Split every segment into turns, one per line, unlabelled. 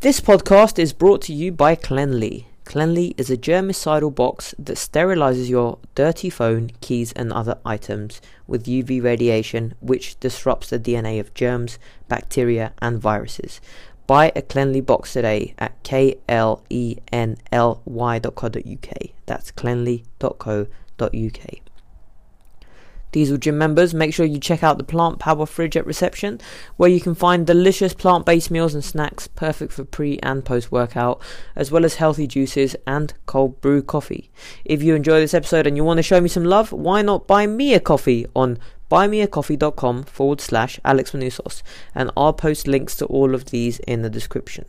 This podcast is brought to you by Cleanly. Cleanly is a germicidal box that sterilizes your dirty phone, keys, and other items with UV radiation, which disrupts the DNA of germs, bacteria, and viruses. Buy a Cleanly box today at E klenly.co.uk. That's cleanly.co.uk. Diesel Gym members, make sure you check out the Plant Power Fridge at reception, where you can find delicious plant based meals and snacks perfect for pre and post workout, as well as healthy juices and cold brew coffee. If you enjoy this episode and you want to show me some love, why not buy me a coffee on buymeacoffee.com forward slash Alex Manusos, and I'll post links to all of these in the description.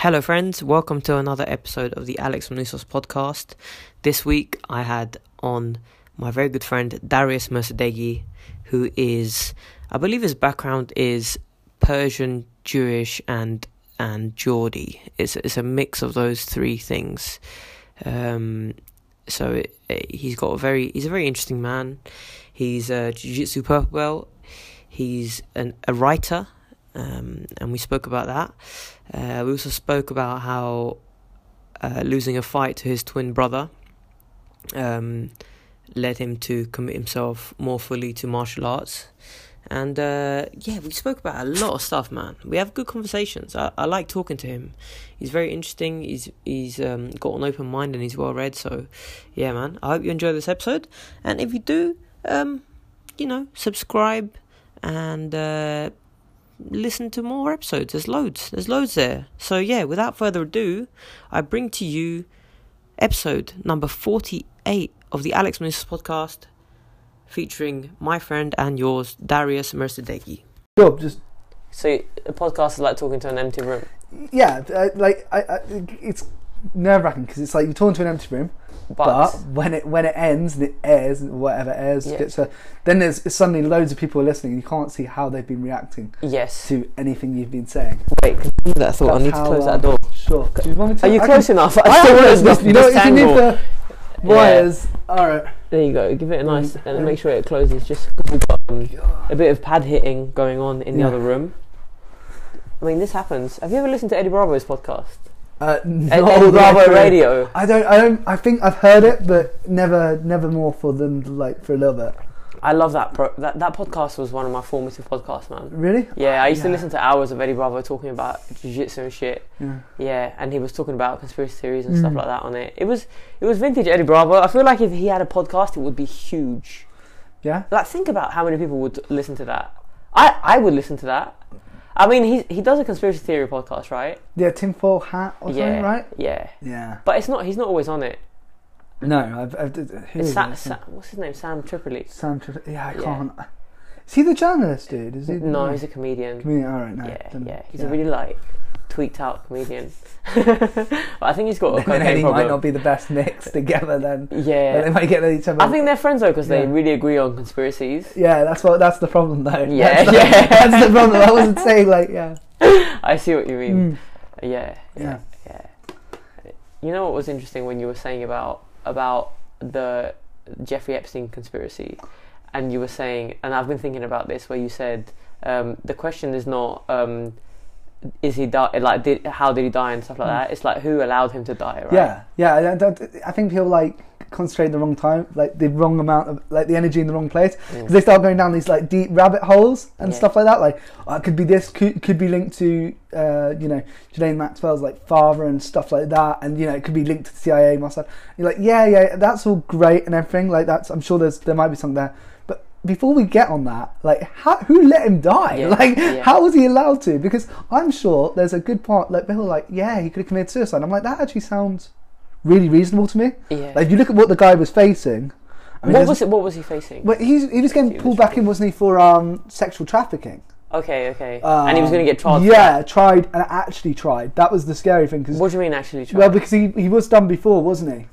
Hello, friends. Welcome to another episode of the Alex Manusos podcast. This week I had on my very good friend Darius Mersadeghi, who is, I believe his background is Persian, Jewish, and and Geordie. It's, it's a mix of those three things. Um, so it, it- he's got a very, he's a very interesting man. He's a jiu-jitsu purple belt. He's an, a writer, um, and we spoke about that. Uh, we also spoke about how uh, losing a fight to his twin brother um, led him to commit himself more fully to martial arts. And uh, yeah, we spoke about a lot of stuff, man. We have good conversations. I, I like talking to him. He's very interesting. He's he's um, got an open mind and he's well read. So yeah, man. I hope you enjoy this episode. And if you do, um, you know, subscribe and uh, listen to more episodes. There's loads. There's loads there. So yeah, without further ado, I bring to you episode number 48 of the Alex Ministers podcast featuring my friend and yours, Darius Mercedegi.
job just
So, a podcast is like talking to an empty room.
yeah th- I, like I, I, it's nerve wracking because it's like you're torn to an empty room
But,
but when it when it ends and it airs and whatever airs
Yeah.
gets, uh, then there's suddenly loads of people are listening and you can't see how they've been reacting
yes.
to anything you've been saying
Wait, can you do that thought? I need to
How,
close
uh,
that door.
sure do you want me to
Are you
I
close
can,
enough?
I
still
am
want
close
to
enough,
stop
you know
this
if you need
angle.
the wires alright
There you go. Give it a nice
Mm. Oh
and make sure it closes. Just 'cause we've got um, a bit of pad hitting going on in the
Yeah.
other room. I mean, this happens. Have you ever listened to Eddie Bravo's podcast?
uh,
Ed-
no,
Eddie
not
Bravo
really.
Radio.
I don't I don't I think I've heard it but never never more for than like for a little bit
I love that, pro- that. That podcast was one of my formative podcasts, man.
really
Yeah, I used to
Yeah.
listen to hours of Eddie Bravo talking about jiu-jitsu and shit.
yeah
Yeah, and he was talking about conspiracy theories and stuff
Mm.
like that on it. It was it was vintage Eddie Bravo. I feel like if he had a podcast, it would be huge.
yeah
Like, think about how many people would listen to that. I, I would listen to that. I mean, he he does a conspiracy theory podcast, right?
yeah tinfoil hat or
yeah,
something right
Yeah,
yeah
but it's not. He's not always on it.
No, I've, I've did- who
It's
is
Sa-
it?
Sa- what's his name? Sam Tripoli.
Sam. Tr- Yeah, I
Yeah.
can't. Is he the journalist, dude? Is he?
No, he's a comedian.
comedian. All right, no.
yeah,
then-
yeah. He's a really like tweaked out comedian. but I think he's got a
Then
cocaine
Eddie might
problem.
not be the best mix together. Then
yeah,
they might get each other.
I think they're friends though because they
Yeah.
really agree on conspiracies.
Yeah, that's what. That's the problem, though.
Yeah,
that's the,
yeah.
That's the problem. I wasn't saying like yeah.
I see what you mean.
Mm.
Yeah, yeah, yeah. You know what was interesting when you were saying about about the Jeffrey Epstein conspiracy, and you were saying, and I've been thinking about this, where you said um, the question is not. Um, is he die like did how did he die and stuff like
Mm.
that? It's like who allowed him to die, right?
Yeah, yeah. I, don't, I think people like concentrate the wrong time, like the wrong amount of like the energy in the wrong place.
Mm.
'Cause they start going down these like deep rabbit holes and
Yeah.
stuff like that. Like oh, it could be this, could, could be linked to uh, you know Ghislaine Maxwell's like father and stuff like that, and you know it could be linked to the CIA. Mossad. You're like, yeah, yeah, that's all great and everything. Like that's, I'm sure there's there might be something there. But before we get on that, like how, who let him die?
Yeah,
Like
yeah.
how was he allowed to? Because I'm sure there's a good part. Like people are like, yeah, he could have committed suicide. I'm like, that actually sounds really reasonable to me.
yeah.
Like if you look at what the guy was facing. I
what
mean, there's-
was it? What was he facing?
well, he's, he was
He
getting
was
pulled back in, wasn't he, for um, sexual trafficking?
Okay, okay. and he was going to get charged.
Um,
for that.
Yeah, tried and actually tried. That was the scary thing because
What do you mean actually charged?
well, because he, he was done before, wasn't he?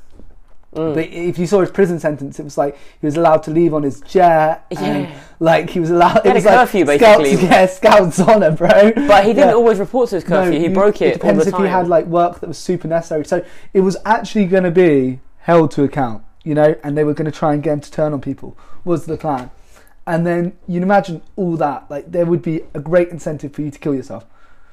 Mm.
But if you saw his prison sentence, it was like he was allowed to leave on his chair. And,
Yeah.
like he was allowed.
He had
it was
a
like
curfew,
scouts-
basically.
yeah, scouts honor, bro.
But he didn't
Yeah.
always report to his curfew. he
you-
broke it, all
depends
the time.
if he had like work that was super necessary. So it was actually going to be held to account, you know, and they were going to try and get him to turn on people. Was the plan? And then you can imagine all that. Like there would be a great incentive for you to kill yourself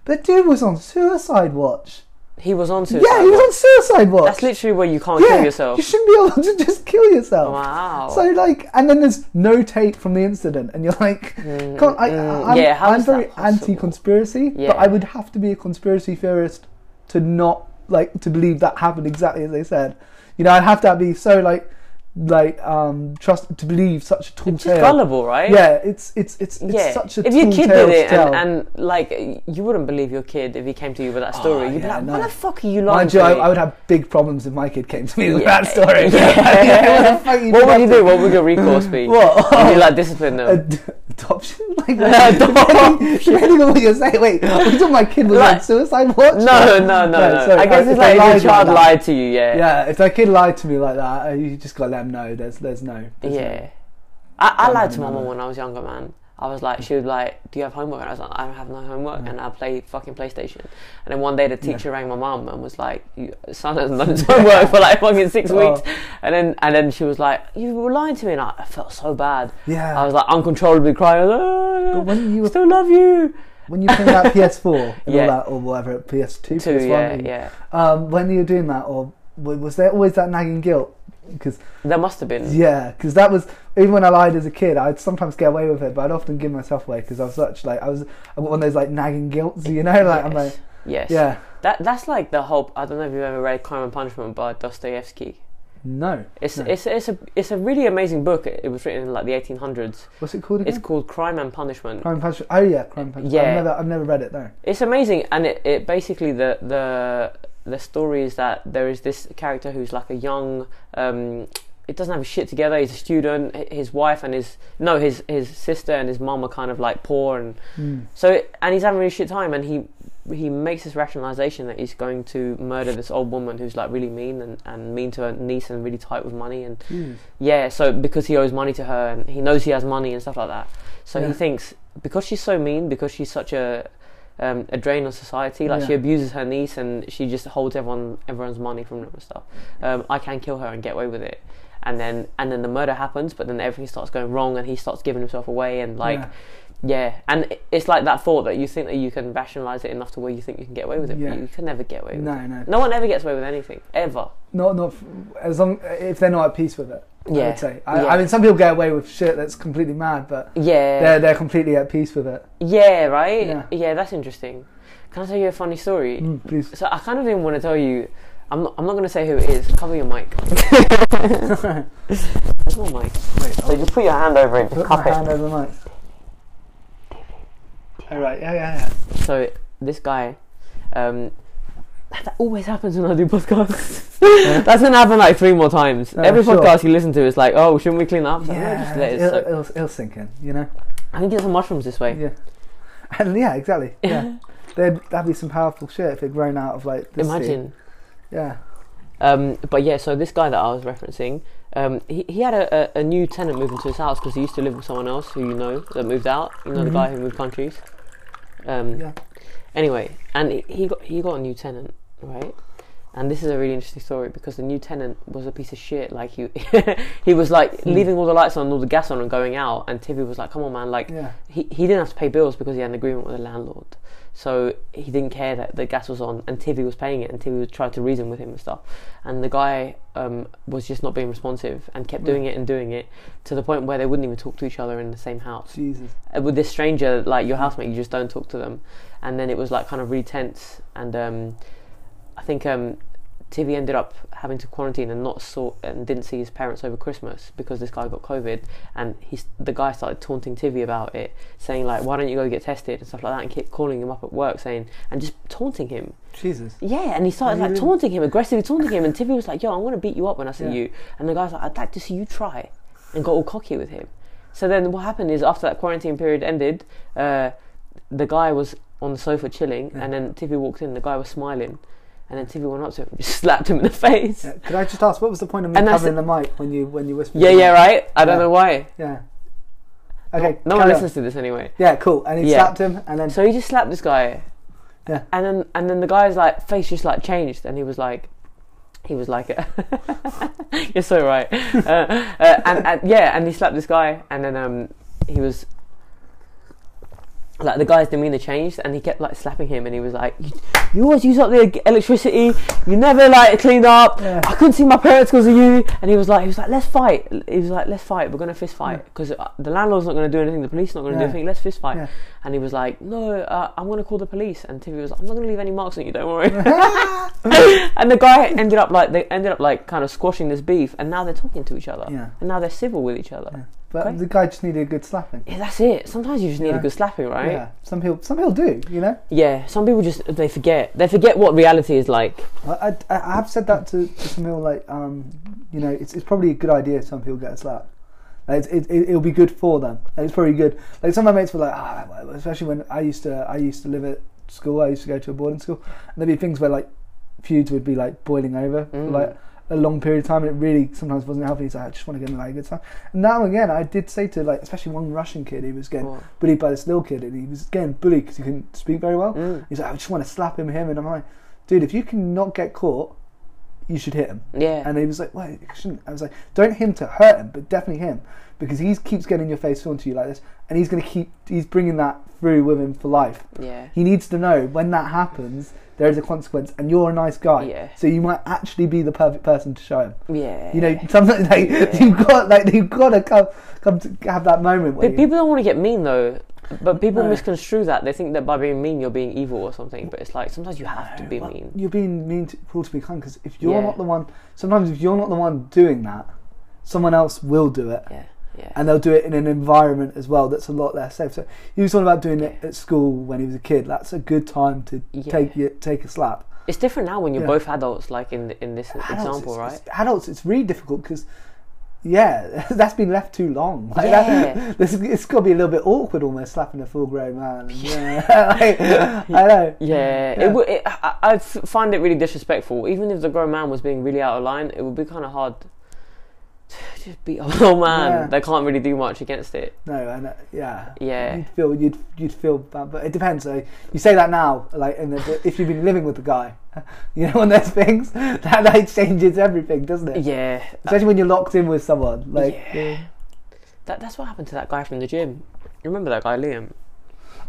But the dude was on suicide watch.
He was on suicide.
yeah, he was on suicide watch.
That's literally where you can't
yeah,
kill yourself. Oh,
You shouldn't be able to just kill yourself.
Wow.
So like, and then there's no tape from the incident, and you're like, can't, I,
mm,
I'm,
yeah, how
I'm
is that
very
possible?
anti-conspiracy,
Yeah.
but I would have to be a conspiracy theorist to not like to believe that happened exactly as they said. You know, I'd have to be so like, like um, trust to believe such a tall
it's just
tale.
gullible, right?
Yeah, it's it's it's, it's
yeah.
such a
if
tall
your kid
tale
did
to
it,
tell.
and, and like you wouldn't believe your kid if he came to you with that story, you'd be
Oh, yeah,
like,
no.
"What the fuck are you lying
Mind you,
to
I,
me?"
I would have big problems if my kid came to me with
Yeah.
that story.
Yeah.
what the fuck you
what would
doing?
you do? What would your recourse be?
What?
You'd be like discipline them.
Ad- adoption? Like, depending, depending on what you're saying. Wait, are we talking my kid was
Like-
on suicide watch?
no, no, no, no.
sorry,
I guess
if
it's
I
like if your
lied
child
that-
lied to you. Yeah.
Yeah, if that kid lied to me like that, uh, you just gotta let him know. There's, there's no. There's
Yeah. I, I
Don't
lied to my
remember.
mum when I was younger, man. I was like, she was like, "Do you have homework?" And I was like, "I don't have no homework," and I play fucking PlayStation. And then one day the teacher rang my mum and was like, "Your "Son hasn't done his homework for like fucking six
Oh.
weeks." And then and then she was like, "You were lying to me," and I, I felt so bad.
Yeah.
I was like uncontrollably crying. "Ah,
But when
I
you were-
still love you.
When you playing that PS4 and
Yeah.
all that, or whatever, PS2,
Too,
PS1,
yeah,
and-
yeah.
Um, when you were doing that, or w- was there always that nagging guilt? Because
There must have been.
Yeah, because that was even when I lied as a kid, I'd sometimes get away with it, but I'd often give myself away because I was such like I was I got one of those like nagging guilts, you know, like I'm like
Yes. yes.
yeah,
That that's like the whole. I don't know if you've ever read Crime and Punishment by Dostoevsky.
no.
It's
No.
it's it's a it's a really amazing book. It was written in like the 1800s.
What's it called again?
It's called Crime and Punishment.
Crime and Punishment. Oh yeah, Crime and Punishment.
Yeah.
I've never I've never read it though.
It's amazing, and it, it basically the the the story is that there is this character who's like a young. Um, it doesn't have his shit together. He's a student. H- His wife and his no, his his sister and his mum are kind of like poor, and
Mm.
so and he's having a really shit time. And he he makes this rationalization that he's going to murder this old woman who's like really mean and, and mean to her niece and really tight with money. And Yeah, so because he owes money to her and he knows he has money and stuff like that. So he
Yeah.
thinks because she's so mean, because she's such a um, a drain on society, like she
Yeah.
abuses her niece and she just holds everyone everyone's money from them and stuff. Um, I can kill her and get away with it. And then and then the murder happens, but then everything starts going wrong and he starts giving himself away and like
Yeah.
yeah. and it- it's like that thought that you think that you can rationalize it enough to where you think you can get away with it,
Yeah.
but you can never get away with it.
No, no,
No one ever gets away with anything ever.
not not f- as long if they're not at peace with it. I
Yeah.
would say. I,
Yeah.
I mean, some people get away with shit that's completely mad, but
Yeah,
they're they're completely at peace with it.
Yeah, right?
Yeah.
Yeah. that's interesting. Can I tell you a funny story?
Mm, please.
So I kind of didn't want to tell you. I'm not, I'm not going to say who it is. Cover your mic. There's no mic.
Wait,
So
I'll
just put your hand over it.
put
Just
my
cup it.
hand over the mic. All right. Yeah, yeah, yeah.
So this guy, um, that, that always happens when I do podcasts. That's going to happen like three more times.
Oh,
Every
sure.
podcast you listen to is like, oh, shouldn't we clean up? It's like, no,
Yeah,
just let it
it'll,
soak.
it'll, it'll sink in, you know.
I think it's the mushrooms this way.
Yeah, and yeah, exactly. Yeah, there'd that'd be some powerful shit if it'd grown out of like this. seed.
Imagine.
Yeah.
Um, but yeah, so this guy that I was referencing, um, he, he had a, a, a new tenant move into his house because he used to live with someone else who you know that moved out. You know the
Mhm.
guy who moved countries. Um,
Yeah.
Anyway, and he- he got he got a new tenant, right? And this is a really interesting story because the new tenant was a piece of shit. Like he he was like leaving all the lights on, all the gas on, and going out. And Tibby was like, "Come on, man! Like
Yeah.
he, he didn't have to pay bills because he had an agreement with the landlord. So he didn't care that the gas was on and Tivy was paying it and Tivy would try to reason with him and stuff. And the guy um, was just not being responsive and kept doing it and doing it to the point where they wouldn't even talk to each other in the same house.
Jesus.
Uh, With this stranger, like your housemate, you just don't talk to them. And then it was like kind of really tense. And um, I think um, Tivy ended up having to quarantine and not saw and didn't see his parents over Christmas because this guy got COVID and he's the guy started taunting Tivy about it, saying like, "Why don't you go get tested and stuff like that?" and kept calling him up at work saying and just taunting him.
Jesus.
Yeah, and he started like
Really?
taunting him, aggressively taunting him, and Tivy was like, "Yo, I'm gonna beat you up when I see
Yeah.
you," and the guy's like, "I'd like to see you try," and got all cocky with him. So then what happened is after that quarantine period ended, uh, the guy was on the sofa chilling, and then Tivy walked in. The guy was smiling. And then Tivy went up to him and just slapped him in the face.
Yeah. Could I just ask, what was the point of me
And that's
covering the mic when you when you whispered?
Yeah, yeah, right. I don't
Yeah.
know why.
Yeah. Okay.
No one
carry on.
listens to this anyway.
Yeah, cool. And he
Yeah.
slapped him, and then
So he just slapped this guy.
Yeah.
And then and then the guy's like face just like changed, and he was like, he was like, you're so right. uh, uh, and, and yeah, and he slapped this guy, and then um, he was. like the guy's demeanor changed, and he kept like slapping him, and he was like, "You, you always use up the e-, electricity. You never like clean up.
Yeah.
I couldn't see my parents because of you." And he was like, "He was like, let's fight. He was like, let's fight. We're gonna fist fight because the landlord's not gonna do anything. The police not gonna do
Yeah.
anything. Let's fist fight."
Yeah.
And he was like, "No, uh, I'm gonna call the police." And Tiffy was like, "I'm not gonna leave any marks on you. Don't worry." and the guy ended up like they ended up like kind of squashing this beef, and now they're talking to each other,
Yeah.
and now they're civil with each other.
Yeah. But
Okay.
the guy just needed a good slapping.
Yeah, that's it. Sometimes you just need
Yeah.
a good slapping, right?
Yeah. Some people, some people do. You know,
Yeah, some people just they forget they forget what reality is like.
I, I, I have said that to, to some people. Like, um, you know, it's, it's probably a good idea. if Some people get a slap. Like, it's, it, it, it'll be good for them. Like, it's probably good. Like some of my mates were like, ah, especially when I used to, I used to live at school. I used to go to a boarding school. And there'd be things where like feuds would be like boiling over for,
Mm.
like a long period of time, and it really sometimes wasn't healthy. He's like, I just want to get in like a good time. And now and again, I did say to like, especially one Russian kid who was getting
What?
bullied by this little kid, and he was getting bullied because he couldn't speak very well.
Mm.
He's like, I just want to slap him, him, and I'm like, dude, if you can not get caught, you should hit him.
Yeah,
And he was like, well, you shouldn't. I was like, don't him to hurt him, but definitely him, because he keeps getting in your face, talking to you like this, and he's gonna keep, he's bringing that through with him for life.
yeah,
He needs to know when that happens, there is a consequence, and you're a nice guy,
Yeah.
so you might actually be the perfect person to show him.
yeah.
You know, sometimes like,
Yeah.
you've got like you've got to come, come to have that moment. Where
Pe-
you-
people don't want to get mean though, but people
No.
misconstrue that. They think that by being mean you're being evil or something. But it's like sometimes you have to be
Well,
mean.
You're being mean to, cruel to be kind because if you're
Yeah.
not the one, sometimes if you're not the one doing that, someone else will do it,
Yeah, yeah,
and they'll do it in an environment as well that's a lot less safe. So he was talking about doing it at school when he was a kid. That's a good time to
Yeah.
take your, take a slap.
It's different now when you're
Yeah.
both adults, like in in this
Adults,
example,
it's-
right?
it's- adults, it's really difficult because. Yeah, that's been left too long. Like
Yeah.
that, this, it's got to be a little bit awkward almost slapping a full grown man. Yeah. Like, I know.
Yeah,
Yeah.
it would. It, I, I f- find it really disrespectful. Even if the grown man was being really out of line, it would be kind of hard. to Just beat up an old man.
Yeah.
They can't really do much against it.
No, and uh, yeah,
Yeah.
you'd feel you'd you'd feel bad, but it depends. So you say that now, like, and the, if you've been living with the guy, you know, on those things, that like changes everything, doesn't it?
Yeah,
Especially when you're locked in with someone, like,
yeah. That, that's what happened to that guy from the gym. You remember that guy, Liam?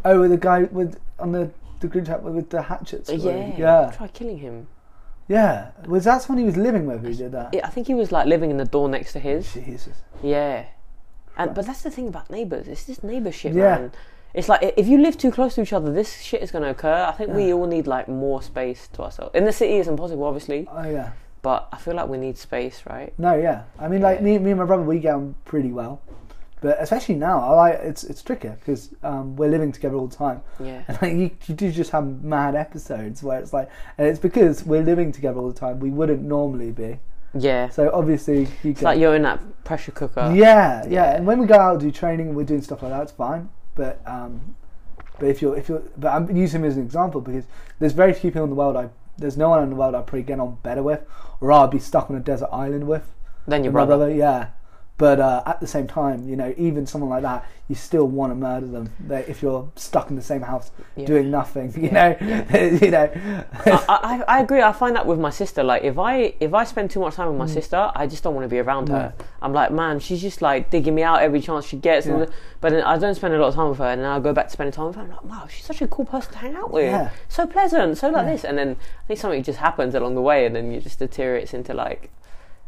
oh, with the guy with on the the group chat with, with the hatchets,
yeah,
yeah,
Try killing him.
yeah. Was that someone he was living with who did that?
Yeah, I think he was like living in the door next to his.
Jesus,
Yeah. And, but that's the thing about neighbours. It's this neighbour shit,
Yeah.
man. It's like i- if you live too close to each other, this shit is going to occur. I think we all need like more space to ourselves. In the city, it's impossible, obviously.
oh yeah,
But I feel like we need space, right?
no, yeah. I mean, like
Yeah.
me, me and my brother, we get on pretty well. But especially now, I like it's it's trickier because um, we're living together all the time.
Yeah.
And like you, you do just have mad episodes where it's like, and it's because we're living together all the time. We wouldn't normally be.
Yeah.
So obviously, you
It's like
can.
you're in that pressure cooker.
yeah, yeah.
Yeah.
And when we go out and do training, we're doing stuff like that. It's fine. But um, but if you're if you're, but I'm using him as an example because there's very few people in the world. I there's no one in the world I'd probably get on better with, or I'd be stuck on a desert island with.
Then your
My
brother.
brother, yeah. But uh, at the same time, you know, even someone like that, you still want to murder them They- if you're stuck in the same house
Yeah.
doing nothing. You know, you know.
I, I, I agree. I find that with my sister. Like, if I if I spend too much time
Mm.
with my sister, I just don't want to be around her. I'm like, man, she's just like digging me out every chance she gets.
Yeah.
And, but then I don't spend a lot of time with her, and then I go back to spending time with her. I'm like, wow, she's such a cool person to hang out with.
Yeah.
So pleasant, so like this. And then I think something just happens along the way, and then it just deteriorates into like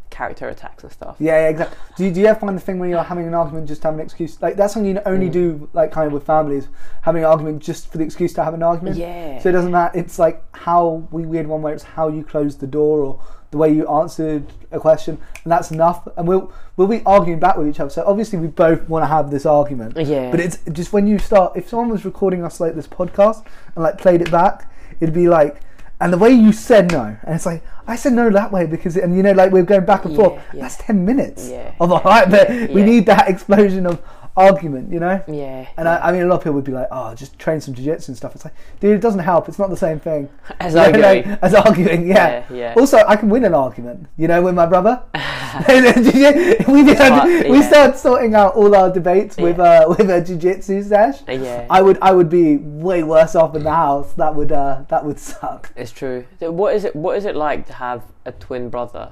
character attacks and stuff.
Yeah, yeah, exactly. Do you, do you ever find the thing when you're having an argument just to have an excuse? Like that's something you
Mm.
only do like kind of with families, having an argument just for the excuse to have an argument.
Yeah.
So it doesn't matter. It's like how we we had one where it's how you closed the door or the way you answered a question, and that's enough. And we'll we'll be arguing back with each other. So obviously we both want to have this argument.
Yeah.
But it's just when you start. If someone was recording us like this podcast and like played it back, it'd be like. And the way you said no, and it's like I said no that way because, and you know, like we're going back and
Yeah,
forth.
yeah.
That's ten minutes
Yeah.
of all right, but we
Yeah.
need that explosion of argument, you know.
Yeah.
And I, I mean, a lot of people would be like, "Oh, just train some jiu-jitsu and stuff." It's like, dude, it doesn't help. It's not the same thing
As
You know,
I go.
like, as arguing. Yeah.
Yeah, yeah.
Also, I can win an argument, you know, with my brother. we did,
But,
we
yeah.
started sorting out all our debates with uh, with a jiu-jitsu sesh.
Uh, Yeah.
I would I would be way worse off in the house. That would uh, that would suck.
It's true. Th- What is it? What is it like to have a twin brother?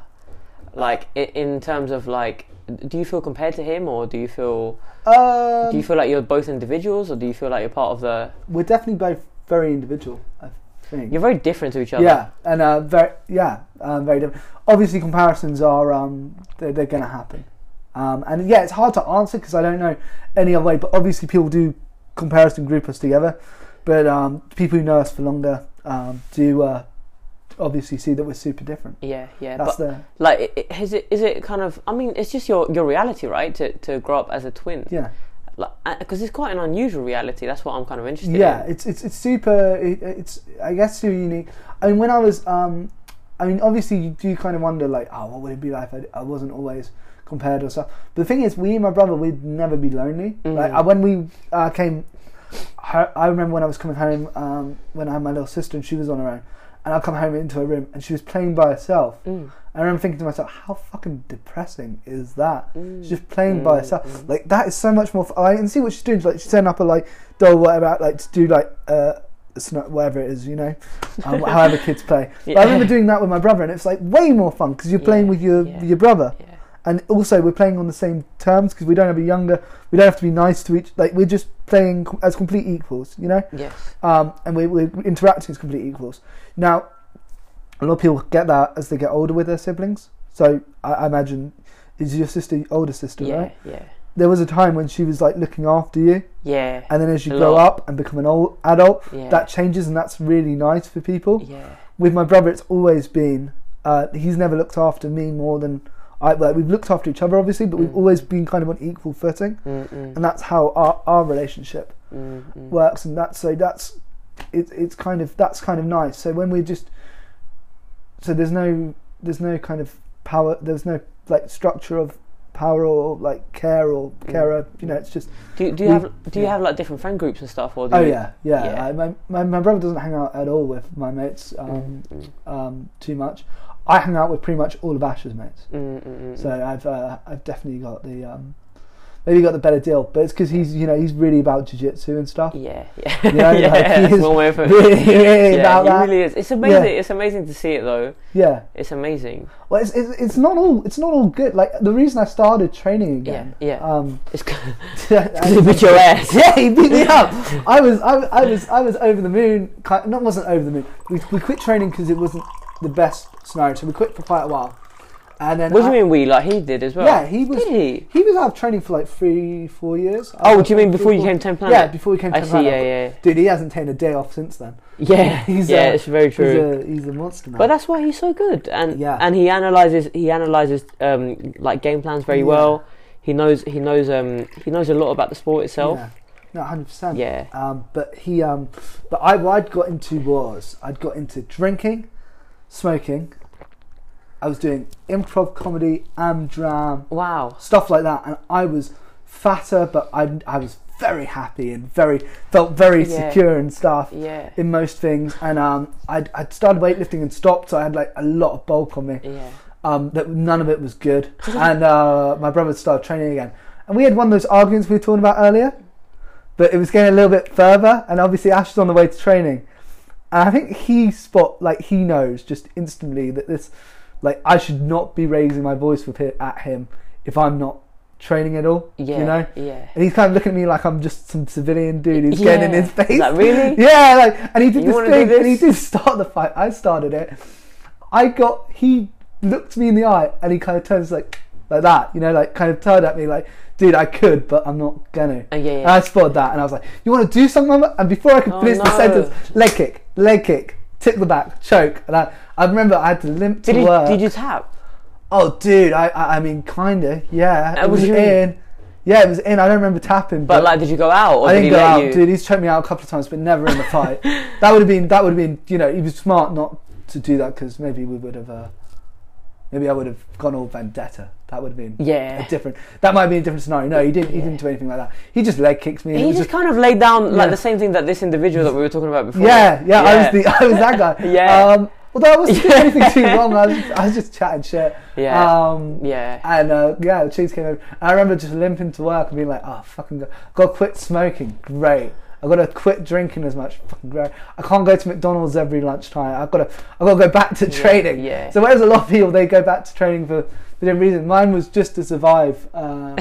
Like in, in terms of like, do you feel compared to him, or do you feel
Um,
do you feel like you're both individuals, or do you feel like you're part of the?
we're definitely both very individual. I think.
You're very different to each other.
Yeah, and uh, very yeah, um, very different. Obviously, comparisons are um, they're, they're going to happen, um, and yeah, it's hard to answer because I don't know any other way. But obviously, people do comparison group us together, but um, people who know us for longer um, do uh, obviously see that we're super different.
yeah, yeah.
That's
but
the
like, i- i- is it is it kind of? I mean, it's just your your reality, right? To to grow up as a twin.
yeah.
because it's quite an unusual reality. That's what I'm kind of interested
yeah
in.
it's it's it's super it, it's i guess super unique i mean when i was um i mean obviously you do kind of wonder like oh what would it be like if i, I wasn't always compared or stuff but the thing is we and my brother we'd never be lonely
Mm.
like uh, when we uh, came her, i remember when i was coming home um when i had my little sister and she was on her own and i come home into her room and she was playing by herself
Mm,
and i remember thinking to myself how fucking depressing is that
mm,
She's just playing by
mm,
herself.
mm.
Like that is so much more. Fun. I can see what she's doing. Like she's setting up a like doll, whatever, like to do like uh, it's not whatever it is, you know, um, however kids play. But I remember
Yeah.
doing that with my brother, and it's like way more fun because you're playing
Yeah,
with your
yeah.
your brother,
Yeah.
and also we're playing on the same terms because we don't have a younger. We don't have to be nice to each. Like we're just playing co- as complete equals, you know
Yes.
um, and we, we're interacting as complete equals. Now, a lot of people get that as they get older with their siblings. So I, I imagine, is your sister your older sister,
Yeah.
right?
Yeah.
There was a time when she was like looking after you,
Yeah.
and then as you
A
grow
lot.
up and become an old adult,
yeah.
that changes, and that's really nice for people.
Yeah.
With my brother, it's always been uh, he's never looked after me more than. I, like, we've looked after each other, obviously, but we've
Mm.
always been kind of on equal footing,
Mm, mm,
and that's how our, our relationship
mm, mm.
works and that's so that's it, it's kind of that's kind of nice so when we're just so there's no there's no kind of power there's no like structure of power or like care or
Mm.
carer you know it's just
Do, do you
we-
have do you
yeah.
have like different friend groups and stuff? Or do
oh
you,
yeah yeah,
Yeah.
I, my, my my brother doesn't hang out at all with my mates um,
Mm, mm,
um, too much I hang out with pretty much all of Ash's mates
mm, mm, mm,
So I've uh, I've definitely got the um, maybe got the better deal, but it's because he's you know he's really about jiu-jitsu and stuff.
yeah, yeah,
You know, like,
yeah.
he
that's
is
one way of putting it.
Really, really
yeah,
about
he
that.
really is. It's amazing. It's amazing to see it though.
yeah.
It's amazing.
Well, it's, it's, it's not all it's not all good. Like the reason I started training again.
Yeah, yeah.
Um,
It's because
I-
you beat your ass.
Yeah, he beat me up. I was I, was- I was I was over the moon. ki- Not wasn't over the moon. We, we quit training because it wasn't the best scenario. So we quit for quite a while, and then
What do you
I-
mean we like he did as well?
Yeah, he was.
Did he?
He was out of training for like three, four years.
Oh, do you mean before you came to Ten Planet?
Yeah, before we came.
I
to
see.
Planet.
Yeah, yeah,
Dude, he hasn't taken a day off since then.
yeah.
He's,
yeah,
uh,
it's very
He's
true.
a he's a monster now.
But that's why he's so good, and
Yeah.
and he analyzes he analyzes um, like game plans very
Yeah.
well. He knows he knows um, he knows a lot about the sport itself.
Yeah. No, hundred percent.
Yeah,
Um, but he, um, but I, what I'd got into was I'd got into drinking, smoking. I was doing improv comedy, am dram,
wow.
stuff like that, and I was fatter, but I, I was very happy and very felt very
Yeah.
secure and stuff
Yeah,
in most things. And um, I'd, I'd started weightlifting and stopped, so I had like a lot of bulk on me.
yeah.
Um, that none of it was good, and uh, my brother started training again. And we had one of those arguments we were talking about earlier, but it was going a little bit further. And obviously, Ash is on the way to training, and I think he spot like he knows just instantly that this, like, I should not be raising my voice with hi- at him if I'm not training at all.
Yeah,
you know.
yeah.
And he's kind of looking at me like I'm just some civilian dude who's getting in his
Yeah.
face.
Is that really?
Yeah, like, and he did
You
this
wanna
thing,
do
and he
this?
did start the fight. I started it. I got. He looked me in the eye, and he kind of turns like, like that, you know, like kind of turned at me, like, dude, I could, but I'm not gonna.
Oh, yeah,
And
yeah.
I spotted that, and I was like, you want to do something? Mama? And before I could
Oh,
finish
no.
the sentence, leg kick, leg kick, tick the back, choke, and I, I remember I had to limp to
Did you,
work.
did you tap?
Oh, dude, I, I, I mean, kinda,
Uh,
yeah. It
what
was
do you
in.
mean?
Yeah, it was in. I don't remember tapping,
But like, did you go out or
I
did
didn't
he
go
let
out,
you?
dude. He's choked me out a couple of times, but never in the fight. that would have been. That would have been. You know, he was smart not to do that because maybe we would have. Uh, maybe I would have gone all vendetta. That would have been
Yeah.
a different. That might be a different scenario. No, he didn't. He
Yeah.
didn't do anything like that. He just leg kicked me. And it
He
was
just kind of laid down like
Yeah.
the same thing that this individual that we were talking about before.
yeah, yeah, I was
Yeah.
the. I was that guy.
Yeah.
Um, although I wasn't doing anything too wrong. I was. I was just chatting shit.
Yeah.
Um,
yeah.
and uh, yeah, the cheese came over. And I remember just limping to work and being like, "Oh, fucking god, got to quit smoking. Great." I've got to quit drinking as much. Fucking great. I can't go to McDonald's every lunchtime. I've got to. I've got to go back to
Yeah,
training.
yeah.
So whereas a lot of people they go back to training for for different reason. Mine was just to survive. Uh,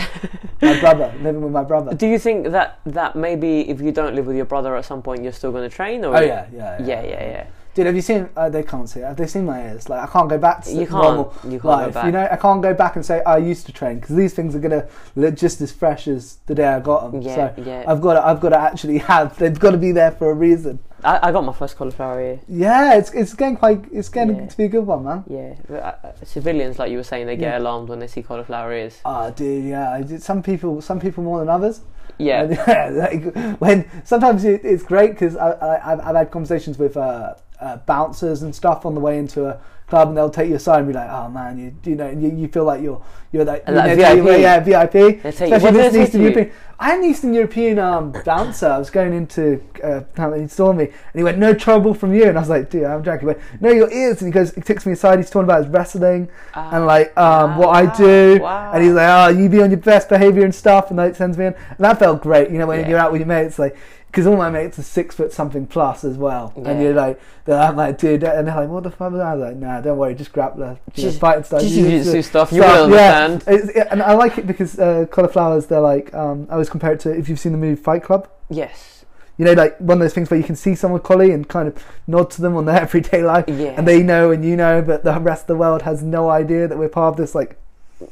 my brother living with my brother.
Do you think that that maybe if you don't live with your brother at some point you're still going to train? Or
Oh yeah, yeah,
yeah, yeah, yeah.
Dude, have you seen? Uh, they can't see. it. Have they seen my ears? Like I can't go back to
You
the
can't-
normal
you can't go
life.
back.
You know, I can't go back and say I used to train because these things are gonna look just as fresh as the day I got them.
Yeah,
so
yeah.
I've got to, I've got to actually have. They've got to be there for a reason.
I, I got my first cauliflower ear.
Yeah, it's it's getting quite. It's getting
Yeah.
to be a good one, man.
Yeah, but, uh, uh, civilians like you were saying, they get
Yeah.
alarmed when they see cauliflower ears.
Ah, dude, yeah. I did- Some people, some people more than others.
Yeah,
And, like, when sometimes it, it's great because I, I, I've, I've had conversations with uh, uh, bouncers and stuff on the way into a club, and they'll take you aside and be like, "Oh man, you, you know, you, you feel like you're you're that
And that
you know,
VIP.
yeah VIP."
They take you- what do
this
they
Eastern
take you?
European. I had an Eastern European um, bouncer. I was going into uh, apparently he saw me and he went, "No trouble from you," and I was like, "Dude, I'm joking." He went, "No, your ears," and he goes, he takes me aside. He's talking about his wrestling
Ah,
and like um,
wow,
what I do,
Ah, wow.
and he's like, "Oh, you be on your best behavior and stuff," and that sends me in, and that felt great. You know, when
Yeah.
you're out with your mates, like, because all my mates are six foot something plus as well,
Yeah.
and you're like, they're I'm like, dude, and they're like, "What the fuck?" was that?" I was like, "Nah, don't worry, just grappler, you know,
Just-
fighting style,
jiu-jitsu
jiu-jitsu
stuff. You
stuff."
will
Yeah.
understand.
It's- yeah, and I like it because uh, cauliflowers, they're like, um, I always compare it to if you've seen the movie Fight Club.
Yes.
You know, like one of those things where you can see someone with collie and kind of nod to them on their everyday life,
Yeah.
and they know and you know, but the rest of the world has no idea that we're part of this like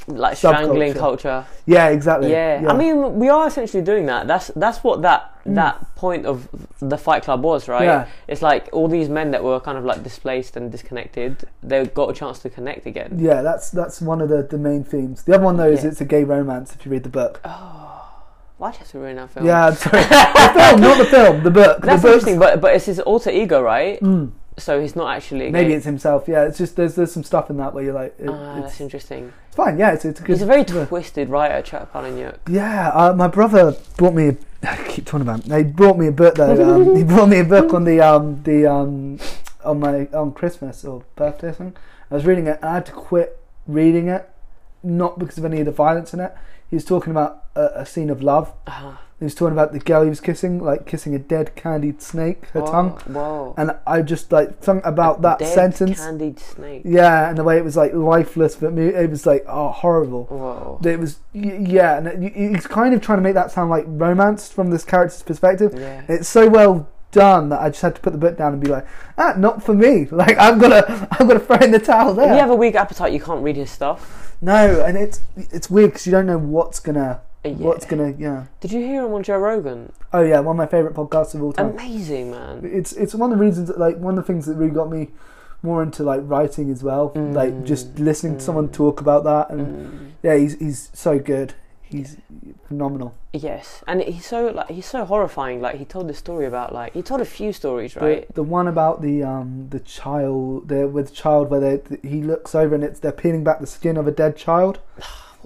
like strangling
subculture.
culture.
Yeah, exactly.
Yeah. I mean, we are essentially doing that. That's that's what that that point of the Fight Club was, right?
Yeah.
It's like all these men that were kind of like displaced and disconnected, they got a chance to connect again.
yeah, that's that's one of the, the main themes. The other one though is
Yeah.
it's a gay romance if you read the book.
Why did you have to ruin that film?
Yeah, I'm sorry. the film, not the film, the book.
That's
the book's-
interesting, but but it's his alter ego, right? So he's not actually. a
Maybe
gay-
it's himself. Yeah, it's just there's there's some stuff in that where you're like, it,
Ah,
it's,
that's interesting.
it's fine. Yeah, it's it's a good.
He's a very
book.
twisted writer, Chuck Palahniuk.
Yeah, uh, my brother brought me. A, I keep talking about. Him. He brought me a book though. Um, he brought me a book on the um the um on my on Christmas or birthday or something. I was reading it and I had to quit reading it, not because of any of the violence in it. He was talking about a, a scene of love.
Ah,
He was talking about the girl he was kissing, like kissing a dead candied snake, her
whoa,
tongue,
Whoa.
and I just like something about that
Oh. Dead
sentence.
Candied snake.
yeah, and the way it was like lifeless, but mo- it was like oh horrible
Whoa.
that it was y- yeah and it- y- he's kind of trying to make that sound like romance from this character's perspective
Yeah.
it's so well done that i just had to put the book down and be like ah not for me like i'm gonna i'm gonna throw in the towel there
If you have a weak appetite, you can't read his stuff.
no and it's it's weird because you don't know what's gonna
Uh, yeah.
what's gonna yeah
Did you hear him on Joe Rogan?
oh yeah one of my favorite podcasts of
Um,
all time
Amazing, man.
it's it's one of the reasons that, like one of the things that really got me more into like writing as well
Mm.
like just listening to someone talk about that and yeah he's he's so good he's phenomenal
Yes, and he's so like he's so horrifying. Like he told this story about like he told a few stories, right?
The, the one about the um the child the with the child where they th- he looks over and it's they're peeling back the skin of a dead child.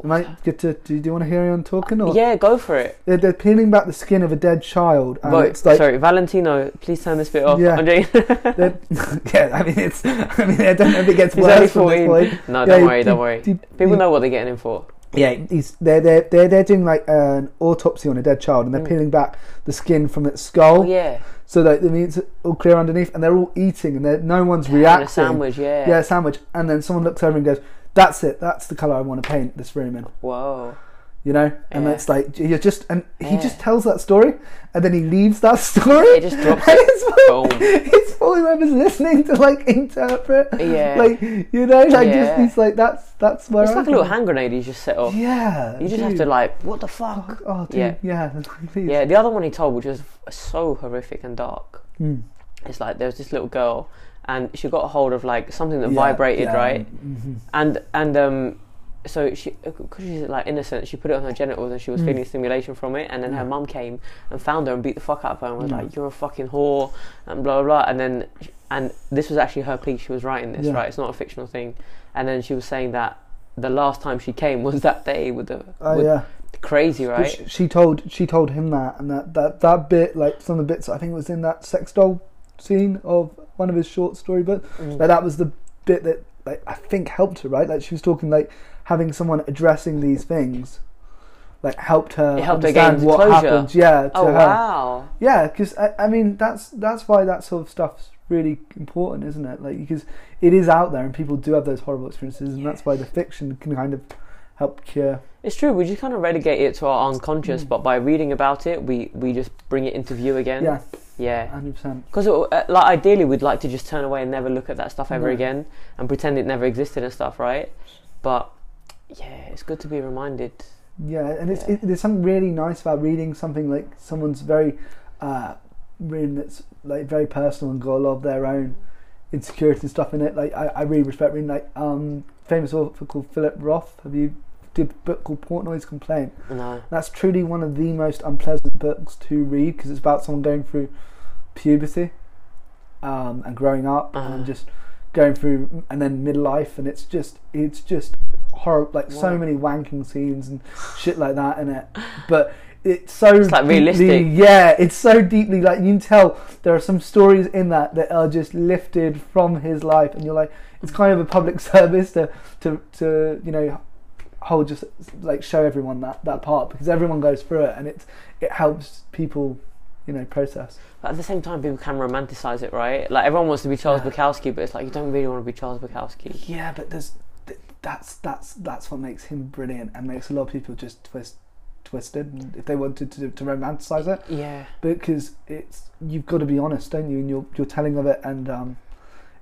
Am I get to do you, do you want to hear on talking or
Yeah, go for it.
they're, they're peeling back the skin of a dead child and
But-
it's like
sorry, Valentino, please turn this bit off.
Yeah.
Andre,
they're- yeah I mean it's I mean I don't know if it gets
he's only
worse from this point.
fourteen. No,
Yeah,
don't
he-
worry, don't
he-
worry.
he-
People
he-
know what they're getting in for.
Yeah, he's they're they're they're, they're doing like an autopsy on a dead child and they're peeling back the skin from its
Mm.
skull
Oh yeah,
so that it means it's all clear underneath and they're all eating and they're, no one's
having
reacting.
a sandwich. Yeah.
yeah, a sandwich, and then someone looks over and goes, "That's it. That's the color I want to paint this room in."
Whoa.
You know, and
Yeah.
it's like you're just, and he
Yeah.
just tells that story, and then he leaves that story.
He just drops
and
it.
It's for,
Boom.
it's for whoever's listening to like interpret.
Yeah.
like you know, like just
Yeah.
he's like that's that's where
It's
I
like a
am.
little hand grenade you just set off.
Yeah,
You just have
dude.
to like, what the fuck?
Oh, dude,
Yeah.
yeah, please.
Yeah, the other one he told, which was f- so horrific and dark,
Hmm.
it's like there was this little girl, and she got a hold of like something that
Yeah,
vibrated,
yeah, Mm-hmm.
right? And and um, so she, because she's like innocent, she put it on her genitals, and she
Mm.
was feeling stimulation from it. And then her mum came and found her and beat the fuck out of her and
Mm.
was like, "You're a fucking whore," and blah blah. blah. And then and this was actually her piece. She was writing this,
Yeah.
right? It's not a fictional thing. And then she was saying that. The last time she came was that day with the
Oh,
with-
yeah.
crazy,
But
right?
She, she told she told him that, and that, that, that bit, like some of the bits, I think it was in that sex doll scene of one of his short story books. Like that was the bit that like I think helped her, right? Like she was talking like having someone addressing these things like helped her
It helped her gain
understand what
closure.
happened. Yeah, to
Oh
her.
wow.
Yeah, because I, I mean that's that's why that sort of stuff's really important, isn't it? Like because it is out there and people do have those horrible experiences, and that's why the fiction can kind of help cure.
It's true. We just kind of relegate it to
Mm.
our unconscious, but by reading about it, we we just bring it into view again.
Yeah,
Yeah.
hundred percent.
Because uh, like ideally, we'd like to just turn away and never look at that stuff ever
No.
again and pretend it never existed and stuff, right? But yeah, it's good to be reminded.
Yeah, and it's
Yeah.
It, there's something really nice about reading something like someone's very uh, written that's like very personal and got a lot of their own insecurities and stuff in it. Like I, I really respect reading like um famous author called Philip Roth. Have you did a book called Portnoy's Complaint?
No.
That's truly one of the most unpleasant books to read because it's about someone going through puberty um, and growing up
Uh-huh.
and just going through and then midlife and it's just it's just horrible like
Wow.
so many wanking scenes and shit like that in it but it's so it's
like, realistic.
yeah it's so deeply like you can tell there are some stories in that that are just lifted from his life and you're like it's kind of a public service to to to you know hold just like show everyone that that part because everyone goes through it and it's it helps people you know process
But at the same time, people can romanticize it, right? Like everyone wants to be Charles
Yeah.
Bukowski, but it's like you don't really want to be Charles Bukowski.
yeah but there's th- that's that's that's what makes him brilliant and makes a lot of people just twist twisted and if they wanted to to romanticize it
Yeah.
because it's you've got to be honest, don't you? And your your telling of it, and um,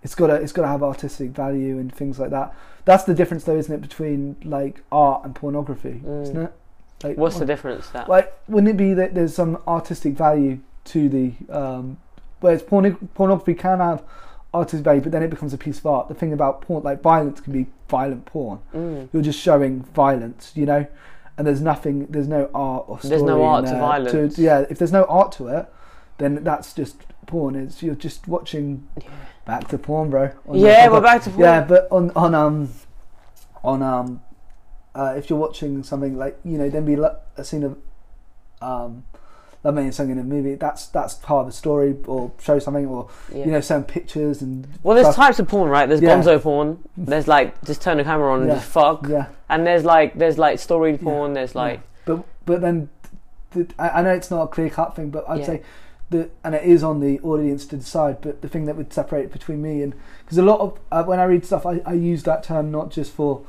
it's got to it's got to have artistic value and things like that. That's the difference, though, isn't it, between like art and pornography,
Mm.
isn't it? Like,
What's the difference? That
like? Wouldn't it be that there's some artistic value to the um, whereas porn, pornography can have artistic value, but then it becomes a piece of art. The thing about porn, like violence, can be violent porn.
Mm.
You're just showing violence, you know. And there's nothing, there's no art or story.
There's no art to
in there
violence.
yeah, if there's no art to it, then that's just porn. It's you're just watching
Yeah.
back to porn, bro. on
Yeah,
the-
we're back to porn.
Yeah, but on on um on um uh, if you're watching something like you know, then be lo- a scene of um love making something in a movie. That's that's part of the story, or show something, or
Yeah.
you know, certain pictures and
well, there's
stuff.
types of porn, right? There's
Yeah.
gonzo porn. There's like just turn the camera on and
Yeah.
just fuck.
yeah.
And there's like there's like storied porn. There's
Yeah.
like
But but then, th- th- I I know it's not a clear cut thing, but I'd
Yeah.
say the and it is on the audience to decide. But the thing that would separate between me and because a lot of uh, when I read stuff, I, I use that term not just for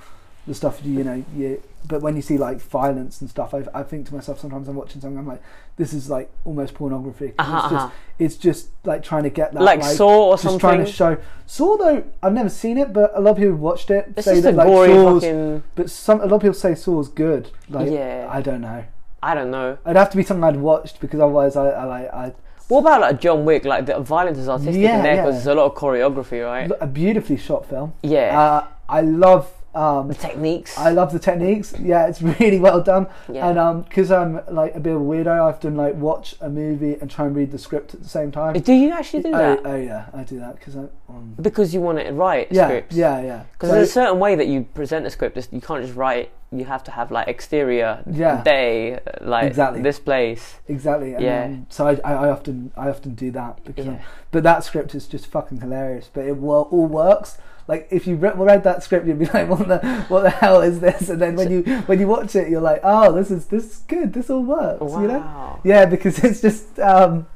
the stuff you know you. But when you see like violence and stuff, I, I think to myself sometimes I'm watching something. I'm like, this is like almost pornography.
uh-huh,
it's, just,
uh-huh.
it's just like trying to get that
like, Saw or
just
something.
trying to show. Saw though, I've never seen it, but a lot of people watched it.
It's
say
just
that
a
like
gory
Saw's,
fucking.
but some a lot of people say Saw's good. Like
yeah.
I don't know.
I don't know.
It'd have to be something I'd watched because otherwise I, I like I
What about like John Wick? Like the violence is artistic
Yeah,
in there because
yeah.
there's a lot of choreography, right?
a beautifully shot film.
yeah.
Uh, I love
the
um,
techniques.
I love the techniques. Yeah, it's really well done.
yeah.
And um, because I'm like a bit of a weirdo, I often like watch a movie and try and read the script at the same time.
do you actually do
oh,
that?
oh yeah, I do that because I'm um,
because you want it right
yeah,
scripts.
yeah, yeah.
Because
So-
there's a certain way that you present a script. it's- You can't just write. You have to have like exterior
Yeah.
day, like
Exactly.
this place.
exactly. And,
Yeah.
um, so I, I, I often I often do that because
Yeah.
I'm- but that script is just fucking hilarious. But it wo- all works. Like if you re- read that script, you'd be like, "What the what the hell is this?" And then when you when you watch it, you're like, "Oh, this is this is good. This all works."
Wow.
You know? Yeah, because it's just. um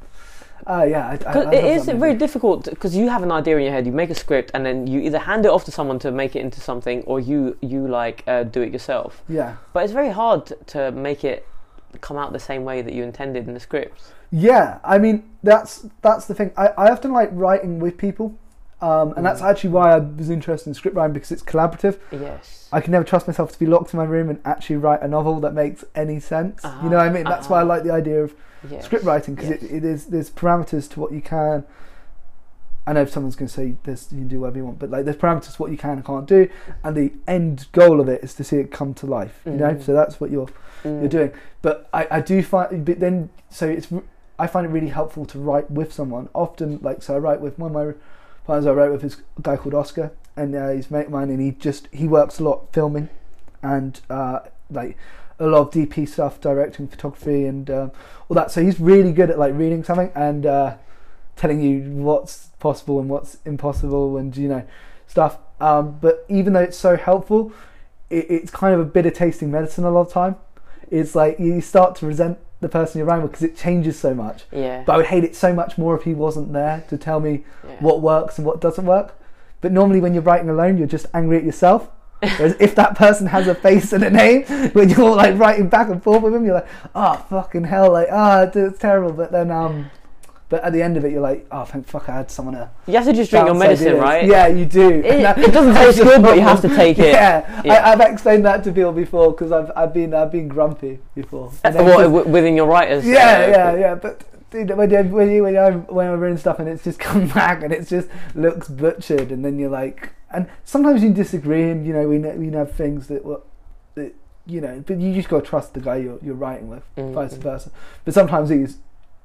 uh, yeah, I, I,
'Cause
I
it
love
is
that
very
movie.
difficult because you have an idea in your head. You make a script and then you either hand it off to someone to make it into something, or you you like uh, do it yourself.
Yeah,
But it's very hard t- to make it come out the same way that you intended in the script.
yeah. I mean, that's that's the thing. I, I often like writing with people, um, and
Mm.
that's actually why I was interested in script writing because it's collaborative.
Yes.
I can never trust myself to be locked in my room and actually write a novel that makes any sense.
Uh-huh,
You know what I mean? That's why I
uh-huh.
like the idea of
yes.
script writing because
Yes.
it, it is there's parameters to what you can. I know someone's going to say this, you can do whatever you want, but like there's parameters to what you can and can't do, and the end goal of it is to see it come to life. You know,
Mhm.
so that's what you're
Mm.
you're doing. But I, I do find, but then so it's r- I find it really helpful to write with someone. Often, like so, I write with one of my partners. I write with is a guy called Oscar, and uh, he's a mate of mine, and he just he works a lot filming, and uh, like a lot of DP stuff, directing, photography, and um, all that. So he's really good at like reading something and uh, telling you what's possible and what's impossible, and you know stuff. Um, but even though it's so helpful, it, it's kind of a bitter tasting medicine a lot of time it's like you start to resent the person you're around with because it changes so much.
Yeah.
But I would hate it so much more if he wasn't there to tell me
yeah.
what works and what doesn't work. But normally, when you're writing alone, you're just angry at yourself. Whereas if that person has a face and a name, when you're like writing back and forth with them, you're like, oh fucking hell, like ah, oh, it's terrible. But then um, but at the end of it, you're like, oh thank fuck, I had someone to
You have to just drink your
bounce
medicine,
ideas."
right?
Yeah, you do.
It,
And that-
it doesn't
that's
taste
the
good, but you
problem.
have to take it.
Yeah,
Yeah.
I, I've explained that to people before because I've I've been I've been grumpy before. And then
What,
just-
w- within your writers.
yeah,
uh,
yeah, yeah. But you know, when you when you when I'm when I'm reading stuff and it's just come back and it's just looks butchered, and then you're like, and sometimes you disagree, and you know we know, we know things that were, that, you know, but you just gotta trust the guy you're you're writing with,
Mm,
vice
mm.
versa. But sometimes it is.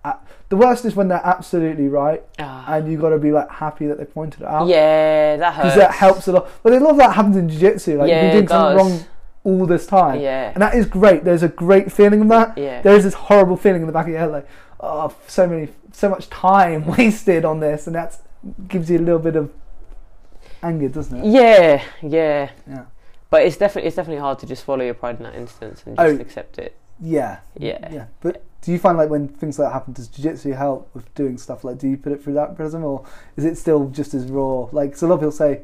a- The worst is when they're absolutely right,
Ah.
and you got to be like happy that they pointed it out.
Yeah, that hurts.
because that helps a lot. But I love that happens in jiu-jitsu. Like
yeah,
you've been doing
it does.
something wrong all this time,
Yeah.
and that is great. There's a great feeling of that
yeah.
there is this horrible feeling in the back of your head like oh so many so much time wasted on this and that gives you a little bit of anger doesn't it
yeah, yeah.
yeah
But it's definitely it's definitely hard to just swallow your pride in that instance and just
Oh.
accept it.
yeah
Yeah.
yeah but do you find like when things like that happen does jiu-jitsu help with doing stuff like do you put it through that prism or is it still just as raw like 'cause a lot of people say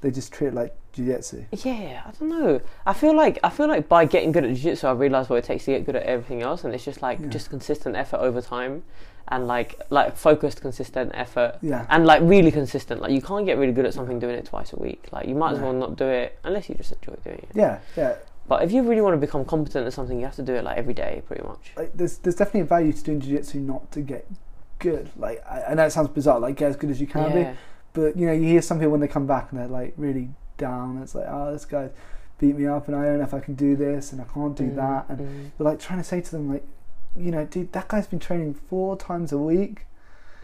they just treat it like jiu-jitsu
Yeah, I don't know. I feel like I feel like by getting good at jiu-jitsu, I realised what it takes to get good at everything else, and it's just like
Yeah.
just consistent effort over time, and like like focused, consistent effort,
yeah
and like really consistent. Like you can't get really good at something doing it twice a week. Like you might as
No.
well not do it unless you just enjoy doing it.
yeah yeah
But if you really want to become competent at something, you have to do it like every day, pretty much.
like there's there's definitely a value to doing jiu-jitsu not to get good like I, I know it sounds bizarre like get as good as you can be
yeah.
But you know, you hear some people when they come back and they're like really down. It's like, oh, this guy beat me up, and I don't know if I can do this, and I can't do
Mm,
that. And
mm.
you're like trying to say to them, like, you know, dude, that guy's been training four times a week,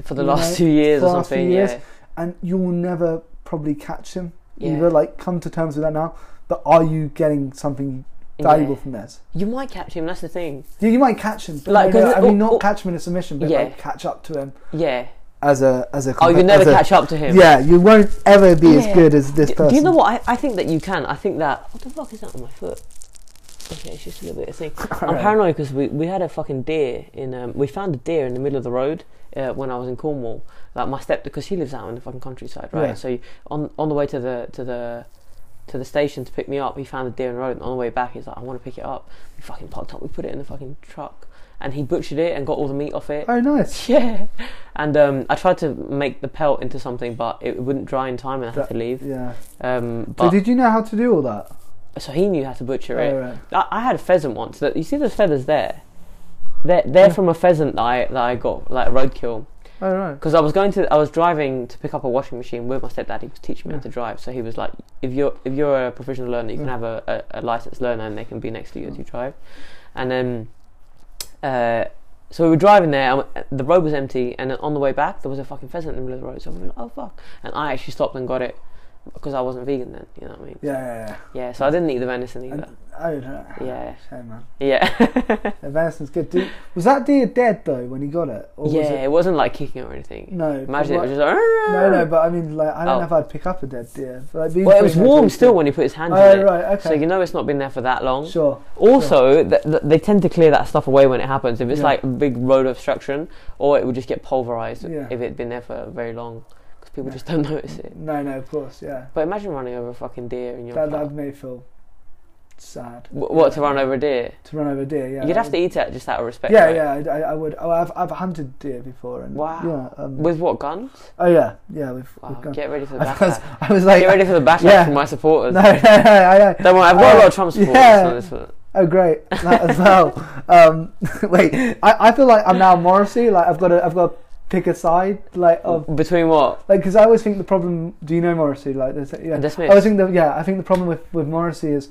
for the
you
last
know,
two years
for
or
the last few
something.
years.
yeah.
and you'll never probably catch him.
Yeah.
You've got to, like come to terms with that now. But are you getting something valuable
Yeah.
from this?
You might catch him. That's the thing.
Yeah, you might catch him, but
Like,
like, no,
'cause-
I mean,
or-
not
or-
catch him in a submission, but
Yeah.
like catch up to him
Yeah.
as a as a.
Oh, you
compe-
never
as a-
catch up to him.
Yeah, you won't ever be
Yeah.
as good as this
D-
person.
Do you know what? I, I think that you can. I think that. What the fuck is that on my foot? Okay, it's just a little bit of thing. I'm
Alright.
paranoid because we, we had a fucking deer in. Um, we found a deer in the middle of the road uh, when I was in Cornwall. Like my step, because she lives out in the fucking countryside, right?
Yeah.
So on on the way to the to the to the station to pick me up, he found a deer in the road, and on the way back, he's like, "I want to pick it up." We fucking parked up. We put it in the fucking truck, and he butchered it and got all the meat off it.
Oh, nice.
Yeah, and um, I tried to make the pelt into something, but it wouldn't dry in time, and I had
That-
to leave.
Yeah.
Um,
So
but
did you know how to do all that?
so he knew how to butcher it.
Oh, right.
I, I had a pheasant once. That you see those feathers there. They're, they're
Mm.
from a pheasant that I, that I got like a roadkill
Oh, right.
because I was going to I was driving to pick up a washing machine with my stepdad. He was teaching me how
Yeah.
to drive, so he was like, "If you're if you're a professional learner, you can
Yeah.
have a, a, a licensed learner, and they can be next to you as you
Mm.
drive." And then, uh, so we were driving there. and w- The road was empty, and on the way back, there was a fucking pheasant in the middle of the road. So we were like, "Oh fuck!" And I actually stopped and got it because I wasn't vegan then. You know what I mean?
Yeah,
Yeah, so I didn't eat the venison
yeah, yeah.
either.
And, oh, no.
Yeah.
Shame, man.
Yeah.
The venison's good. Did, was that deer dead though when he got it? Or
yeah,
Was
it?
it,
wasn't like kicking or anything.
no.
Imagine it
but
was
what-
just like.
No, no. But I mean, like, I don't
Oh.
know if I'd pick up a dead deer. But, like, being
Well, it was
pretty
warm
close to
still
it.
when he put his hand in
Oh,
it.
right. Okay.
So you know it's not been there for that long.
Sure.
Also, th- th- they tend to clear that stuff away when it happens. If it's
Yeah.
like a big road obstruction, or it would just get pulverized
Yeah.
if it'd been there for very long, because people
Yeah.
just don't notice it.
No, no. Of course, yeah.
But imagine running over a fucking deer and you're
That
like,
that made me feel sad.
"W- what to run over a deer?
To run over a deer. Yeah.
You'd
that
have to eat it just out of respect.
would- Yeah,
right?
yeah. I'd- I, I would. Oh, I've I've hunted deer before. And,
Wow.
Yeah. Um,
With what guns?
oh yeah. Yeah. We've,
Wow,
we've gone.
get ready for the
I was,
backlash.
I was like.
Get ready for the backlash
Yeah.
from my supporters.
no, no, no, I, I,
Don't worry, I've got a lot
Uh,
of Trump supporters uh,
yeah.
on this one.
Oh, great! That as well. um, wait, I, I feel like I'm now Morrissey. Like I've got to I've got to pick a side. Like of
Between what?
like because I always think the problem. Do you know Morrissey? Like there's yeah.
And this
I
mix?
always think that yeah. I think the problem with with Morrissey is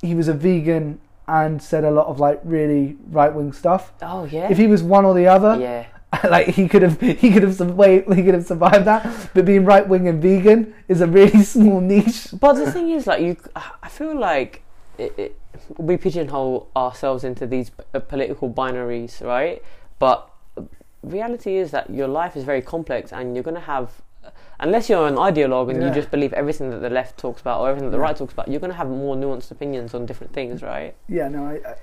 he was a vegan and said a lot of like really right wing stuff.
Oh, yeah.
If he was one or the other,
yeah.
like he could have he could have survived he could have survived that. But being right wing and vegan is a really small niche.
But the thing is, like, you, I feel like it, it, we pigeonhole ourselves into these p- uh, political binaries, right? But reality is that your life is very complex, and you're going to have, unless you're an ideologue and you
Yeah.
just believe everything that the left talks about or everything that the
Yeah.
right talks about, you're going to have more nuanced opinions on different things, right?
Yeah, no, I, I,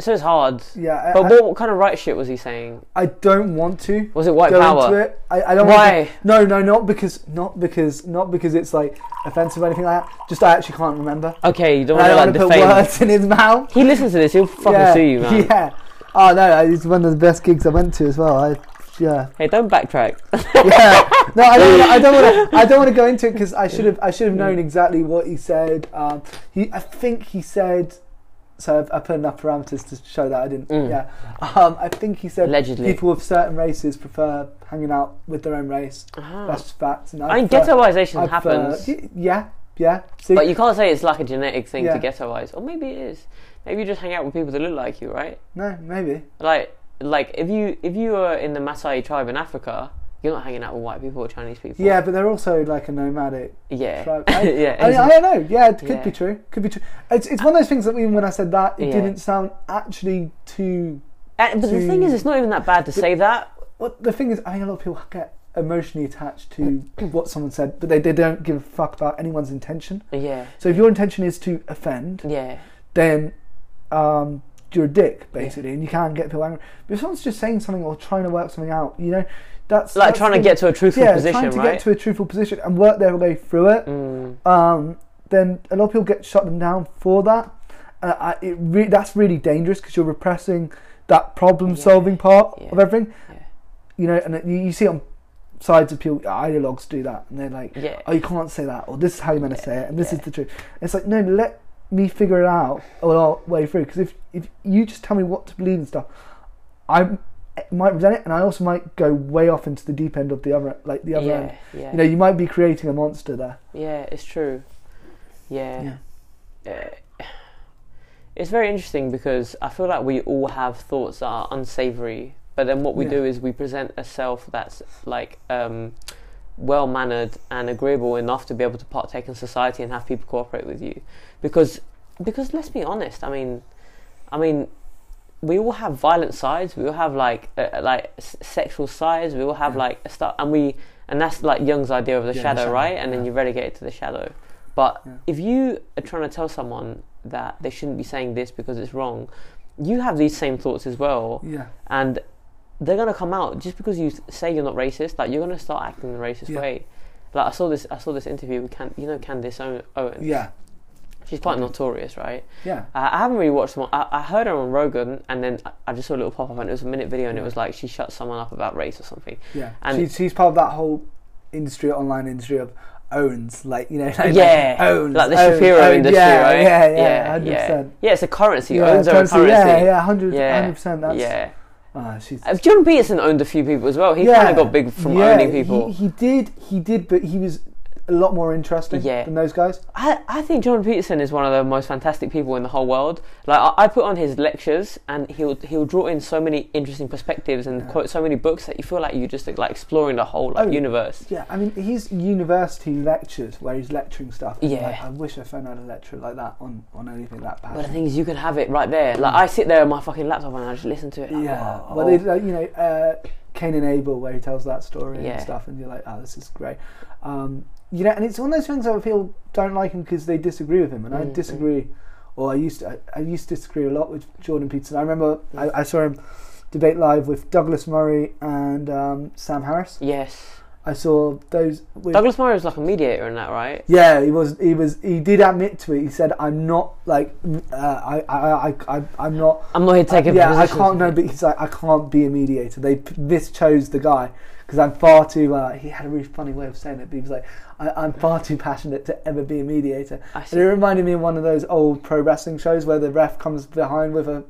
so it's hard.
Yeah, I,
But what, what kind of right shit was he saying?
I, I don't want to
Was it white
go
power?
into it. I, I don't.
Why?
Want to, no, no, not because not because not because it's like offensive or anything like that. Just I actually can't remember.
Okay, you don't
And I
want to
don't
like
want to put
defame.
words in his mouth.
He listens to this. He'll fucking
yeah.
sue you, man.
Yeah. Oh no, it's one of the best gigs I went to as well. I, yeah,
Hey, don't backtrack.
yeah. No, I don't. Wanna, I don't want to. I don't want to go into it because I should have. I should have known exactly what he said. Um, he, I think he said. So I, I put enough parameters to show that I didn't.
Mm.
Yeah. Um, I think he said
Allegedly.
people of certain races prefer hanging out with their own race.
Ah.
That's facts. And
I mean,
prefer-
ghettoization
I prefer-
happens,
y- yeah, yeah. See,
but you can't say it's like a genetic thing to
Yeah.
ghettoize. Or maybe it is. Maybe you just hang out with people that look like you, right?
no, maybe.
Like, like if you if you were in the Maasai tribe in Africa, you're not hanging out with white people or Chinese people.
Yeah, but they're also like a nomadic
yeah,
Tribe. I,
yeah.
I, mean, I don't know. Yeah, it could
Yeah.
be true. Could be true. It's, it's one of those things that even when I said that, it
Yeah.
didn't sound actually too.
And- but the thing is, it's not even that bad to say that.
What the thing is, I think a lot of people get emotionally attached to what someone said, but they, they don't give a fuck about anyone's intention.
Yeah,
So if your intention is to offend,
yeah.
then um, you're a dick basically, and you can't get people angry. But if someone's just saying something or trying to work something out, you know, that's
Like
that's
trying
the-
to get to a truthful
yeah,
position,
trying to
right?
get to a truthful position and work their way through it.
Mm.
um, then a lot of people get shut them down for that. Uh, I, it re- that's really dangerous because you're repressing that problem-solving part
yeah,
of everything.
yeah.
You know, and it- you, you see on sides of people, ideologues do that, and they're like,
Yeah.
"Oh, you can't say that," or "This is how you're meant to say it," and this
yeah.
is the truth. it's like, no, let me figure it out all the way through. Because if if you just tell me what to believe and stuff, I might resent it, and I also might go way off into the deep end of the other, like the other
yeah,
end.
yeah.
You know, you might be creating a monster there.
Yeah, it's true. Yeah. Uh, It's very interesting because I feel like we all have thoughts that are unsavory, but then what we
Yeah.
do is we present a self that's like um, well mannered and agreeable enough to be able to partake in society and have people cooperate with you. Because, because let's be honest, I mean, I mean, we all have violent sides. We all have like uh, like s- sexual sides. We all have
Yeah.
like stuff, and we and that's like Jung's idea of the,
Yeah, the
shadow,
shadow,
right? And then
yeah.
you relegate it to the shadow. But
Yeah.
if you are trying to tell someone that they shouldn't be saying this because it's wrong, you have these same thoughts as well,
Yeah.
and they're gonna come out just because you th- say you're not racist. Like you're gonna start acting in a racist
Yeah.
way. Like I saw this, I saw this interview with Can, you know Candice Owen. Owens.
Yeah,
She's quite notorious, right?
yeah,
I I haven't really watched one. I, I heard her on Rogan, and then I- I just saw a little pop up, and it was a minute video, and it was like she shut someone up about race or something.
yeah.
And-
she, she's part of that whole industry, online industry of owns, like you know, like,
yeah,
like, owns,
like the
owns,
Shapiro
owns,
industry,
yeah,
right?
Yeah, yeah,
yeah,
hundred
yeah.
percent.
Yeah, it's a currency.
Yeah,
owns
currency,
her own currency.
yeah, yeah, hundred,
Yeah.
hundred percent. That's yeah.
yeah.
she's.
Uh, Jordan Peterson owned a few people as well. He
yeah,
kind of got big from
yeah,
owning people.
He, he did, he did, but he was a lot more interesting
Yeah.
than those guys.
I, I think Jordan Peterson is one of the most fantastic people in the whole world. Like I, I put on his lectures, and he'll he'll draw in so many interesting perspectives and quote so many books that you feel like you're just like exploring the whole like
Oh.
universe.
Yeah, I mean, he's university lectures where he's lecturing stuff. and,
Yeah.
like, I wish I found out a lecturer like that on on anything that
But the
passionate.
thing is, you can have it right there. Like I sit there on my fucking laptop and I just listen to it. Like,
Yeah,
oh,
well, they, like, you know, uh, Cain and Abel, where he tells that story
Yeah.
and stuff, and you're like, oh, this is great. Um, you know, and it's one of those things that people don't like him because they disagree with him, and I
Mm,
disagree, or I used to, I, I used to disagree a lot with Jordan Peterson. I remember I, I saw him debate live with Douglas Murray and um, Sam Harris.
yes.
I saw those. With,
Douglas Murray was like a mediator in that, right?
yeah, he was. He was. He did admit to it. He said, "I'm not like, uh, I, I, I, I, I'm not."
I'm not here to take a
yeah, I
position.
can't know, but he's like, I can't be a mediator. They p- mischose the guy because I'm far too. Uh, he had a really funny way of saying it, but he was like, I, I'm far too passionate to ever be a mediator.
I
And
see.
it reminded me of one of those old pro wrestling shows where the ref comes behind with a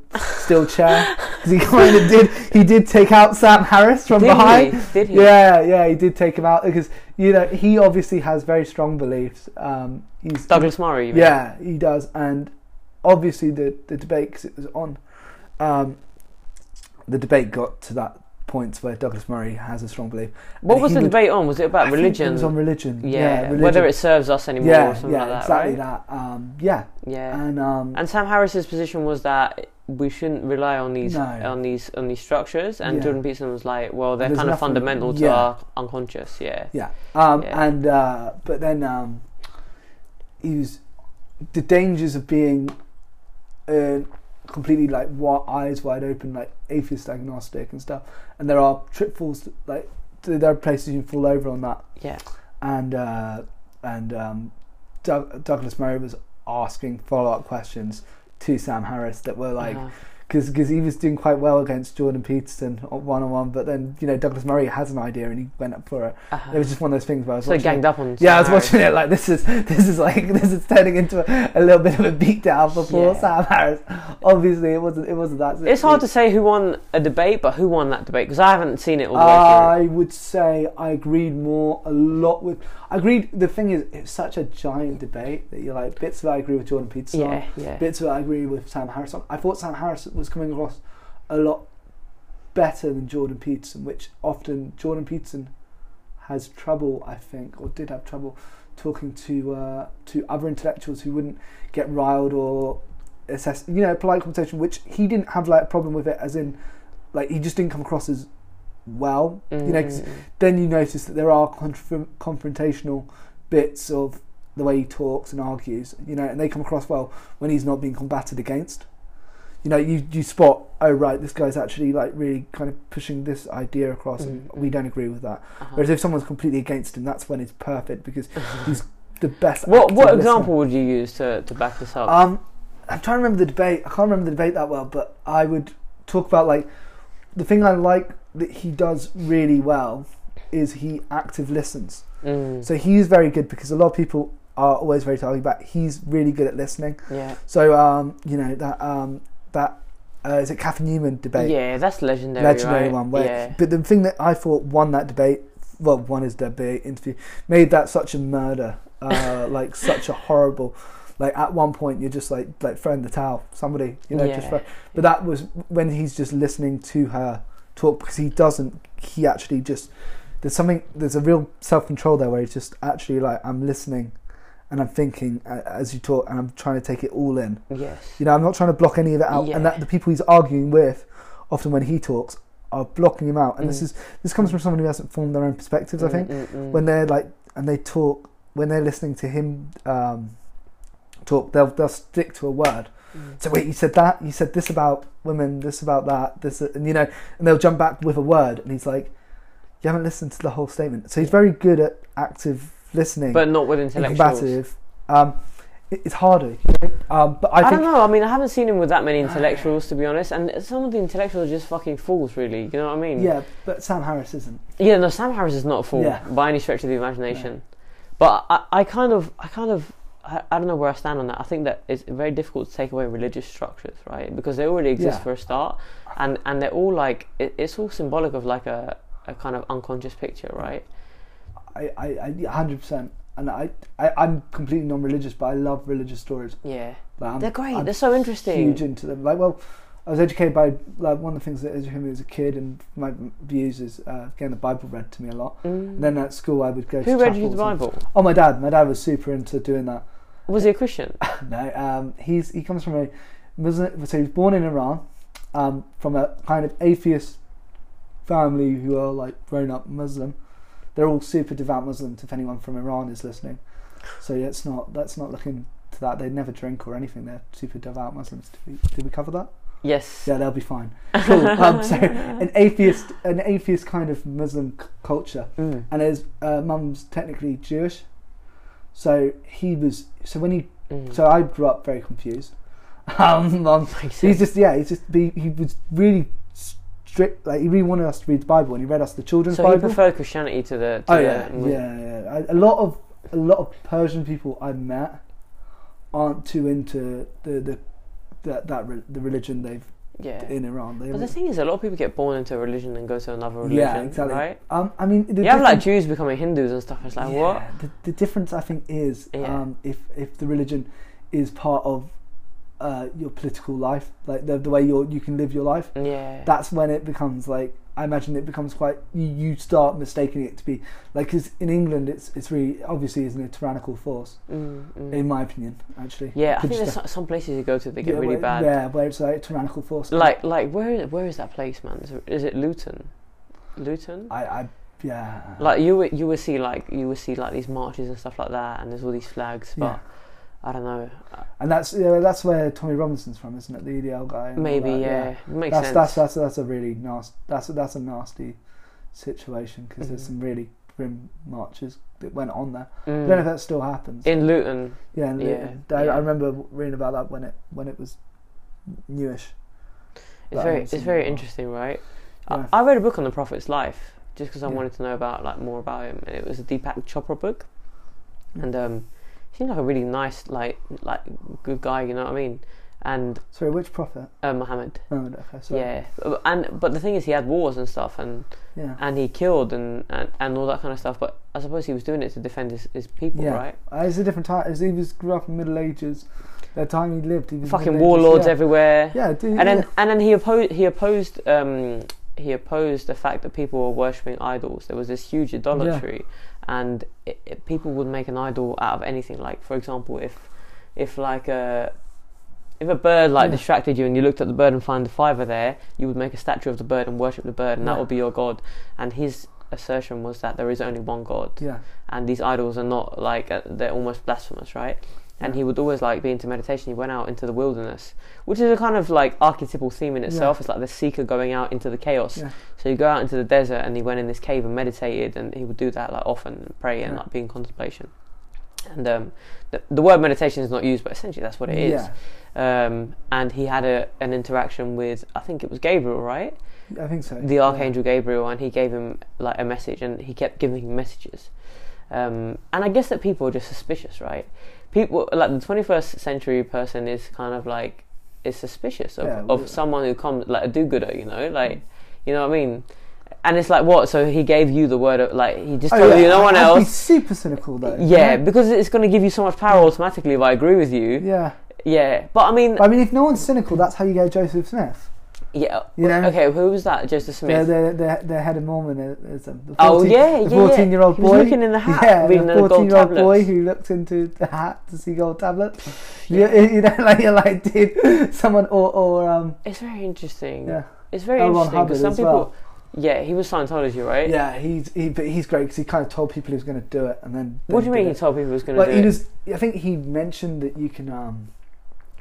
steel chair because he kind of did. He did take out Sam Harris from
Did
behind.
he? Did he?
Yeah, yeah, he did take him out because you know he obviously has very strong beliefs. Um, he's
Douglas Murray. you mean?
yeah, he does, and obviously the the debate 'cause it was on. Um, the debate got to that point where Douglas Murray has a strong belief.
What
And
was
he
the
would-
debate on? Was it
I
about
think
religion?
It was on religion.
yeah,
religion.
whether it serves us anymore
yeah,
or something
yeah,
like that,
exactly
right?
that. Um, yeah,
Yeah.
and um,
And Sam Harris's position was that we shouldn't rely on these
No.
on these on these structures, and
Yeah.
Jordan Peterson was like, "Well, they're
There's
kind of
nothing-
fundamental to
yeah.
our unconscious." Yeah.
yeah, um,
Yeah.
and uh, but then um, he was the dangers of being an uh, completely like wa eyes wide open, like atheist, agnostic, and stuff. And there are tripfuls, like there are places you fall over on that.
Yeah.
And uh, and um, Doug- Douglas Murray was asking follow up questions to Sam Harris that were like
Uh-huh.
because he was doing quite well against Jordan Peterson one on one, but then you know Douglas Murray has an idea and he went up for it.
Uh-huh.
It was just one of those things where I was
so
watching it.
ganged up on.
Yeah, I was
Sam Harris.
watching it like this is this is like this is turning into a, a little bit of a beatdown for poor
Yeah.
Sam Harris. Obviously, it wasn't it wasn't that.
It's hard to say who won a debate, but who won that debate? Because I haven't seen it all the way
I would say I agreed more a lot with. I agreed. The thing is, it's such a giant debate that you're like bits of it I agree with Jordan Peterson.
through.
on,
Yeah, yeah.
bits of it I agree with Sam Harris on. I thought Sam Harris was coming across a lot better than Jordan Peterson, which often Jordan Peterson has trouble, I think, or did have trouble talking to uh, to other intellectuals who wouldn't get riled or assess, you know, polite conversation, which he didn't have like a problem with it, as in, like he just didn't come across as well, you know. 'cause
Mm.
then you notice that there are conf- confrontational bits of the way he talks and argues, you know, and they come across well when he's not being combated against. You know, you, you spot, oh, right, this guy's actually like really kind of pushing this idea across, and
Mm,
we
mm.
don't agree with that.
Uh-huh.
Whereas if someone's completely against him, that's when it's perfect because he's the best.
What
active
what
listener.
example would you use to, to back this up?
Um, I'm trying to remember the debate. I can't remember the debate that well, but I would talk about like the thing I like that he does really well is he active listens.
Mm,
So he's very good because a lot of people are always very targeted back. He's really good at listening.
yeah,
So um, you know that um, that uh, is it Kathy Newman debate,
yeah, that's legendary.
legendary
right?
one. Where,
yeah.
But the thing that I thought won that debate, well, won his debate interview, made that such a murder, uh, like such a horrible. Like at one point, you're just like like throwing the towel. Somebody, you know, just
Yeah.
throw. But that was when he's just listening to her talk because he doesn't. He actually just there's something. There's a real self control there where he's just actually like I'm listening, and I'm thinking a- as you talk, and I'm trying to take it all in.
Yes.
You know, I'm not trying to block any of it out, and
Yeah.
that the people he's arguing with, often when he talks, are blocking him out. And this
Mm.
is this comes from someone who hasn't formed their own perspectives. I think when they're like and they talk when they're listening to him um, talk, they'll they'll stick to a word.
Mm.
So wait, you said that, you said this about women, this about that, this, and you know, and they'll jump back with a word, and he's like, you haven't listened to the whole statement. So he's very good at active listening,
but not with
and
intellectuals.
combative. Um, it- it's harder, you know? um, but I,
I,
think
don't know. I mean, I haven't seen him with that many intellectuals, to be honest. And some of the intellectuals are just fucking fools, really. You know what I mean?
Yeah, but Sam Harris isn't.
Yeah. No, Sam Harris is not a fool
Yeah.
by any stretch of the imagination. But I, I kind of, I kind of, I, I don't know where I stand on that. I think that it's very difficult to take away religious structures, right? Because they already exist
Yeah.
for a start, and and they're all like, it, it's all symbolic of like a, a kind of unconscious picture, right?
I, I, I 100%. And I, I, I'm completely non religious, but I love religious stories.
Yeah.
Like, I'm,
They're great.
I'm
They're so interesting.
huge into them. Like, well, I was educated by, like, one of the things that educated me as a kid and my views is uh, getting the Bible read to me a lot.
Mm.
And then at school, I would go to
Who read you
chapels
the
and-
Bible?
Oh, my dad. My dad was super into doing that.
Was he a Christian?
No, um, he's he comes from a Muslim. So he was born in Iran, um, from a kind of atheist family who are like grown up Muslim. They're all super devout Muslims. If anyone from Iran is listening, so yeah, it's not that's not looking to that. They never drink or anything. They're super devout Muslims. Did we, did we cover that?
Yes.
Yeah, they'll be fine. Cool. um, so an atheist, an atheist kind of Muslim c- culture
Mm.
and his uh, mum's technically Jewish. So he was. So when he.
Mm.
So I grew up very confused. Um, um,
Makes
he's
sense.
just yeah. He's just be, he was really strict. Like he really wanted us to read the Bible, and he read us the children's
So he
Bible.
preferred Christianity to the. To
oh
the
yeah, yeah, yeah. I- A lot of a lot of Persian people I met aren't too into the the that, that re- the religion they've
yeah.
in Iran. They
But the
haven't-
thing is, a lot of people get born into a religion and go to another religion,
yeah, exactly.
right?
Um, I mean, the
You have
difference-
like Jews becoming Hindus and stuff. It's like what?
The, the difference I think is
Yeah.
um, if if the religion is part of uh, your political life, like the, the way you you can live your life.
Yeah.
That's when it becomes like I imagine it becomes quite you, you start mistaking it to be like because in England it's it's really obviously isn't a tyrannical force
mm, mm.
in my opinion actually.
yeah, I
Could
think
you
there's
sta-
so- some places you go to they get
yeah,
really
where,
bad.
Yeah, where it's like a tyrannical force.
Like like where where is that place, man? Is it, is it Luton? Luton?
I, I yeah.
Like you would you would see like you would see like these marches and stuff like that, and there's all these flags,
yeah.
but I don't know.
and that's yeah, that's where Tommy Robinson's from, isn't it? The EDL guy. and all
Maybe,
that,
yeah. Makes
That's,
sense.
that's that's that's a really nasty. That's a, that's a nasty situation because there's some really grim marches that went on there.
Mm-hmm.
I
Mm.
don't know if that still happens.
In Luton,
yeah, and
yeah,
Luton. I,
yeah.
I remember reading about that when it when it was newish.
it's
That
very,
one
it's
seemed
very
wild.
interesting, right?
Yeah.
I, I read a book on the Prophet's life just because I
Yeah.
wanted to know about like more about him, and it was a Deepak Chopra book,
Mm.
and um, he seemed like a really nice, like, like good guy. You know what I mean? And
Sorry, which prophet?
uh, Muhammad,
Oh, okay, sorry.
yeah, and but the thing is, he had wars and stuff, and
yeah.
and he killed and, and, and all that kind of stuff. But I suppose he was doing it to defend his, his people,
Yeah.
right?
Uh, it's a different time. He was grew up in Middle Ages. The time he lived, he was
Fucking
Middle Ages,
warlords
yeah.
everywhere.
Yeah, dude.
And
yeah.
then and then he opposed he opposed um, he opposed the fact that people were worshipping idols. There was this huge idolatry, and it, it- people would make an idol out of anything. Like for example, if if like a if a bird like
Yeah.
distracted you and you looked at the bird and found the fiver there, you would make a statue of the bird and worship the bird, and that
Yeah.
would be your god. And his assertion was that there is only one god
yeah,
and these idols are not like uh, they're almost blasphemous, right? And
Yeah.
he would always like be into meditation. He went out into the wilderness, which is a kind of like archetypal theme in itself. It's like the seeker going out into the chaos.
Yeah.
So you go out into the desert, and he went in this cave and meditated, and he would do that like often, and pray and
Yeah.
like be in contemplation. And um, the, the word meditation is not used, but essentially that's what it is.
Yeah,
Um, and he had a, an interaction with, I think it was Gabriel, right?
I think so.
the archangel Gabriel, and he gave him like a message, and he kept giving him messages. Um, and I guess that people are just suspicious, right? People like the 21st century person is kind of like is suspicious of,
Yeah, we-
of someone who comes like a do-gooder, you know, like you know what I mean. And it's like what? So he gave you the word of like he just
Oh,
told
yeah,
you no one
I'd Be
else.
super cynical though.
Yeah, because it's going to give you so much power automatically. If I agree with you,
Yeah.
yeah. But I mean,
But I mean, if no one's cynical, that's how you go Joseph Smith.
yeah.
You know?
Okay, who was that? Joseph Smith.
They're, they're, they're, they're head of Mormonism. The 14,
Oh, yeah, yeah,
The
yeah.
14 year old
He
boy.
was looking in the hat,
Yeah,
reading the
the
gold
14 year old boy
tablets.
who looked into the hat to see gold tablets. Yeah. You, you know, like, you're like, dude, someone, or, or um,
It's very interesting.
yeah.
It's very
L. Ron
interesting because
Hubbard
some
as
people.
well.
Yeah, he was Scientology, right?
Yeah, he's, he, but he's great because he kind of told people he was going to do it and then.
What do
then
you mean
did
he
it.
told people he was going to
Like,
do
he
it?
was, I think he mentioned that you can, um,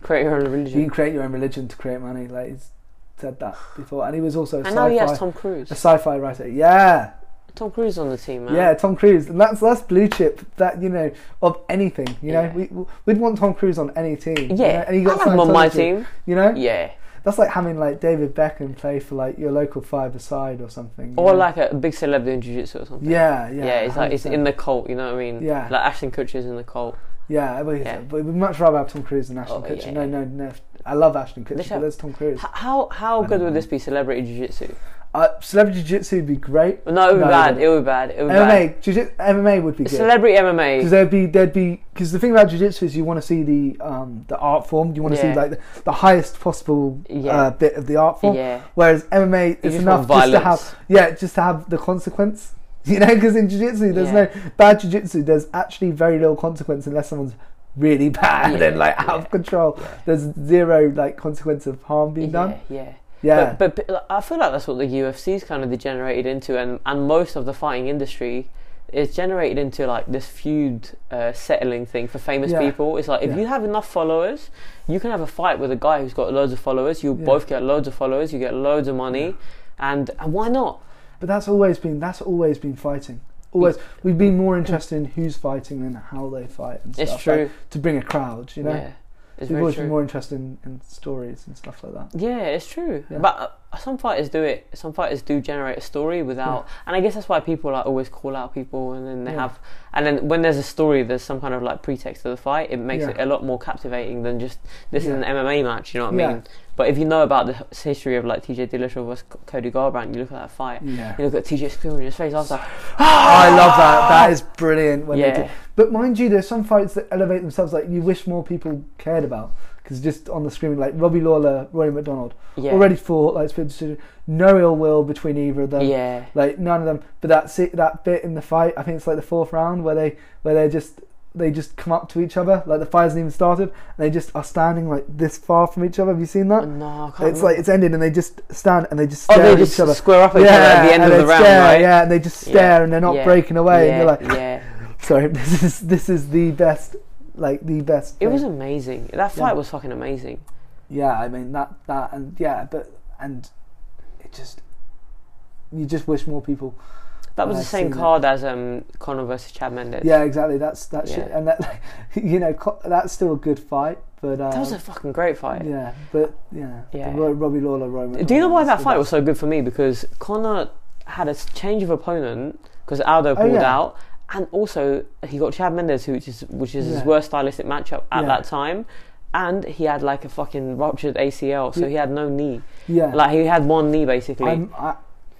create your own
you
religion?
can create your own religion to create money. Like, he's said that before. And he was also a
And now
sci
he
fi
has Tom Cruise.
a sci-fi writer. Yeah,
Tom Cruise on the team, man.
yeah, Tom Cruise, and that's that's blue chip. That you know of anything. You know,
Yeah.
we we'd want Tom Cruise on any team. you know,
Yeah,
and he got
I have him on my
Scientology,
team.
You know,
Yeah,
that's like having like David Beckham play for like your local five-a-side or something. you
or
know?
like a big celebrity in jiu-jitsu or something.
yeah, yeah,
yeah. it's like it's
100%.
in the cult. You know what I mean?
Yeah.
like Ashton Kutcher's in the cult.
yeah, but,
Yeah.
but we'd much rather have Tom Cruise than Ashton
Oh,
Kutcher.
yeah.
No, no, no. I love Ashton Kutcher,
Listen.
but there's Tom Cruise.
H- How how
I
good
don't
would
know.
this be? Celebrity jiu-jitsu?
Uh, celebrity jiu-jitsu would be great.
Well, no, it would be
No, it
bad.
wouldn't.
It would be bad. It would be bad.
MMA, jiu-jitsu, MMA would be good.
Celebrity
because
MMA.
there'd be there'd be because the thing about jiu-jitsu is you want to see the um the art form you want to
Yeah.
see like the, the highest possible
Yeah.
uh, bit of the art form
Yeah,
whereas mma
You
is
just
enough
want
just to
violence.
have yeah just to have the consequence you know because in jiu-jitsu there's
Yeah.
no bad jiu-jitsu there's actually very little consequence unless someone's really bad
Yeah,
and like out
yeah,
of control there's zero like consequence of harm being
yeah,
done
yeah.
yeah
But, but, but I feel like that's what the UFC's kind of degenerated into, and, and most of the fighting industry is generated into like this feud uh, settling thing for famous
Yeah.
people. It's like if
Yeah.
you have enough followers, you can have a fight with a guy who's got loads of followers. You
Yeah.
both get loads of followers. You get loads of money, and, and why not?
But that's always been that's always been fighting. Always, we've been more interested in who's fighting than how they fight and stuff.
It's
like,
true.
to bring a crowd, you know.
yeah, it's
we've
very
always
true.
been more interested in, in stories and stuff like that.
Yeah, it's true.
Yeah.
But uh, some fighters do it. Some fighters do generate a story without, and I guess that's why people like always call out people, and then they
Yeah.
have, and then when there's a story, there's some kind of like pretext to the fight. It makes
Yeah.
it a lot more captivating than just this is
Yeah.
an MMA match. You know what I
Yeah.
mean? But if you know about the h- history of like TJ Dillashaw versus C- Cody Garbrandt, you look at that fight.
Yeah.
You look at TJ screaming in his face. I was like,
I love that. That is brilliant when they
yeah,
do. Ah! But mind you, there's some fights that elevate themselves. Like you wish more people cared about because just on the screen, like Robbie Lawler, Rory McDonald,
yeah,
already fought like split decision. No ill will between either of them.
yeah,
like none of them. But that se- that bit in the fight, I think it's like the fourth round where they where they just they just come up to each other like the fight hasn't even started and they just are standing like this far from each other. Have you seen that?
Oh, No, I can't
It's like it's ended and they just stand and they just
oh,
stare
they
at
just
each other.
square up at each other at the end
and
of the
they
round,
stare,
right?
Yeah, and they just
Yeah,
stare and they're not
yeah,
breaking away.
yeah,
And you're like,
yeah.
sorry, this is this is the best like the best.
It
thing.
was amazing. That fight
Yeah.
was fucking amazing.
yeah, I mean that that and yeah, but and it just you just wish more people.
That was the
Yeah, I've
same
seen it.
card as um, Conor versus Chad Mendes.
Yeah, exactly. That's that shit,
Yeah.
and that you know co- that's still a good fight, but um,
That was a fucking great fight.
yeah, but yeah,
Yeah.
The Ro- Robbie Lawler Roman.
Do you know why
Reigns,
that
the
fight was
best.
so good for me? Because Connor had a s- change of opponent because Aldo pulled
Oh, yeah.
out, and also he got Chad Mendes, who is which is his
Yeah.
worst stylistic matchup at
Yeah.
that time, and he had like a fucking ruptured ACL, so
Yeah.
he had no knee.
yeah?
Like he had one knee basically.
I'm, I,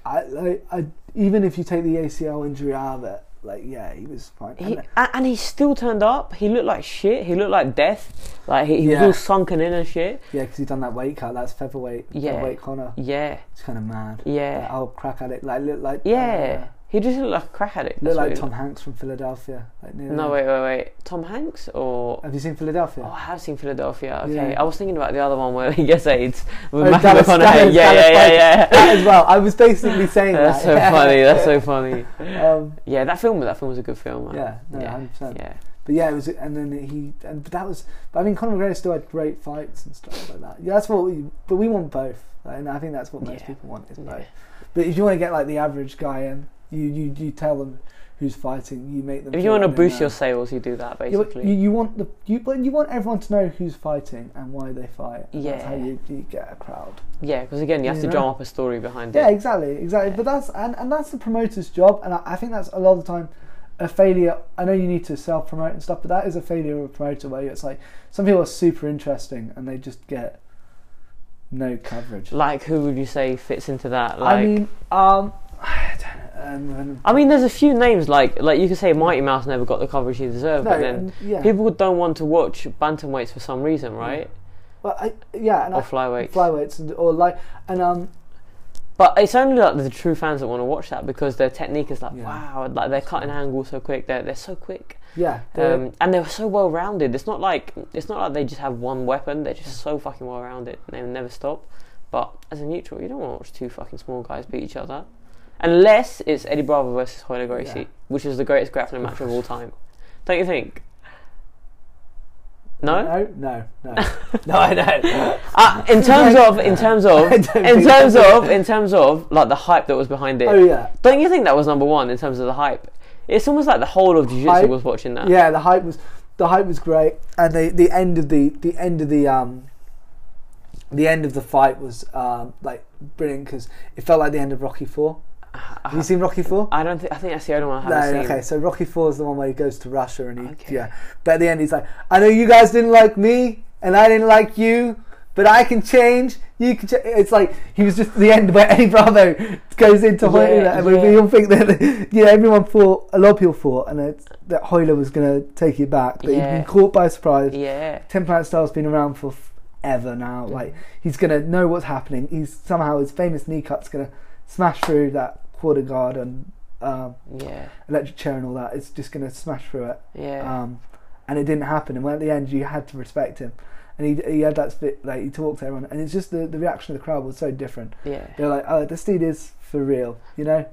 I, I, I, even if you take the ACL injury out of it, like yeah, he was fine.
he,
And-
a- and he still turned up. He looked like shit. He looked like death. Like he, he
Yeah.
was all sunken in and shit.
yeah, because he done that weight cut. That's featherweight.
Yeah.
featherweight Connor.
Yeah,
It's kind of mad.
yeah,
Like, oh crack at it. Like look like
yeah.
uh,
He just looked like a crack addict.
look
that's what
like
he
Tom
looked-
Hanks from Philadelphia. Like, nearly.
No, wait, wait, wait. Tom Hanks or
Have you seen Philadelphia?
Oh, I have seen Philadelphia. Okay,
Yeah.
I was thinking about the other one where he gets AIDS. With
Oh,
Matthew
Dallas-
McConaughey.
Dallas-
yeah,
Dallas
yeah, yeah, yeah.
That as well. I was basically saying
That's so
that.
funny. That's so funny.
um,
Yeah, that film. That film was a good film. Man.
yeah, no,
yeah,
100%.
yeah.
But yeah, it was, and then he, and but that was, but I mean, Conor McGregor still had great fights and stuff like that. Yeah, that's what we, but we want both, like, and I think that's what most
Yeah.
people want is
Yeah.
both. But if you want to get like the average guy in, you you, you tell them who's fighting, you make them.
If you
feel
want to
like they
boost
know.
your sales, you do that
You,
basically.
you, you want the you but you want everyone to know who's fighting and why they fight. and that's how
Yeah.
you, you get a crowd.
yeah, because again, you have
You
to
know?
drum up a story behind
Yeah,
it.
exactly, exactly. But that's and, and that's the promoter's job, and I, I think that's a lot of the time a failure. I know you need to self promote and stuff, but that is a failure of a promoter where it's like some people are super interesting and they just get no coverage.
Like, who would you say fits into that? Like,
I mean, um, I don't know. Um,
I mean, there's a few names like like you could say Mighty Mouse never got the coverage he deserved,
no,
but then
and- yeah,
people don't want to watch bantamweights for some
Mm.
reason, right?
well, I, yeah, and
Or
I,
flyweights.
flyweights and, or like and um,
But it's only like the true fans that want to watch that because their technique is like
Yeah.
wow, like they're cutting angles so quick. They're they're so quick,
yeah, they're-
um, and they're so well rounded. It's not like it's not like they just have one weapon. They're just so fucking well rounded. They never stop. But as a neutral, you don't want to watch two fucking small guys beat each other, unless it's Eddie Bravo versus Hoyle Gracie,
Yeah.
which is the greatest grappling match of all time. Don't you think? No.
no, no, no, no, I know.
Uh, in terms of, in terms of,
I don't
in
think
terms
so.
of, in terms of, like the hype that was behind it.
Oh yeah,
Don't you think that was number one in terms of the hype? It's almost like the whole of Jiu Jitsu
Hype?
was watching that.
yeah the hype was the hype was great and the the end of the the end of the um the end of the fight was um like brilliant because it felt like the end of rocky 4 have
Uh-huh.
you seen rocky 4
I don't think I think that's the only one I
no,
haven't seen.
okay, so Rocky Four is the one where he goes to Russia and he,
Okay.
yeah. But at the end, he's like, "I know you guys didn't like me, and I didn't like you, but I can change. You can." Ch-. It's like he was just the end where Eddie Bravo goes into
Yeah,
Hoyler, and we-
yeah.
we all think that you know everyone thought, a lot of people thought, and it's, that Hoyler was going to take it back, but
Yeah.
he'd been caught by surprise.
Yeah.
Ten Planet Star's been around for ever now. Like he's gonna know what's happening. He's somehow his famous knee cut's gonna smash through that quarter guard and. Um,
Yeah.
electric chair and all that. It's just going to smash through it.
Yeah.
Um, and it didn't happen. And when at the end, you had to respect him. And he, he had that bit like he talked to everyone, and it's just the, the reaction of the crowd was so different.
yeah.
They were like, "Oh, this dude is for real," you know.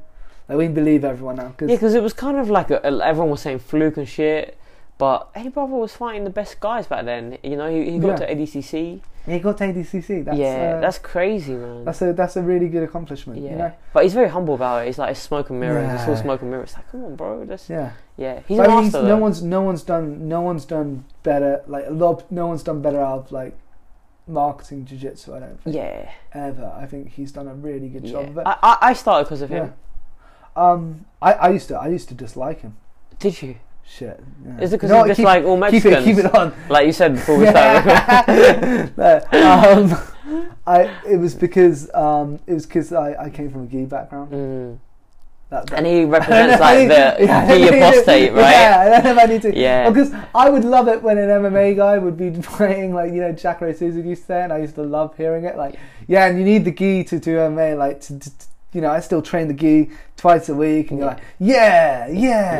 Like we believe everyone now
Yeah,
because
because it was kind of like a, everyone was saying fluke and shit, but Eddie Bravo was fighting the best guys back then. You know, he, he got
Yeah.
to ADCC.
he got to ADCC. That's,
yeah,
uh,
that's crazy, man.
that's a that's a really good accomplishment.
yeah,
You know?
but he's very humble about it. He's like, it's smoke and mirrors. It's all
Yeah.
smoke and mirrors. It's like, come on, bro. That's, yeah.
Yeah.
he's
But
a
I mean,
master.
no
though.
one's no one's done no one's done better. Like a lot. of- No one's done better out of like marketing jiu-jitsu. I don't think
yeah,
ever. I think he's done a really good job
yeah.
of it.
I, I I started because of him.
Yeah. Um, I, I used to I used to dislike him.
Did you?
Shit. yeah.
Is it because
You know
you
what, keep-
dislike all
keep,
Mexicans?
it keep it on?
Like you said before we started.
No, um, I it was because um, it was because I, I came from a gay background.
Mm.
That, that-
And he
I don't
represents
know,
like
I-
the
yeah,
the
I don't know if I need to-
apostate, right?
Yeah, I don't know if I need to.
Yeah.
Because I would love it when an MMA guy would be playing, like, you know, Jack Ray Susan used to say, and I used to love hearing it. Like, yeah, and you need the gi to do MMA. Like, to, to, to- you know, I still train the gi twice a week, and you're
Yeah.
like, yeah, yeah.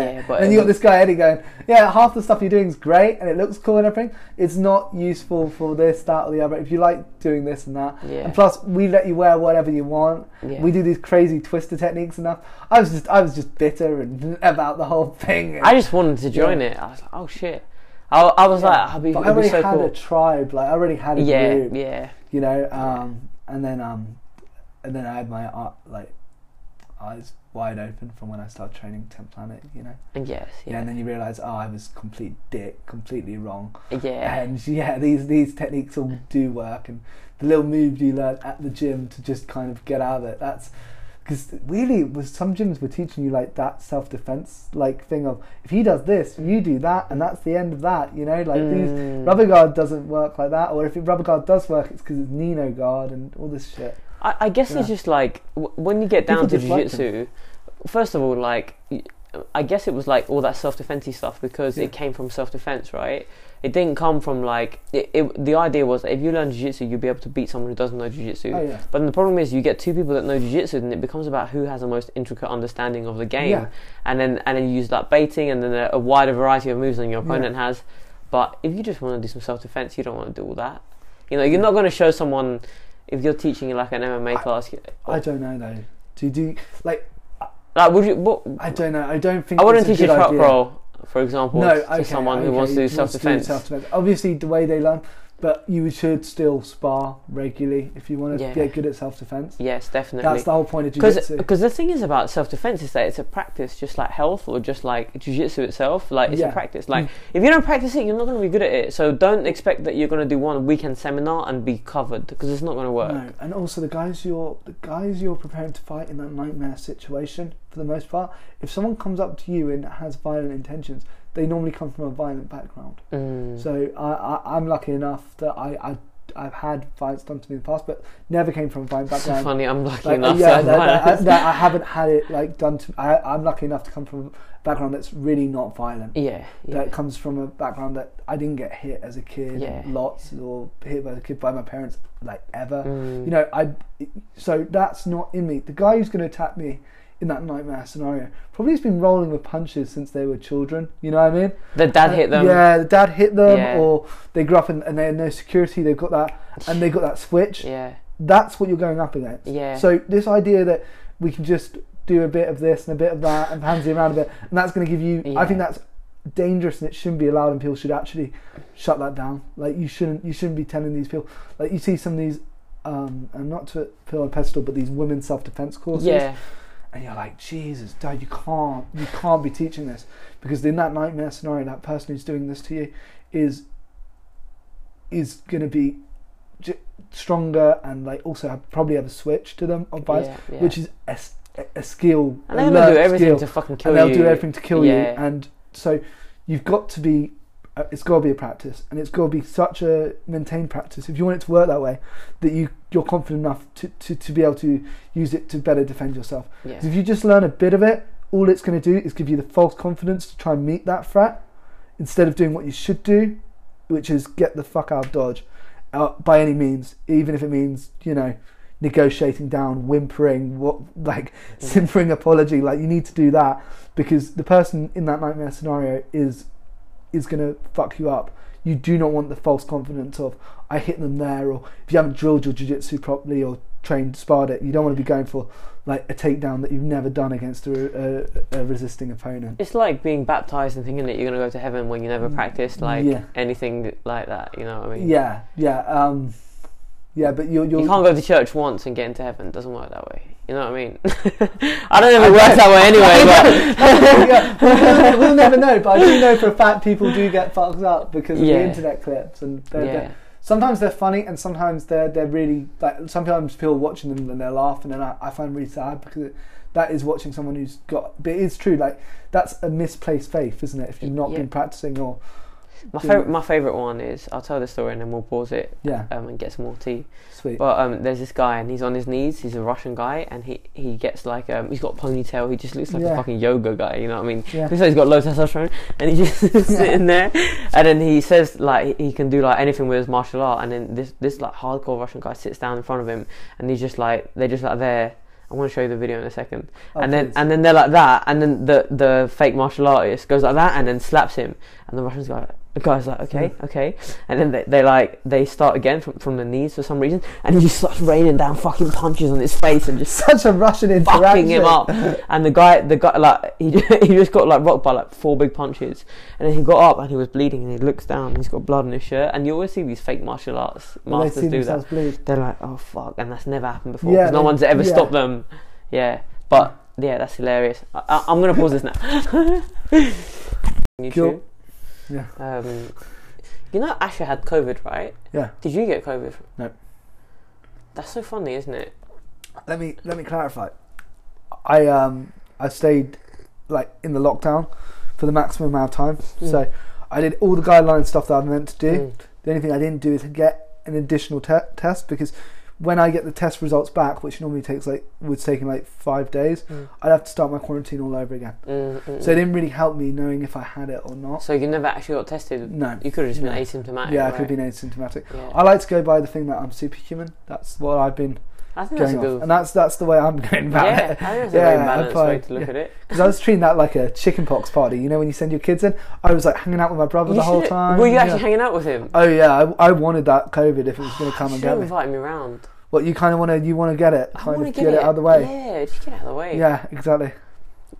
Yeah, but
and then
it
you got
was-
this guy, Eddie, going, yeah, half the stuff you're doing is great, and it looks cool and everything. It's not useful for this, that, or the other. If you like doing this and that.
Yeah.
And plus, we let you wear whatever you want.
Yeah.
We do these crazy twister techniques and stuff. I was just, I was just bitter and about the whole thing. and-
I just wanted to join
Yeah.
it. I was like, oh shit. I, I was like, I'll be,
But I
it'd be
already
so
had
cool.
a tribe. Like I already had a
yeah,
group.
yeah.
You know. Um, and then um, and then I had my uh, like eyes wide open from when I started training Temp Planet. You know.
And yes,
Yeah.
yeah,
and then you realise, oh, I was complete dick, completely wrong.
yeah, yeah,
And yeah, these these techniques all do work, and the little moves you learn at the gym to just kind of get out of it. That's because really, with some gyms were teaching you like that self defense like thing of if he does this, you do that, and that's the end of that. You know, like
Mm.
these rubber guard doesn't work like that, or if it rubber guard does work, it's because it's Nino guard and all this shit.
I, I guess
Yeah.
it's just like w- when you get down
People
to
just like
jiu-jitsu. First of all, like y- I guess it was like all that self-defense stuff because
Yeah.
it came from self-defense, right? It didn't come from like it, it, the idea was that if you learn jiu-jitsu, you'll be able to beat someone who doesn't know jiu-jitsu.
Oh yeah,
But then the problem is, you get two people that know jiu-jitsu, and it becomes about who has the most intricate understanding of the game,
Yeah.
and then and then you use that baiting, and then a, a wider variety of moves than your
Yeah.
opponent has. But if you just want to do some self-defense, you don't want to do all that. You know, you're not going to show someone if you're teaching like an MMA
I-
class. you-
I don't know though. Do you do like
Like, would you? What,
I don't know. I don't think
I wouldn't
it's
teach
a
a
good
truck
idea.
roll, for example,
no,
to
okay,
someone who
okay,
wants to do
wants
self-defense.
self-defense. Obviously, the way they learn, but you should still spar regularly if you want to
Yeah.
get good at self-defense.
Yes, definitely.
That's the whole point of
Because
jiu-jitsu.
the thing is about self defense is that it's a practice, just like health or just like jiu-jitsu itself. Like it's a
Yeah. Mm.
practice. Like if you don't practice it, you're not going to be good at it. So don't expect that you're going to do one weekend seminar and be covered because it's not going to work.
No, and also the guys you're the guys you're preparing to fight in that nightmare situation. For the most part, if someone comes up to you and has violent intentions, they normally come from a violent background.
Mm.
So I, I, I'm lucky enough that I, I I've had violence done to me in the past, but never came from a violent
so
background.
funny. I'm lucky
Like,
enough.
yeah,
to
that, that,
have
that- that I haven't had it like done to. I, I'm lucky enough to come from a background that's really not violent.
yeah, yeah.
That comes from a background that I didn't get hit as a kid,
Yeah.
lots or hit by a kid by my parents, like ever.
Mm.
You know, I. So that's not in me. The guy who's going to attack me in that nightmare scenario probably has been rolling with punches since they were children. You know what I mean?
the dad hit them.
uh, Yeah, the dad hit them,
Yeah.
or they grew up and, and they had no security. They've got that, and they got that switch.
yeah,
That's what you're going up against.
yeah.
So this idea that we can just do a bit of this and a bit of that and pansy around a bit, and that's going to give you. I think
Yeah.
that's dangerous and it shouldn't be allowed. And people should actually shut that down. Like you shouldn't. You shouldn't be telling these people. Like you see some of these. Um, and not to feel on a pedestal, but these women's self-defense courses,
yeah,
and you're like, Jesus, Dad, you can't, you can't be teaching this because in that nightmare scenario, that person who's doing this to you is is going to be j- stronger and like also have, probably have a switch to them of violence
yeah, yeah.
which is a, s- a skill.
and they're going
a
to do
learned
everything
skill,
to fucking kill
and they'll
you.
do everything to kill you.
Yeah.
And so you've got to be. uh, It's got to be a practice, and it's got to be such a maintained practice. If you want it to work that way, that you you're confident enough to, to, to be able to use it to better defend yourself.
Yeah.
'Cause if you just learn a bit of it, all it's going to do is give you the false confidence to try and meet that threat, instead of doing what you should do, which is get the fuck out of dodge, uh, by any means, even if it means you know negotiating down, whimpering, what like simpering apology. Like you need to do that because the person in that nightmare scenario is is gonna fuck you up. You do not want the false confidence of I hit them there, or if you haven't drilled your jiu-jitsu properly or trained sparred it, you don't want to be going for like a takedown that you've never done against a, a, a resisting opponent.
It's like being baptized and thinking that you're going to go to heaven when you never
Mm,
practiced like
yeah.
anything like that. You know what I mean?
Yeah, yeah, um, yeah. But you're you're
You can't go to church once and get into heaven. It doesn't work that way. You know what I mean? I don't know if
I
it works that way anyway.
yeah, we'll, we'll never know, but I do know for a fact people do get fucked up because of
Yeah.
the internet clips, and
But
they're,
yeah,
they're, sometimes they're funny, and sometimes they're they're really like sometimes people watching them and they're laughing, and I, I find really sad because it, that is watching someone who's got. But it is true, like that's a misplaced faith, isn't it? If you've not
Yeah.
been practicing, or
my
do-
favorite my favorite one is I'll tell the story and then we'll pause it
yeah,
um, and get some more tea.
sweet,
But um, there's this guy and he's on his knees. He's a Russian guy and he he gets like um, he's got a ponytail. He just looks like a
Yeah.
fucking yoga guy. You know what I mean?
yeah,
Looks like he's got low testosterone and he just sitting there. And then he says like he can do like anything with his martial art. And then this this like hardcore Russian guy sits down in front of him and he's just like they're just like there. I want to show you the video in a second.
Oh,
and then
please.
and then they're like that, and then the the fake martial artist goes like that, and then slaps him, and the Russian's guy The guy's like, okay, okay, and then they, they like they start again from, from the knees for some reason, and he just starts raining down fucking punches on his face and just
Such a Russian interaction.
fucking him up. And the guy, the guy, like he he just got like rocked by like four big punches, and then he got up and he was bleeding, and he looks down, and he's got blood on his shirt, and you always see these fake martial arts
When they
masters
see
do that
themselves bleed.
they're like, oh fuck, and that's never happened before.
Yeah,
'cause no
they-
one's ever
yeah.
stopped them. Yeah, but yeah, that's hilarious. I, I, I'm gonna pause this now. you
Cool.
too.
Yeah.
Um, you know, Asher had COVID, right?
Yeah.
Did you get COVID?
No.
That's so funny, isn't it?
Let me let me clarify. I um I stayed like in the lockdown for the maximum amount of time.
Mm.
So I did all the guideline stuff that I'm meant to do.
Mm.
The only thing I didn't do is get an additional te- test because when I get the test results back, which normally takes like was taking like five days,
Mm.
I'd have to start my quarantine all over again.
Mm, mm,
So it
mm.
didn't really help me knowing if I had it or not.
so you never actually got tested.
No.
You could have just been
No.
asymptomatic.
Yeah, I
right?
could have been asymptomatic.
Yeah.
I like to go by the thing that I'm superhuman. That's what I've been
I think that's a
going
good.
off, and that's that's the way I'm going about
yeah, I
it.
think that's
Yeah,
a very
I'd
balanced way
probably-
to look
yeah.
at it.
Because I was treating that like a chickenpox party. You know, when you send your kids in, I was like hanging out with my brother
You
the whole
should-
time.
Were you
yeah.
actually hanging out with him?
Oh yeah, I, I wanted that COVID if it was going to come
you should
and get
have
me.
invited me round.
What you kind of want to, you want to get it,
I
kind
wanna
of get, it out of the way.
Yeah, just get it out of the way.
Yeah, exactly.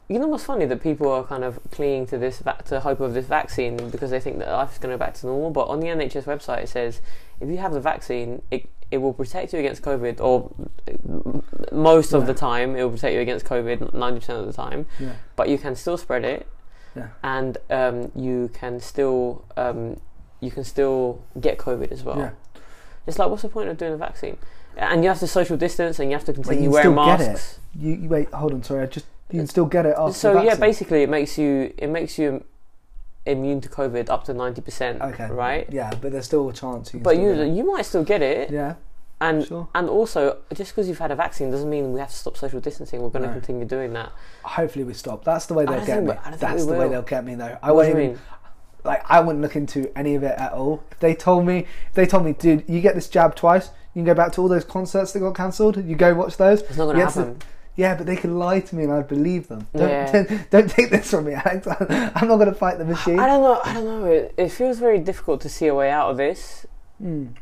You know what's funny that people are kind of clinging to this vac- to hope of this vaccine because they think that life is going to go back to normal. But on the NHS website, it says if you have the vaccine, it it will protect you against COVID, or uh, m- most of
Yeah.
the time, it will protect you against COVID, ninety percent of the time.
Yeah,
But you can still spread it,
Yeah.
and um, you can still um, you can still get COVID as well.
yeah.
It's like what's the point of doing a vaccine? And you have to social distance, and you have to continue
can
wearing
still get
masks.
it. You, you wait, hold on, sorry. I just you can still get it after.
so
the
yeah,
vaccine.
basically, it makes you it makes you immune to COVID up to ninety percent.
Okay.
Right.
Yeah, but there's still a chance. You can
But
still
you
get
you might still get it,
it. yeah,
and
sure.
and also just because you've had a vaccine doesn't mean we have to stop social distancing. We're going to
No.
continue doing that.
Hopefully we stop. That's the way
I
they'll
don't
get
think
me.
we- I don't think
That's
we
the way
will.
they'll get me though. I
What
won't
do you
even
mean?
like I wouldn't look into any of it at all. If they told me, if they told me, dude, you get this jab twice, you can go back to all those concerts that got cancelled. You go watch those.
It's not going to
Yes,
happen.
Yeah, but they could lie to me and I'd believe them. Don't
Yeah.
don't, don't take this from me, Alex. I'm not going to fight the machine.
I don't know. I don't know. It, it feels very difficult to see a way out of this.
Mm.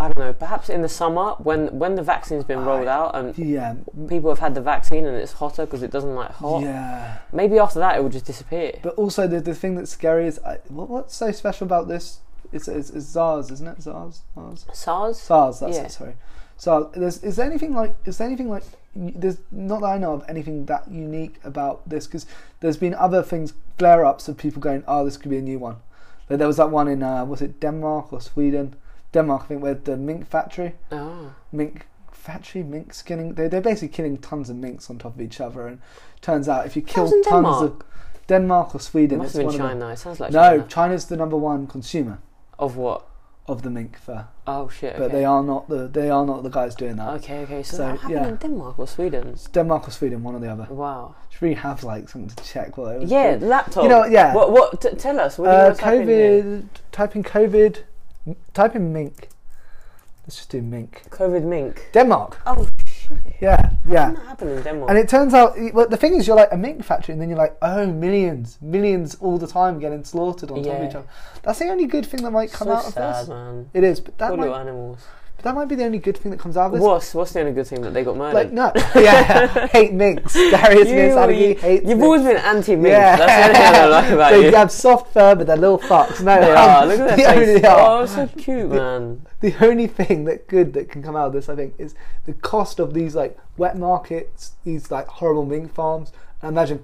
I don't know. Perhaps in the summer, when when the vaccine's been rolled
I-
out and
Yeah,
people have had the vaccine and it's hotter because it doesn't like hot.
yeah.
Maybe after that it will just disappear.
But also the the thing that's scary is I, what, what's so special about this? It's, it's, it's SARS, isn't it? SARS, SARS,
SARS.
SARS. That's
Yeah.
it. Sorry. SARS. There's, is there anything like? Is there anything like? There's not that I know of anything that unique about this because there's been other things flare ups of people going, oh, this could be a new one. Like there was that one in uh, was it Denmark or Sweden? Denmark, I think, where the mink factory.
Oh.
mink factory mink skinning they, they're basically killing tons of minks on top of each other and turns out if you kill
was in
tons of denmark or
It
sweden
must
it's
have
one
been
of
China. It sounds
the,
like
no
China.
china's the number one consumer
Of what?
of the mink fur
Oh shit.
but
okay.
they are not the they are not the guys doing that
Okay, okay. So,
So,
that happened
yeah.
in Denmark or Sweden.
it's denmark or sweden one or the other
Wow.
should we have like something to check what it was
Yeah,
called?
laptop.
You know, yeah.
What? What? T- tell us. What do you
uh,
want to type in here?
covid type in covid m- type in mink let's just do mink
COVID mink.
denmark
Oh shit.
yeah yeah
That happened in Denmark.
And it turns out, well, the thing is, you're like a mink factory, and then you're like, oh, millions, millions all the time getting slaughtered on top
Yeah.
of each other. That's the only good thing that might come
so
out of
sad,
this.
man.
It is, but
Poor
that
little
might,
animals.
that might be the only good thing that comes out of this.
What's What's the only good thing that they got murdered?
Like, no, yeah, hate minks. Darius
You-
Mills, Adam
you-
Lee hates
You've
minks.
always been anti-mink.
Yeah.
That's the only thing I like about
they
you.
have soft fur, but they're little fucks. No,
They
um,
are. Look at
the
their
only-
face.
they are.
Oh, so cute, man.
the only thing that good that can come out of this, I think, is the cost of these like wet markets, these like horrible mink farms, and I imagine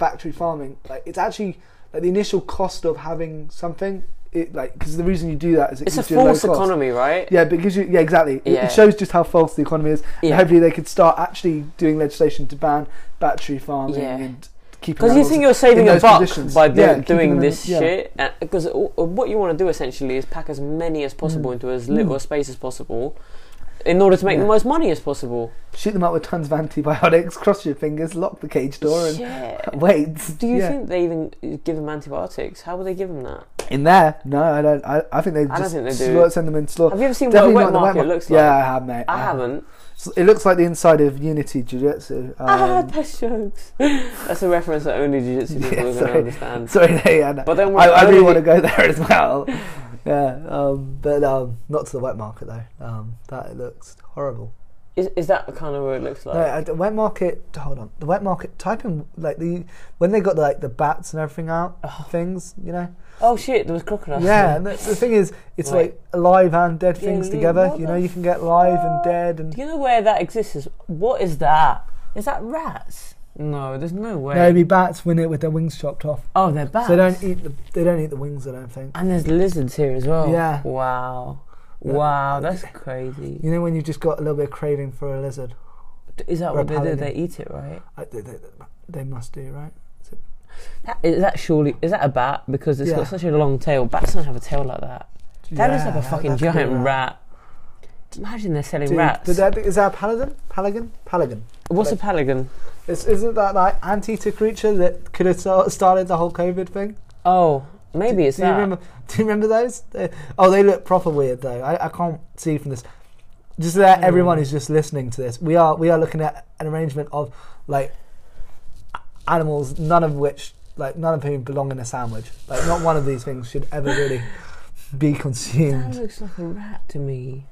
factory farming. Like it's actually like the initial cost of having something. It like because the reason you do that is it
It's a
gives you low
false
cost.
economy, right?
Yeah, but it gives you yeah exactly. It-
Yeah.
It shows just how false the economy is. And
Yeah.
hopefully, they could start actually doing legislation to ban battery farming
Yeah.
and keeping.
Because you
animals-
think you're saving a
those
buck
conditions.
by do,
Yeah, keeping
doing
them in-
this
yeah.
shit. uh, Because what you want to do essentially is pack as many as possible into as little
Mm.
space as possible in order to make the
Yeah.
most money as possible.
shoot them up with tons of antibiotics, cross your fingers, lock the cage door, and
yeah.
wait.
Do you
Yeah.
think they even give them antibiotics? How would they give them that?
in there. No, I don't. I, I think they
don't
just
think they
slow-
do.
send them in slow.
Have you ever seen what a wet
Definitely not in the
market
mar-
looks like?
Yeah, I have, mate.
I
have.
haven't.
So It looks like the inside of Unity Jiu Jitsu.
ah,
Um,
that's jokes. That's a reference that only jiu-jitsu people
Yeah,
are going
sorry.
to understand.
sorry, yeah, I know.
But then we're
I, I really
only-
want to go there as well. yeah, um, but um, not to the wet market though. Um, that looks horrible.
Is, is that kind of what it looks like?
No, I, the wet market. Hold on, the wet market. Type in like the when they got like the bats and everything out things. You know,
oh shit, there was crocodiles.
yeah. And the, the thing is, it's
Right.
like alive and dead
Yeah,
things
yeah,
together.
what
You
the
know, you can get live and
fuck?
dead and
Do you know where that exists? Is what is that? Is that rats? No, there's no way.
no, it'd be bats win it with their wings chopped off.
oh, they're bats.
So they don't eat the they don't eat the wings. I don't think.
and there's lizards here as well.
Yeah.
Wow.
Yeah.
Wow, that's crazy.
You know when you've just got a little bit of craving for a lizard.
Is that what they do?
Repelling
They eat it, right?
I, they, they, they must do right.
That, is that surely is that a bat? Because it's
Yeah.
got such a long tail. Bats don't have a tail like that. That looks like
Yeah,
a fucking
that could be
giant
a
rat. Imagine they're selling
Dude,
rats.
did that, is that a paladin? Palagon? Palagon.
What's a pelican?
It's, isn't that like anteater creature that could have sta- started the whole COVID thing?
Oh, maybe it's
Do
that.
you remember? Do you remember those? They- oh, they look proper weird though. I, I can't see from this. Just so that
Hmm.
everyone who's just listening to this, we are we are looking at an arrangement of like animals, none of which like none of whom belong in a sandwich. Like not one of these things should ever really be
That
consumed.
looks like a rat to me.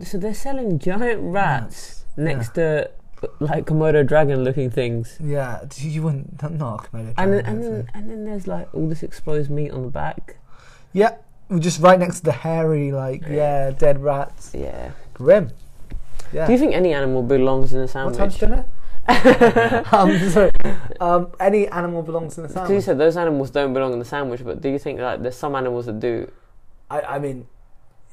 So they're selling giant rats next to like Komodo dragon looking things.
Yeah, d- you wouldn't. Not not a Komodo
And
dragon,
then, and
hopefully.
then, and then there's like all this exposed meat on the back.
yeah, we're just right next to the hairy, like yeah, dead rats.
Yeah.
Grim. Yeah.
Do you think any animal belongs in a
what time's
sandwich?
dinner? um, sorry. Um, any animal belongs in a
Because you
sandwich.
said those animals don't belong in the sandwich, but do you think like there's some animals that do?
I, I mean,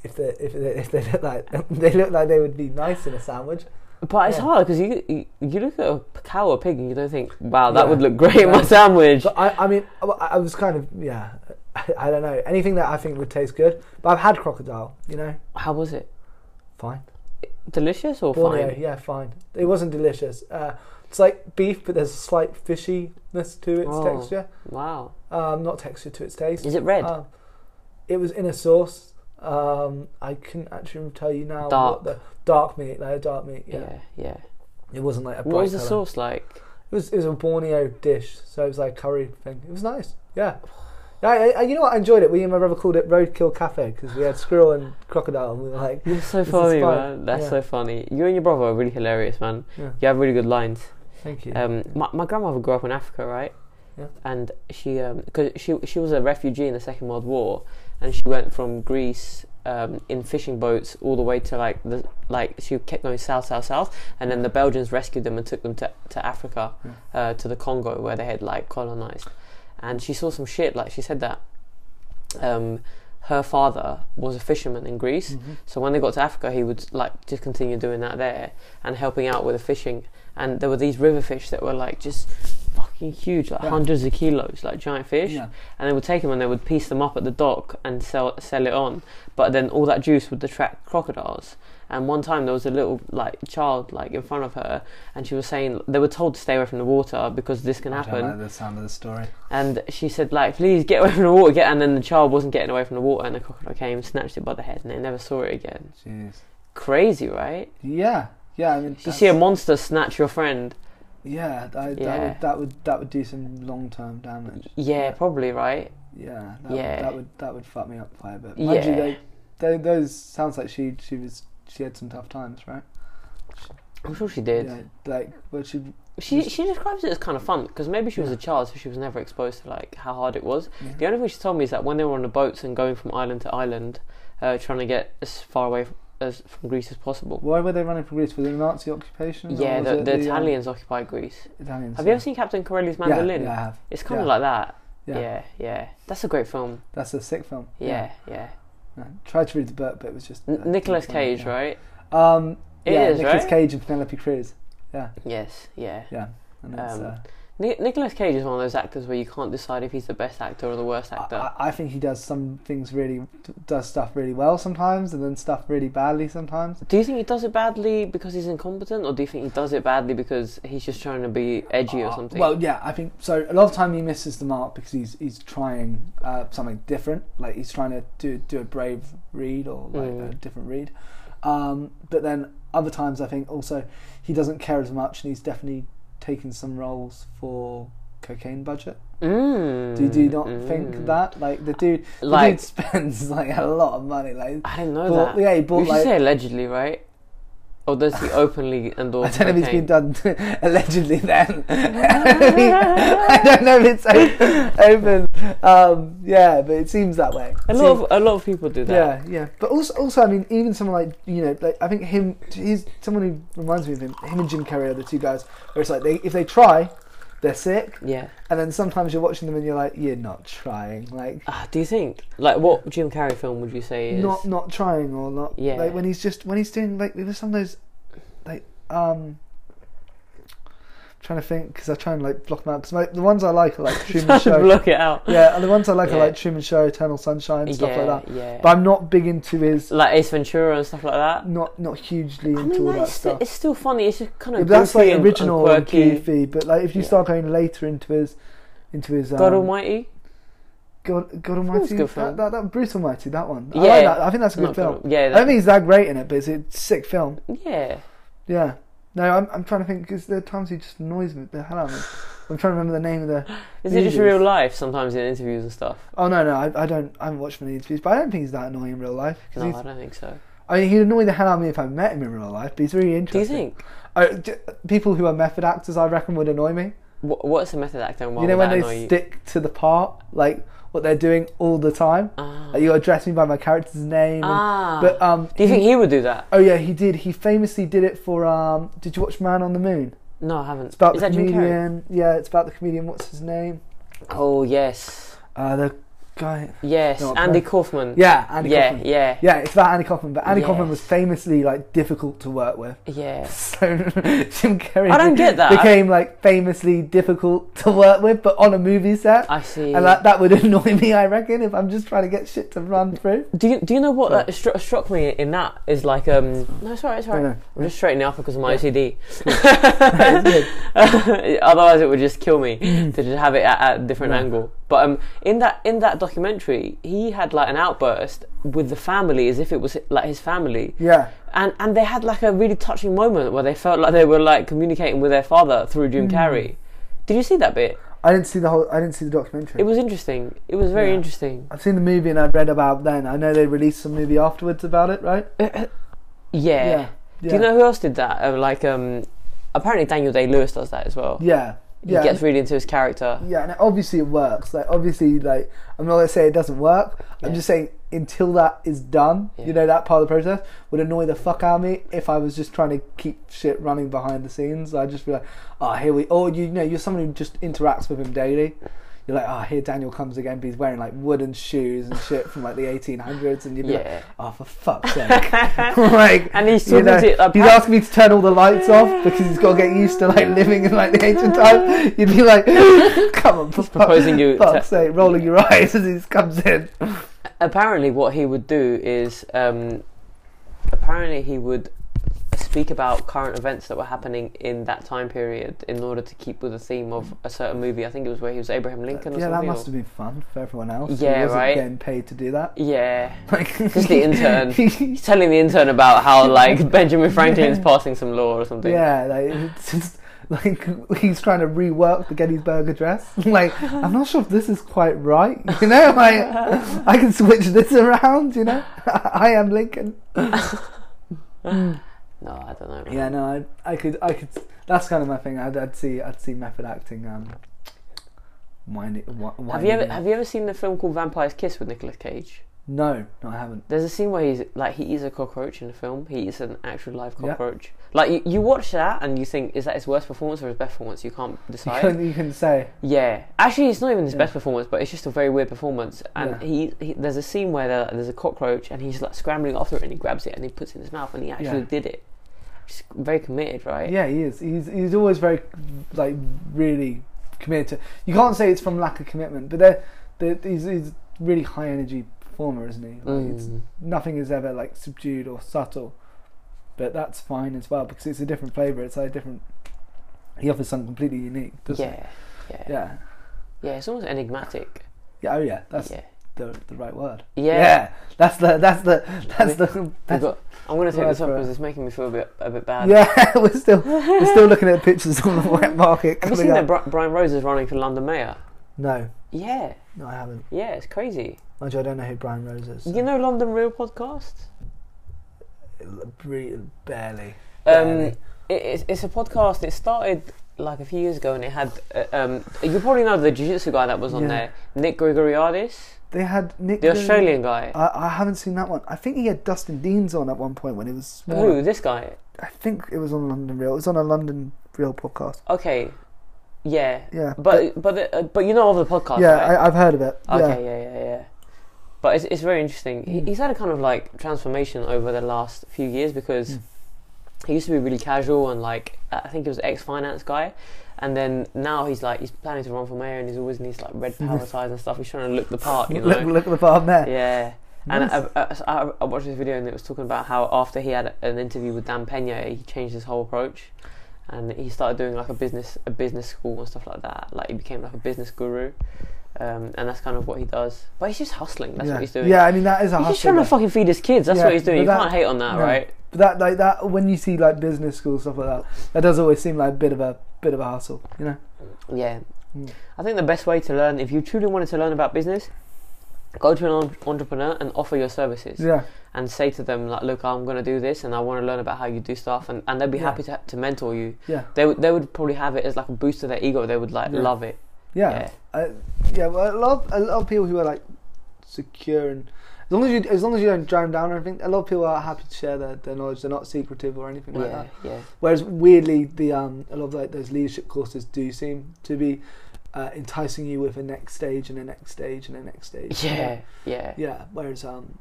if they if they, if they look like they look like they would be nice in a sandwich.
But it's
Yeah.
hard 'cause hard because you, you you look at a cow or pig and you don't think, wow, that
Yeah.
would look great in
No.
my sandwich.
But I, I mean, I, I was kind of yeah. I, I don't know anything that I think would taste good. But I've had crocodile. You know,
How was it?
fine.
Delicious or
Borneo,
fine?
yeah, fine. It wasn't delicious. Uh, it's like beef, but there's a slight fishiness to its
Oh.
texture.
Wow.
Um, not texture to its taste.
Is it red?
Um, it was in a sauce. Um, I couldn't actually tell you now.
Dark.
What the dark meat, like a dark meat. Yeah.
yeah, yeah.
It wasn't like a bright
What was the
colour.
sauce like?
It was, it was a Borneo dish, so it was like curry thing. It was nice. Yeah. Yeah, I, I, you know what? I enjoyed it. We and my brother called it Roadkill Cafe because we had squirrel and crocodile, and we were like,
You're so
It's
funny,
inspired.
man. That's
Yeah.
so funny. You and your brother are really hilarious, man.
Yeah.
You have really good lines.
"Thank you."
Um, my, my grandmother grew up in Africa, right?
Yeah.
And she, because she she was a refugee in the Second World War, and she went from Greece um, in fishing boats all the way to like the like she kept going south, south, south, and then the Belgians rescued them and took them to to Africa, uh, to the Congo where they had like colonized, and she saw some shit. Like she said that. Um, her father was a fisherman in Greece,
Mm-hmm.
so when they got to Africa, he would like just continue doing that there and helping out with the fishing. And there were these river fish that were like just fucking huge, like
Yeah.
hundreds of kilos, like giant fish.
Yeah.
And they would take them and they would piece them up at the dock and sell sell it on. But then all that juice would attract crocodiles. And one time there was a little like child like in front of her, and she was saying they were told to stay away from the water because this can happen
the sound of the story.
and she said like please get away from the water get and then the child wasn't getting away from the water and the crocodile came snatched it by the head and they never saw it again
Jeez.
crazy right
Yeah. Yeah. I mean,
you see a monster snatch your friend
yeah,
Yeah. would-
that would that would do some long term damage.
yeah probably right
Yeah, that,
Yeah.
Would, that would that would fuck me up quite a bit. Mind you,
Yeah.
they, they, those sounds like she she was she had some tough times, right?
i'm sure she did
Yeah, like, but she
she she describes it as kind of fun because maybe she was a child so she was never exposed to like how hard it was the only thing she told me is that when they were on the boats and going from island to island uh, trying to get as far away f- as from greece as possible
why were they running for Greece? Was it a Nazi occupation? or
yeah
was
the,
it
the,
um,
italians occupied greece
Italians.
have you
yeah.
ever seen captain corelli's
Yeah,
mandolin
Yeah, I have.
it's kind of
Yeah.
like that
Yeah.
yeah, yeah. That's a great film.
That's a sick film.
Yeah, yeah.
yeah. Tried to read the book, but it was just uh,
N- Nicolas Cage, right?
right? Um,
It
yeah,
is,
Nicolas
right?
Cage and Penelope Cruz. Yeah,
Yes, yeah.
yeah. And it's,
Um,
uh,
Ni- Nicolas Cage is one of those actors where you can't decide if he's the best actor or the worst actor.
I, I think he does some things really does stuff really well sometimes, and then stuff really badly sometimes.
do you think he does it badly because he's incompetent, or do you think he does it badly because he's just trying to be edgy or
Uh,
something?
Well, yeah, I think so. A lot of time he misses the mark because he's he's trying uh, something different, like he's trying to do do a brave read or like
Mm.
a different read. Um, but then other times, I think also he doesn't care as much, and he's definitely taken some roles for cocaine budget.
mm,
Do, do you not
mm.
think that like the dude, the
Like-
dude spends like a lot of money, like.
I didn't know
Bought,
that.
yeah, he
you
bought
should
like
say allegedly, right? Or does he openly
I
endorse?
don't know if it's
cocaine?
been done allegedly then. I don't know if it's o- open. Um, yeah, but it seems that way.
A lot of a lot of people do that.
yeah, yeah. But also, also, I mean, even someone like you know, like I think him, he's someone who reminds me of him. Him and Jim Carrey are the two guys where it's like they, if they try, they're sick,
Yeah.
and then sometimes you're watching them and you're like, you're not trying, like
Ah, do you think like what Jim Carrey film would you say is
not not trying or not.
Yeah.
Like when he's just when he's doing like there was some of those, like um. Trying to think because I try and like block them out because the ones I like are like Truman
Trying to
Show.
block it out?
Yeah, and the ones I like
Yeah.
are like Truman Show, Eternal Sunshine, stuff
yeah,
like that.
Yeah.
But I'm not big into his
like Ace Ventura and stuff like that.
not not hugely
I
into
mean,
all
that
that
is sti-
stuff.
it's still funny. It's just kind of
Yeah, but that's
goofy
like
and-
original
and
and
quirky.
goofy. But like if you
Yeah.
start going later into his into his um,
God Almighty.
God, God
was
Almighty,
a good film.
that, that, that Bruce Almighty, that one. I
Yeah.
like that. I think that's a good
Not
film.
God- Yeah.
I don't
That,
think he's that great in it, but it's a sick film.
yeah.
Yeah. No, I'm, I'm trying to think because there are times he just annoys me the hell out of me. I'm trying to remember the name of the.
Is it just
Jesus.
real life sometimes in interviews and stuff?
Oh no, no, I, I don't. I haven't watched many interviews, but I don't think he's that annoying in real life. 'cause
No,
he's-
I don't think so.
I mean, he'd annoy the hell out of me if I met him in real life, but he's really
Do
interesting.
you think?
Oh, j- people who are method actors, I reckon, would annoy me.
What, what's a method actor and why
you know
would
when
that
they
annoy you?
stick to the part, like what they're doing all the time.
ah.
Like, you address me by my character's name. and-
ah.
but um,
do you
he-
think he would do that?
Oh yeah, he did. He famously did it for. Um, did you watch Man on the Moon?
No, I haven't.
It's about
Is
the
that Jim Carrey?
comedian. Yeah, it's about the comedian. What's his name?
Oh yes,
Uh, the guy.
yes.
No,
Andy
no.
Kaufman.
Yeah, Andy
yeah,
Kaufman.
yeah,
Yeah, it's about Andy Kaufman, but Andy
Yes.
Kaufman was famously like difficult to work with.
yeah.
So Jim Carrey
I don't get that.
became like famously difficult to work with, but on a movie set.
I see.
and that, that would annoy me, I reckon, if I'm just trying to get shit to run through.
do you do you know what
Sorry.
that stru- struck me in that is like um no sorry it's alright
No, no.
I'm just straightening up because of my
Yeah.
OCD.
It's good. Mm.
Otherwise, it would just kill me to just have it at, at a different
Yeah.
angle. But um, in that in that documentary, he had like an outburst with the family as if it was like his family,
Yeah,
and and they had like a really touching moment where they felt like they were like communicating with their father through Jim
Mm.
Carrey. Did you see that bit?
I didn't see the whole. I didn't see the
It
documentary.
was interesting. It was very
Yeah.
interesting.
I've seen the movie and I've read about then. I know they released some movie afterwards about it, right?
Yeah.
Yeah.
Do you know who else did that? Uh, like um, apparently Daniel Day Lewis does that as well.
Yeah. Yeah.
He gets really into his character.
Yeah, and obviously it works. Like obviously, like I'm not gonna say it doesn't work.
Yeah.
I'm just saying until that is done,
Yeah.
you know, that part of the process would annoy the fuck out of me if I was just trying to keep shit running behind the scenes. I'd just be like, oh, here we. Or you know, you're someone who just interacts with him daily. You're like, oh, here Daniel comes again, but he's wearing like wooden shoes and shit from like the 1800s, and you'd be
Yeah.
like, oh, for fuck's sake! like,
And he's
you
talking
know,
to a
he's asking me to turn all the lights off because he's got to get used to like living in like the ancient times. You'd be like, come on, for fuck-
proposing you
fuck's
to-
sake, rolling your eyes as he comes in.
apparently what he would do is um, apparently he would speak about current events that were happening in that time period in order to keep with the theme of a certain movie i think it was where he was abraham lincoln or
yeah, that
something
must
or-
have been fun for everyone else. who
Yeah,
wasn't
right.
Getting paid to do that.
yeah
Like,
just the intern he's telling the intern about how like benjamin franklin's passing some law or something
yeah, like it's just. Like he's trying to rework the Gettysburg Address. Like I'm not sure if this is quite right. You know, like I can switch this around. You know, I am Lincoln.
no i don't know man.
Yeah, no, I, I could, I could. That's kind of my thing. I'd, I'd see, I'd see method acting. Um, whining, whining.
have you ever have you ever seen the film called vampire's kiss with nicolas cage
No, no, I haven't.
There's a scene where he's like he is a cockroach in the film. He is an actual live cockroach. Like you, you watch that and you think, is that his worst performance or his best performance? You can't
You
decide.
can, you can say.
yeah, actually, it's not even his
Yeah.
best performance, but it's just a very weird performance. And
Yeah.
he, he there's a scene where there, there's a cockroach and he's like scrambling after it and he grabs it and he puts it in his mouth and he actually
Yeah.
did it. Just very committed, right?
Yeah, he is. He's he's always very, like, really committed to. You can't say it's from lack of commitment, but they're, they're, he's, he's a really high energy performer, isn't he? Like, it's,
Mm.
nothing is ever like subdued or subtle, but that's fine as well because it's a different flavour. It's like a different. He offers something completely unique, doesn't
yeah, yeah,
he? Yeah.
yeah, It's almost enigmatic.
Yeah. Oh yeah, that's
yeah,
the the right word.
yeah.
That's the that's the that's the
We've
best.
got- I'm gonna take
Right,
this off
bro.
because it's making me feel a bit a bit bad.
Yeah, we're still we're still looking at pictures on the wet market
Have you
coming
seen that
up.
Bri- Brian Rose is running for London Mayor?
No,
Yeah,
no, I haven't.
yeah, it's crazy.
Mind you, I don't know who Brian Rose is.
You know London Real podcast?
Bre- barely.
Um, it, it's, it's a podcast. It started like a few years ago, and it had uh, um, you probably know the jiu-jitsu guy that was on
Yeah.
there, Nick Gregoriadis,
They had Nick.
the
Gurley.
Australian guy.
I, I haven't seen that one. I think he had Dustin Deans on at one point when he was small.
Who? This guy?
I think it was on London Real. It was on a London Real podcast.
Okay, yeah,
Yeah,
but but uh, but you know of the podcast,
yeah,
right?
I, I've heard of it.
Okay, yeah, yeah, yeah. But it's, it's very interesting. He, he's had a kind of like transformation over the last few years because he used to be really casual and like uh, I think he was ex finance guy, and then now he's like he's planning to run for mayor and he's always in these like red power ties and stuff. He's trying to look the part,
Yeah.
you
Look,
know.
look at the farm there.
Yeah. And
Nice.
I, I, I, I watched this video and it was talking about how after he had an interview with Dan Pena, he changed his whole approach, and he started doing like a business a business school and stuff like that. Like he became like a business guru, um, and that's kind of what he does. But he's just hustling. That's
yeah.
what he's doing.
Yeah, I mean that is a
He's just
hustle,
trying to
though.
fucking feed his kids. That's
Yeah,
what he's doing.
but
You
that-
can't hate on that,
no.
right?
But that like that when you see like business school stuff like that, that does always seem like a bit of a bit of a hustle, you know.
Yeah.
Mm.
I think the best way to learn, if you truly wanted to learn about business, go to an en- entrepreneur and offer your services.
Yeah,
and say to them like, "Look, I'm going to do this, and I want to learn about how you do stuff," and, and they'd be
Yeah.
happy to, to mentor you.
yeah,
They would they would probably have it as like a boost to their ego. They would like
Yeah.
love it.
yeah, yeah. yeah well, a lot, of, a lot of people who are like secure and as long as you as long as you don't drown down or anything, a lot of people are happy to share their, their knowledge. They're not secretive or anything
yeah,
like that.
yeah.
Whereas weirdly, the um, a lot of like those leadership courses do seem to be uh, enticing you with a next stage and a next stage and a next stage.
yeah, yeah, yeah,
Yeah. Whereas um,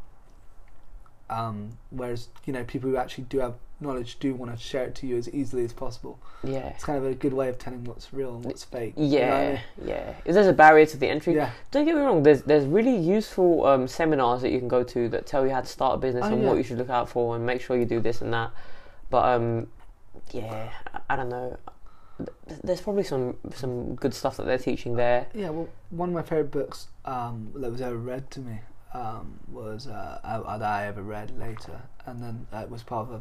um, whereas you know people who actually do have knowledge do want to share it to you as easily as possible.
yeah,
It's kind of a good way of telling what's real and what's fake. you know what I
yeah,
mean?
If there's a barrier to the entry,
Yeah.
don't get me wrong. There's there's really useful um, seminars that you can go to that tell you how to start a business
Oh,
and
yeah.
what you should look out for and make sure you do this and that. But um, yeah, I, I don't know. Th- There's probably some some good stuff that they're teaching there.
Yeah, well, one of my favourite books um, that was ever read to me um, was uh, uh, that I ever read later, and then uh, it was part of a.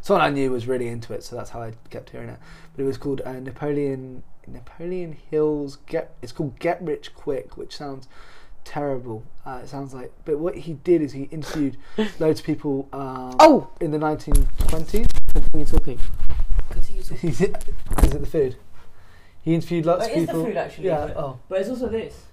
Someone I knew was really into it, so that's how I kept hearing it. But it was called uh, Napoleon Napoleon Hill's Get. It's called Get Rich Quick, which sounds terrible. Uh, it sounds like, but what he did is he interviewed loads of people um,
Oh,
in the 1920s.
you're talking.
is it the food? He interviewed lots
Oh,
of
it is the
people.
food, actually,
Yeah.
isn't it?
Oh.
But it's also this.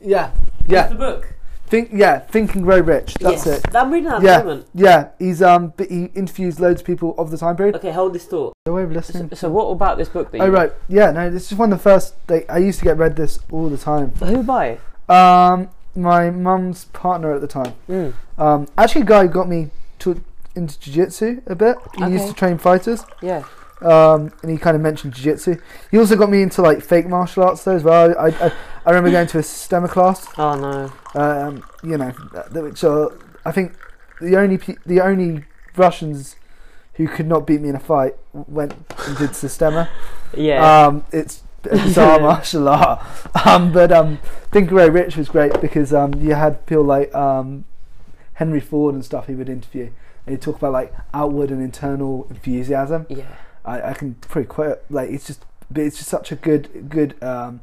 Yeah. Yeah.
the book.
Think yeah, Think and Grow Rich. That's it.
I'm reading that
Yeah.
at the moment.
Yeah, he's um, but he interviews loads of people of the time period.
Okay, hold this thought.
No way of
So,
listening.
so what about this book that you
Oh right, yeah, no, this is one of the first. Like, I used to get read this all the time.
Who by?
Um, my mum's partner at the time.
Mm.
Um, actually, a guy who got me to into jiu-jitsu a bit. He used
Okay.
to train fighters.
Yeah.
Um, and he kind of mentioned jiu-jitsu. He also got me into like fake martial arts though as well. I I, I remember going to a stemmer class.
Oh no.
um, you know, th- which are I think the only pe- the only Russians who could not beat me in a fight went and did Sistema.
Yeah.
Um, it's a bizarre martial art, um, but um, Think and Grow Rich was great because um, you had people like um, Henry Ford and stuff he would interview. And he'd talk about like outward and internal enthusiasm.
yeah.
I, I can pretty quite like it's just but it's just such a good good um,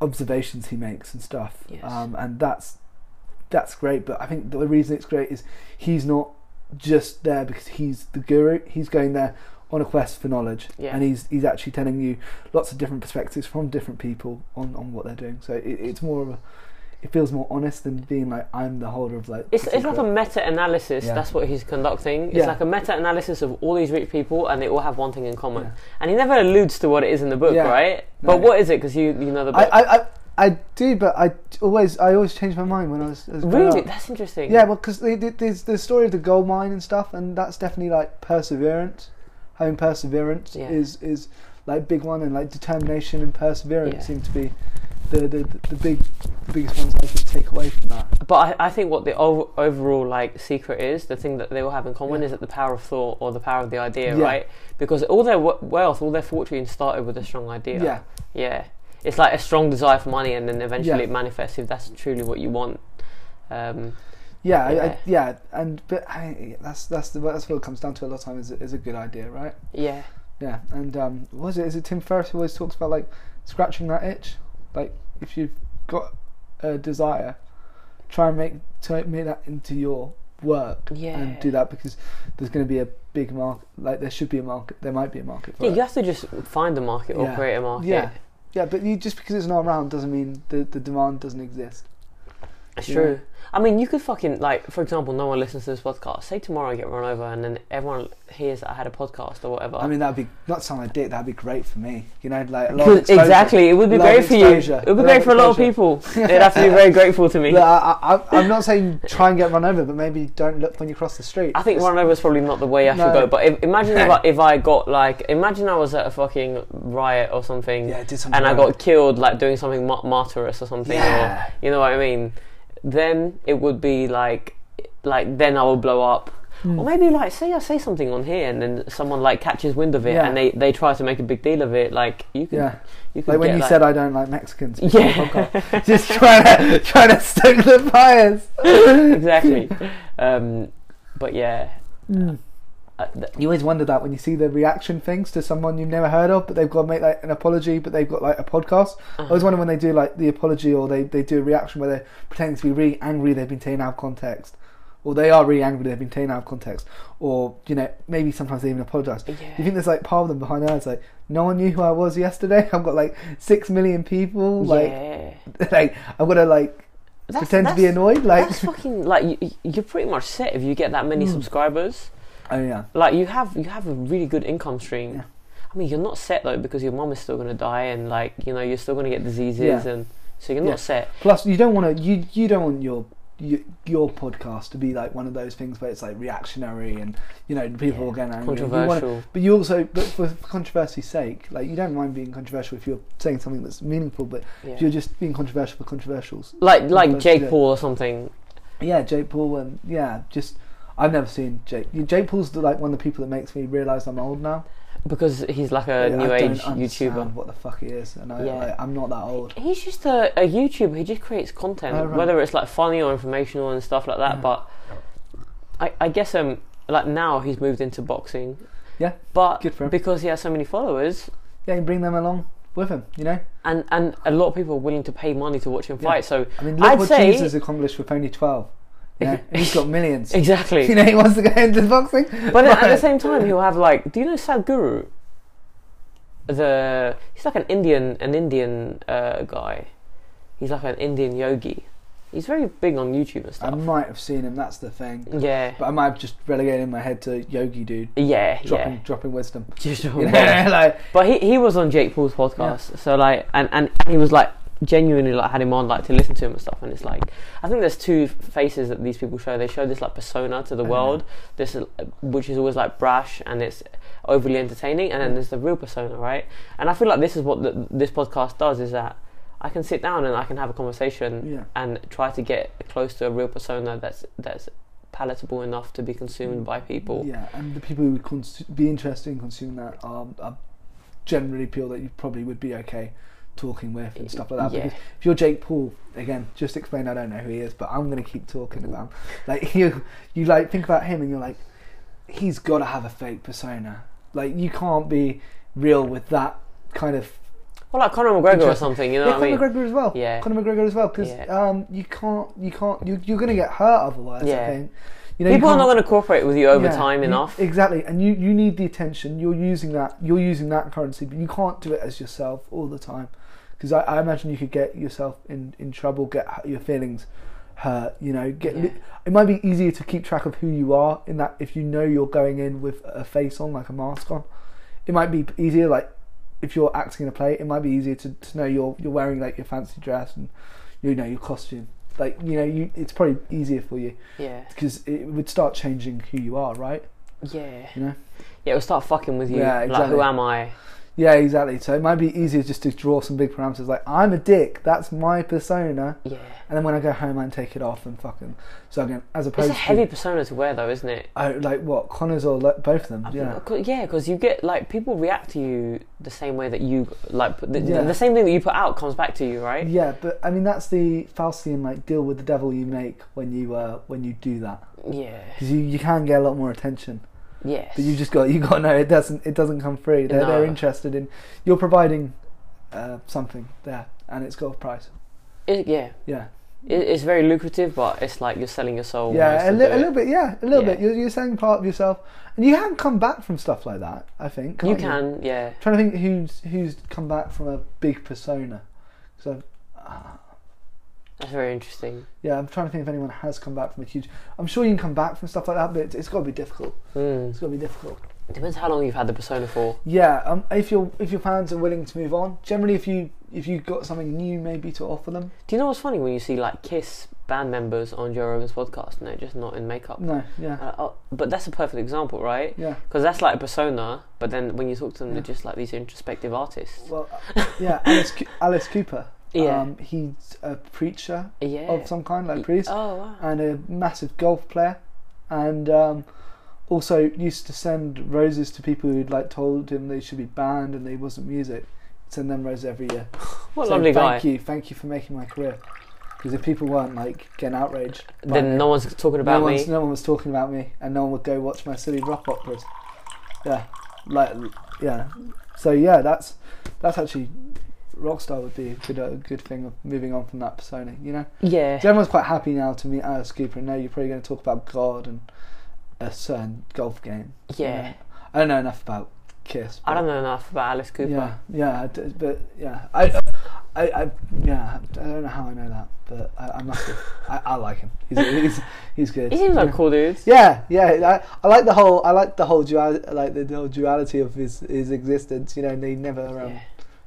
observations he makes and stuff
Yes.
um, and that's that's great but I think the reason it's great is he's not just there because he's the guru he's going there on a quest for knowledge
Yeah.
and he's he's actually telling you lots of different perspectives from different people on, on what they're doing so it, it's more of a it feels more honest than being like I'm the holder of like
It's,
the
it's like a
secret."
meta analysis.
Yeah.
That's what he's conducting. It's
Yeah.
like a meta analysis of all these rich people, and they all have one thing in common.
Yeah.
And he never alludes to what it is in the book,
Yeah.
right?
No.
But what is it? Because you you know the
I,
book.
I, I I do but I always I always change my mind when I was, I was growing
really?
up.
That's interesting.
Yeah, well, because there's the story of the gold mine and stuff, and that's definitely like perseverance. Having perseverance
Yeah.
is is like big one, and like determination and perseverance
Yeah.
seem to be the the, the, the big the biggest ones I could take away from that.
But I, I think what the ov- overall like secret is the thing that they all have in common
Yeah.
is that the power of thought or the power of the idea,
Yeah.
right? Because all their w- wealth, all their fortune started with a strong idea.
Yeah,
Yeah. It's like a strong desire for money, and then eventually
Yeah.
it manifests if that's truly what you want. Um,
yeah, I,
Yeah.
I, yeah. And but I, that's that's the, that's what it comes down to a lot of time is is a good idea, right?
yeah.
Yeah, and um, what is it? Is it Tim Ferriss who always talks about like scratching that itch? Like if you've got a desire, try and make try and make that into your work
Yeah.
and do that because there's going to be a big market. Like there should be a market. There might be a market for
Yeah,
it.
you have to just find a market or
Yeah.
create a market.
Yeah. Yeah, but you, just because it's not around doesn't mean the, the demand doesn't exist.
It's
Yeah.
true. I mean, you could fucking like, for example, no one listens to this podcast. Say tomorrow I get run over, and then everyone hears that I had a podcast or whatever.
I mean, that'd be not sound like dick. That'd be great for me. You know, like a lot of
Because-
exposure.
exactly, it would be
Love
great for you.
exposure.
It would be
Love
great for a lot of
exposure.
people. They'd have to be very grateful to me.
Look, I, I, I'm not saying try and get run over, but maybe don't look when you cross the street.
I think run over is probably not the way I should
No.
go. But if, imagine if, I, if I got like, imagine I was at a fucking riot or something,
Yeah, did something
and I
wrong.
got killed like doing something mar- martyrous or something,
Yeah.
or you know what I mean. Then it would be like, like then I would blow up. Or maybe like say I say something on here and then someone like catches wind of it
Yeah.
and they, they try to make a big deal of it like you can
Yeah.
you can
Like when
get,
you said I don't like Mexicans. before the
yeah
podcast. Just trying to trying to stoke the fires.
exactly um, but yeah uh, th-
You always wonder that when you see the reaction things to someone you've never heard of, but they've got to make like an apology, but they've got like a podcast. I
Uh-huh.
always wonder when they do like the apology or they, they do a reaction where they're pretending to be really angry they've been taken out of context. Or they are really angry they've been taken out of context. Or, you know, maybe sometimes they even apologise. You
yeah
think there's like part of them behind their eyes like, no one knew who I was yesterday. I've got like six million people. Like,
yeah.
like I've got to like
That's-
pretend to be
that's-
annoyed. Like,
that's fucking like you, you're pretty much set if you get that
Hmm.
many subscribers
oh yeah,
like you have you have a really good income stream
Yeah.
I mean you're not set though because your mum is still gonna die and like you know you're still gonna get diseases
Yeah.
and so you're
Yeah.
not set
Plus, you don't want to you you don't want your, your your podcast to be like one of those things where it's like reactionary and you know people are getting angry. You wanna-
controversial
but you also, but for controversy's sake, like you don't mind being controversial if you're saying something that's meaningful. But if
yeah.
you're just being controversial for controversials,
like like
Controversial,
Jake
yeah.
Paul or something
yeah, Jake Paul and yeah, just I've never seen Jake. Jake Paul's the, like one of the people that makes me realise I'm old now.
Because he's like a
Like,
Uh, new
I don't
age
understand
YouTuber.
What the fuck it is, and I,
Yeah.
like, I'm not that old.
He's just a, a YouTuber. He just creates content,
Oh, right.
whether it's like funny or informational and stuff like that.
Yeah.
But I, I guess um like now he's moved into boxing.
Yeah,
But
good for him.
because he has so many followers,
Yeah, you bring them along with him. You know.
and and a lot of people are willing to pay money to watch him
Yeah.
fight. So
I mean, look
I'd
what
say-
Jesus accomplished with only 12. You know, he's got millions. You
exactly.
know, he wants to go into boxing.
But at the same time, he'll have like, do you know Sadhguru? The he's like an Indian, an Indian uh, guy. He's like an Indian yogi. He's very big on YouTube and
I
stuff.
might have seen him, that's the thing.
yeah.
But I might have just relegated my head to Yogi Dude,
Yeah,
dropping, dropping wisdom.
yeah.
You know, like,
but he, he was on Jake Paul's podcast, so like, and, and he was like genuinely like had him on like to listen to him and stuff, and it's like I think there's two faces that these people show. They show this like persona to the
Mhm.
world, this is- which is always like brash and it's overly entertaining,
Mm.
and then there's the real persona, right? And I feel like this is what the, this podcast does is that. I can sit down and I can have a conversation
Yeah.
and try to get close to a real persona that's that's palatable enough to be consumed by people.
Mm. yeah, and the people who would cons- be interested in consuming that are, are generally people that you probably would be okay talking with and stuff like that.
Yeah.
Because if you're Jake Paul, again, just explain. I don't know who he is, but I'm going to keep talking about him. Like you, you like think about him, and you're like, he's got to have a fake persona. Like you can't be real with that kind of.
Well, like Conor McGregor or
Interesting.
something, you know
yeah,
what I
Conor
mean?
McGregor as well.
Yeah.
Conor McGregor as well, because
Yeah.
um, you can't, you can't, you, you're going to get hurt otherwise.
Yeah.
I think. You know, you
People are
can't-
not going to cooperate with you over
yeah,
time
you-
enough.
Exactly, and you, you need the attention. You're using that. You're using that currency, but you can't do it as yourself all the time, because I, I imagine you could get yourself in, in trouble, get h- your feelings hurt. You know, get
Yeah.
it might be easier to keep track of who you are in that if you know you're going in with a face on, like a mask on. It might be easier, like if you're acting in a play, it might be easier to, to know you're you're wearing like your fancy dress and you know your costume. Like you know, you it's probably easier for you
yeah,
because it would start changing who you are, right?
yeah,
You know?
yeah. It'll start fucking with you.
Yeah,
Like, who
exactly.
am I?
Yeah, exactly. So it might be easier just to draw some big parameters like I'm a dick, that's my persona,
Yeah.
and then when I go home I take it off and fucking so again as
It's
opposed
a heavy
to
persona to wear, though, isn't it?
oh, like what Connors or like, both of them, yeah.
Cause, yeah, because you get like people react to you the same way that you like put- the,
Yeah.
the, the same thing that you put out comes back to you, right?
Yeah, but I mean that's the Faustian like deal with the devil you make when you uh, when you do that
Yeah.
because you, you can get a lot more attention,
Yes.
but you just got you got to know it doesn't it doesn't come free. They're they're
No.
interested in you're providing uh, something there and it's got a price.
It- yeah.
Yeah,
It, it's very lucrative, but it's like you're selling your soul. almost
yeah, a,
to
li-
do
a
it.
little bit. Yeah, a little
Yeah.
bit. You're, you're selling part of yourself, and you can come back from stuff like that. I think
You
can't
can, yeah.
trying to think who's who's come back from a big persona. So uh,
That's very interesting.
yeah, I'm trying to think if anyone has come back from a huge. I'm sure you can come back from stuff like that, but it's, it's got to be difficult.
Mm.
It's got to be difficult.
Depends how long you've had the persona for.
Yeah, um, if your if your fans are willing to move on, generally if you if you've got something new maybe to offer them.
Do you know what's funny when you see like Kiss band members on Joe Rogan's podcast and they're just not in makeup?
No, yeah,
Uh, oh, but that's a perfect example, right?
yeah.
Because that's like a persona, but then when you talk to them,
Yeah.
they're just like these introspective artists.
Well, uh, yeah, Alice, Coo- Alice Cooper.
Yeah.
Um, he's a preacher
Yeah.
of some kind, like priest. Uh,
Oh wow.
and a massive golf player, and um, also used to send roses to people who'd like told him they should be banned and they wasn't music. Send them roses every year.
What a
So
lovely guy.
Thank you, thank you for making my career. Because if people weren't like getting outraged, by
Then
me,
no one's talking about
no
me.
one's- no one was talking about me, and no one would go watch my silly rock operas. Yeah, like yeah. So yeah, that's that's actually. Rockstar would be a good, a good thing of moving on from that persona, you know.
Yeah.
So everyone's quite happy now to meet Alice Cooper, and now you're probably going to talk about God and a certain golf game.
Yeah.
I don't know enough about Kiss.
I
but-
don't know enough about Alice Cooper.
Yeah, yeah, I d- but yeah, I, I, I, yeah, I don't know how I know that, but I, I must have. I, I like him. He's, he's, he's good.
He seems like a
Yeah.
cool dude.
Yeah, yeah. I, I like the whole. I like the whole dual, like the, whole duality of his his existence. You know, and he never um,
Yeah.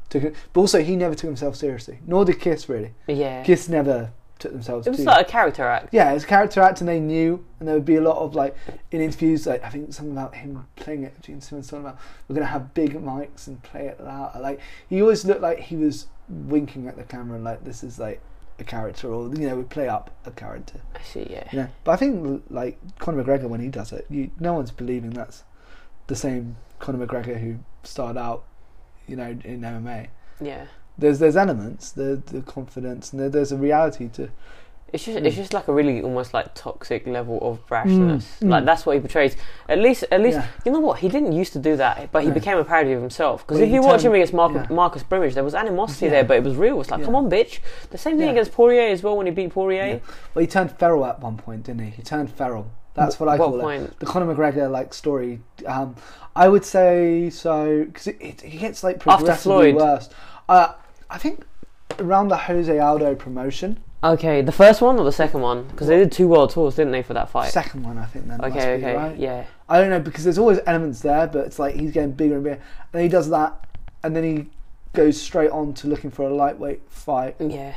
took it, but also he never took himself seriously. Nor did Kiss really.
Yeah.
Kiss never took themselves.
It was
too
like a character act.
yeah, his character act, and they knew, and there would be a lot of like in interviews, like I think something about him playing it. Gene Simmons talking about we're gonna have big mics and play it loud. Like he always looked like he was winking at the camera, and like this is like a character, or you know, we play up a character.
I see. Yeah.
Yeah, but I think like Conor McGregor when he does it, you, no one's believing that's the same Conor McGregor who started out, you know, in MMA.
Yeah.
There's there's elements, the the confidence, and there, there's a reality to
It's just,
Mm.
it's just like a really almost like toxic level of brashness.
Mm,
Like
mm.
that's what he portrays. At least, at least,
Yeah.
you know what? He didn't used to do that, but he
No.
became a parody of himself. Because
Well,
if
he
you watch
turned-
him against Marcus,
yeah.
Marcus Brimage, there was animosity
Yeah.
there, but it was real. It's like,
Yeah.
come on, bitch. The same thing
Yeah.
against Poirier as well when he beat Poirier.
Yeah. Well, he turned feral at one point, didn't he? He turned feral. That's what I
What
call
point?
it. The Conor McGregor like story. Um, I would say so because it, it, it gets like
After
progressively
Floyd.
worse. Uh, I think around the Jose Aldo promotion,
Okay, the first one or the second one? Because they did two world tours, didn't they, for that fight?
second one, I think. Then must be,
okay, okay,
right?
yeah.
I don't know because there's always elements there, but it's like he's getting bigger and bigger, and he does that, and then he goes straight on to looking for a lightweight fight.
Yeah,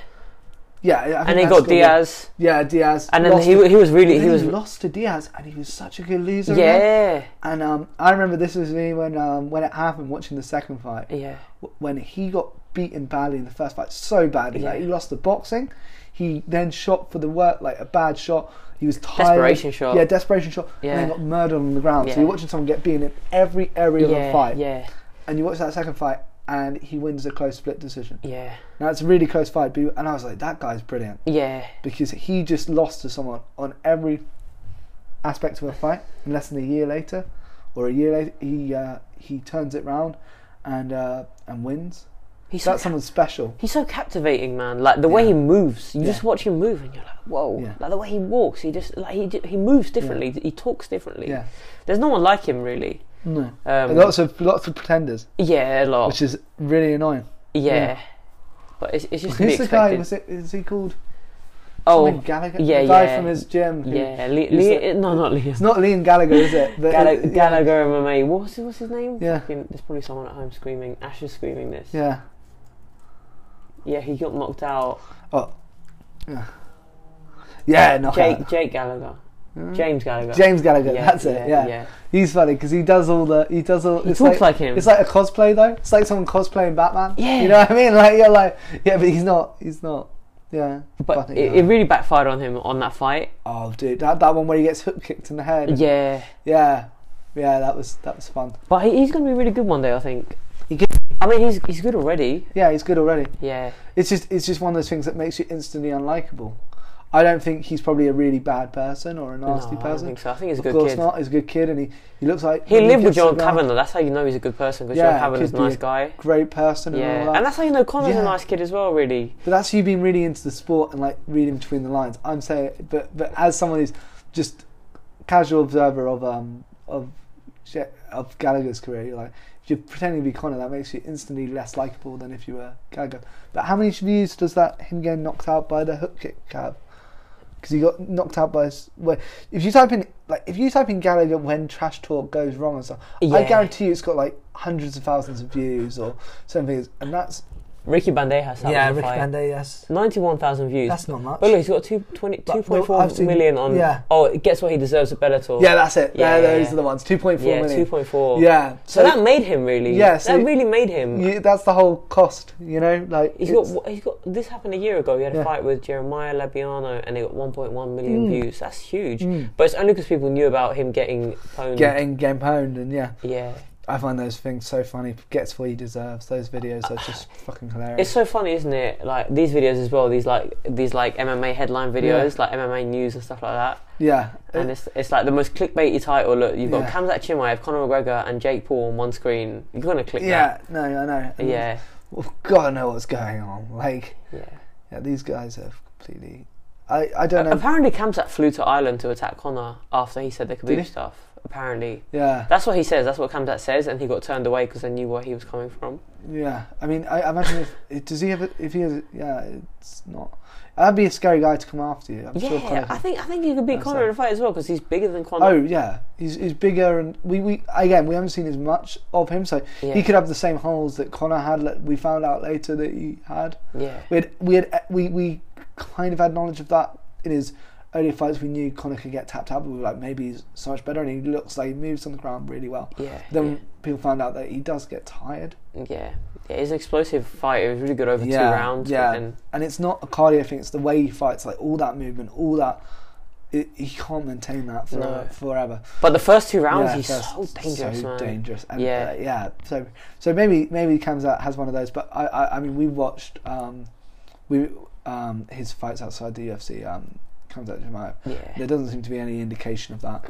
Yeah, I think
and he
that's
got
gotta be-
Diaz,
Yeah, Diaz.
and then
lost
he,
to-
he was really
then
he was
lost to Diaz, and he was such a good loser. in that.
yeah
And um, I remember this was me when um, when it happened, watching the second fight,
yeah
w- when he got beaten badly in the first fight, so badly, like he
Yeah.
lost the boxing. He then shot for the work, like a bad shot. He was tired.
Desperation shot.
Yeah, desperation shot. And
Yeah.
then got murdered on the ground. So
Yeah.
you're watching someone get beaten in every area of
yeah
the fight.
yeah
And you watch that second fight, and he wins a close split decision.
yeah
Now it's a really close fight, but- and I was like, that guy's brilliant
yeah
because he just lost to someone on every aspect of a fight. And less than a year later, or a year later, he uh, he turns it round and uh, and wins.
he's so
That's someone special.
He's so captivating, man. Like the way he moves, you
Yeah.
just watch him move, and you're like, whoa.
Yeah.
Like the way he walks, he just like he he moves differently. He talks differently.
Yeah,
There's no one like him really.
no.
Um,
lots of lots of pretenders,
yeah, a lot.
which is really annoying.
yeah.
yeah.
But it's, it's just to be
Who's the guy?
expected.
Was it? Is he called?
oh,
something Gallagher.
yeah,
the guy
yeah.
from his gym. who-
yeah. Le-
who's
Le-
the-
no, not Liam.
It's not Liam Gallagher, is it? But-
Gall-
yeah.
Gallagher MMA. What's his, what's his name?
Yeah.
Fucking- there's probably someone at home screaming. Ash is screaming this.
Yeah.
Yeah, he got knocked out.
Oh. Yeah. Yeah. Not
Jake Jake Gallagher.
Uh,
James Gallagher.
James Gallagher.
Yeah,
that's it. Yeah, he's funny because he does all the he does all.
He
it's
talks like,
like,
him.
it's like a cosplay though. It's like someone cosplaying Batman.
Yeah.
you know what I mean. Like you're like yeah, but he's not. He's not. Yeah,
but
funny
it,
guy.
it really backfired on him on that fight.
oh dude, that that one where he gets hook kicked in the head.
Yeah.
yeah, yeah. That was that was fun.
But he- he's going to be really good one day, I think.
He could-
I mean, he's he's good already.
Yeah, he's good already.
Yeah.
It's just it's just one of those things that makes you instantly unlikable. I don't think he's probably a really bad person or a nasty
no, I don't
person.
think so. I think he's a
of
good
course
kid.
not. He's a good kid, and he, he looks like
He
when
lived with
gets
John
around,
Cavan, though. That's how you know he's a good person because
Yeah,
John Cavan is a
could be.
nice guy.
Great person, and all
Yeah,
that.
and that's how you know Connor's
Yeah.
a nice kid as well, really.
But that's you being really into the sport and like reading between the lines. I'm saying, but but as someone who's just casual observer of um of Sh- of Gallagher's career, you're like if you're pretending to be Connor, that makes you instantly less likable than if you were Gallagher. But how many views does that him getting knocked out by the hook kick have? Because he got knocked out by. s- Well, if you type in like if you type in Gallagher when trash talk goes wrong and stuff, I
Yeah.
guarantee you it's got like hundreds of thousands of views or something, and that's
Ricky Bandejas. that was the fight.
yes.
91,000 views.
not much.
but look, he's got two, 20,
But-
2.4
well, I've seen-
million on.
yeah.
Oh, guess what? He deserves a Bellator.
Yeah, that's it. Yeah,
Yeah,
those
yeah.
are the ones. Two point four
Yeah,
million.
2.4.
Yeah.
So that made him really.
Yeah, so-
that really made him.
you, that's the whole cost. You know, like
He's
it's-
got, he's got. This happened a year ago. He had
Yeah.
a fight with Jeremiah Labiano, and they got 1.1 million views. That's huge.
Mm.
But it's only because people knew about him getting pwned.
getting game honed and yeah,
Yeah.
I find those things so funny. Gets what he deserves. Those videos are just fucking
It's
hilarious.
so funny, isn't it? Like these videos as well. These like these like MMA headline videos, like MMA news and stuff like that.
yeah,
And it's it's like the most clickbaity title. Look, you've
Uh, Yeah.
got Kamzat Chimaev, Conor McGregor, and Jake Paul on one screen. You're gonna click
yeah. No, I know.
that. Yeah.
Well, God, I know what's going on. Like,
Yeah.
yeah, these guys are completely. I I don't know.
Apparently, Kamzat flew to Ireland to attack Conor after he said the
Did he?
Khabib stuff. Apparently.
Yeah,
That's what he says. That's what Kamzat says, and he got turned away because they knew where he was coming from.
yeah. I mean, I, I imagine if it- does he have a, if he has a, yeah, it's not. That'd be a scary guy to come after you. I'm sure. Conor
yeah, I think I think he could beat
That's
Conor in a fight as well because he's bigger than Conor.
Oh yeah, he's he's bigger and we, we again we haven't seen as much of him, so
yeah,
he could have the same holes that Connor had. like, We found out later that he had.
yeah,
We had we had we we kind of had knowledge of that in his early fights. We knew Connor could get tapped out, but we were like maybe he's so much better and he looks like he moves on the ground really well.
yeah.
Then people found out that he does get tired,
Yeah, yeah, he's an explosive fighter. He was really good over
Yeah,
two rounds.
yeah.
but then,
and it's not a cardio thing; it's the way he fights, like all that movement, all that. It, he can't maintain that for,
No.
forever.
but the first two rounds,
Yeah,
he's
that's
so dangerous,
so
man.
dangerous. And,
Yeah.
uh, yeah. So, so maybe maybe Kamzat has one of those. But I, I, I mean, we watched um, we um, his fights outside the UFC. Um, Kamzat Jamayev.
Yeah.
There doesn't seem to be any indication of that.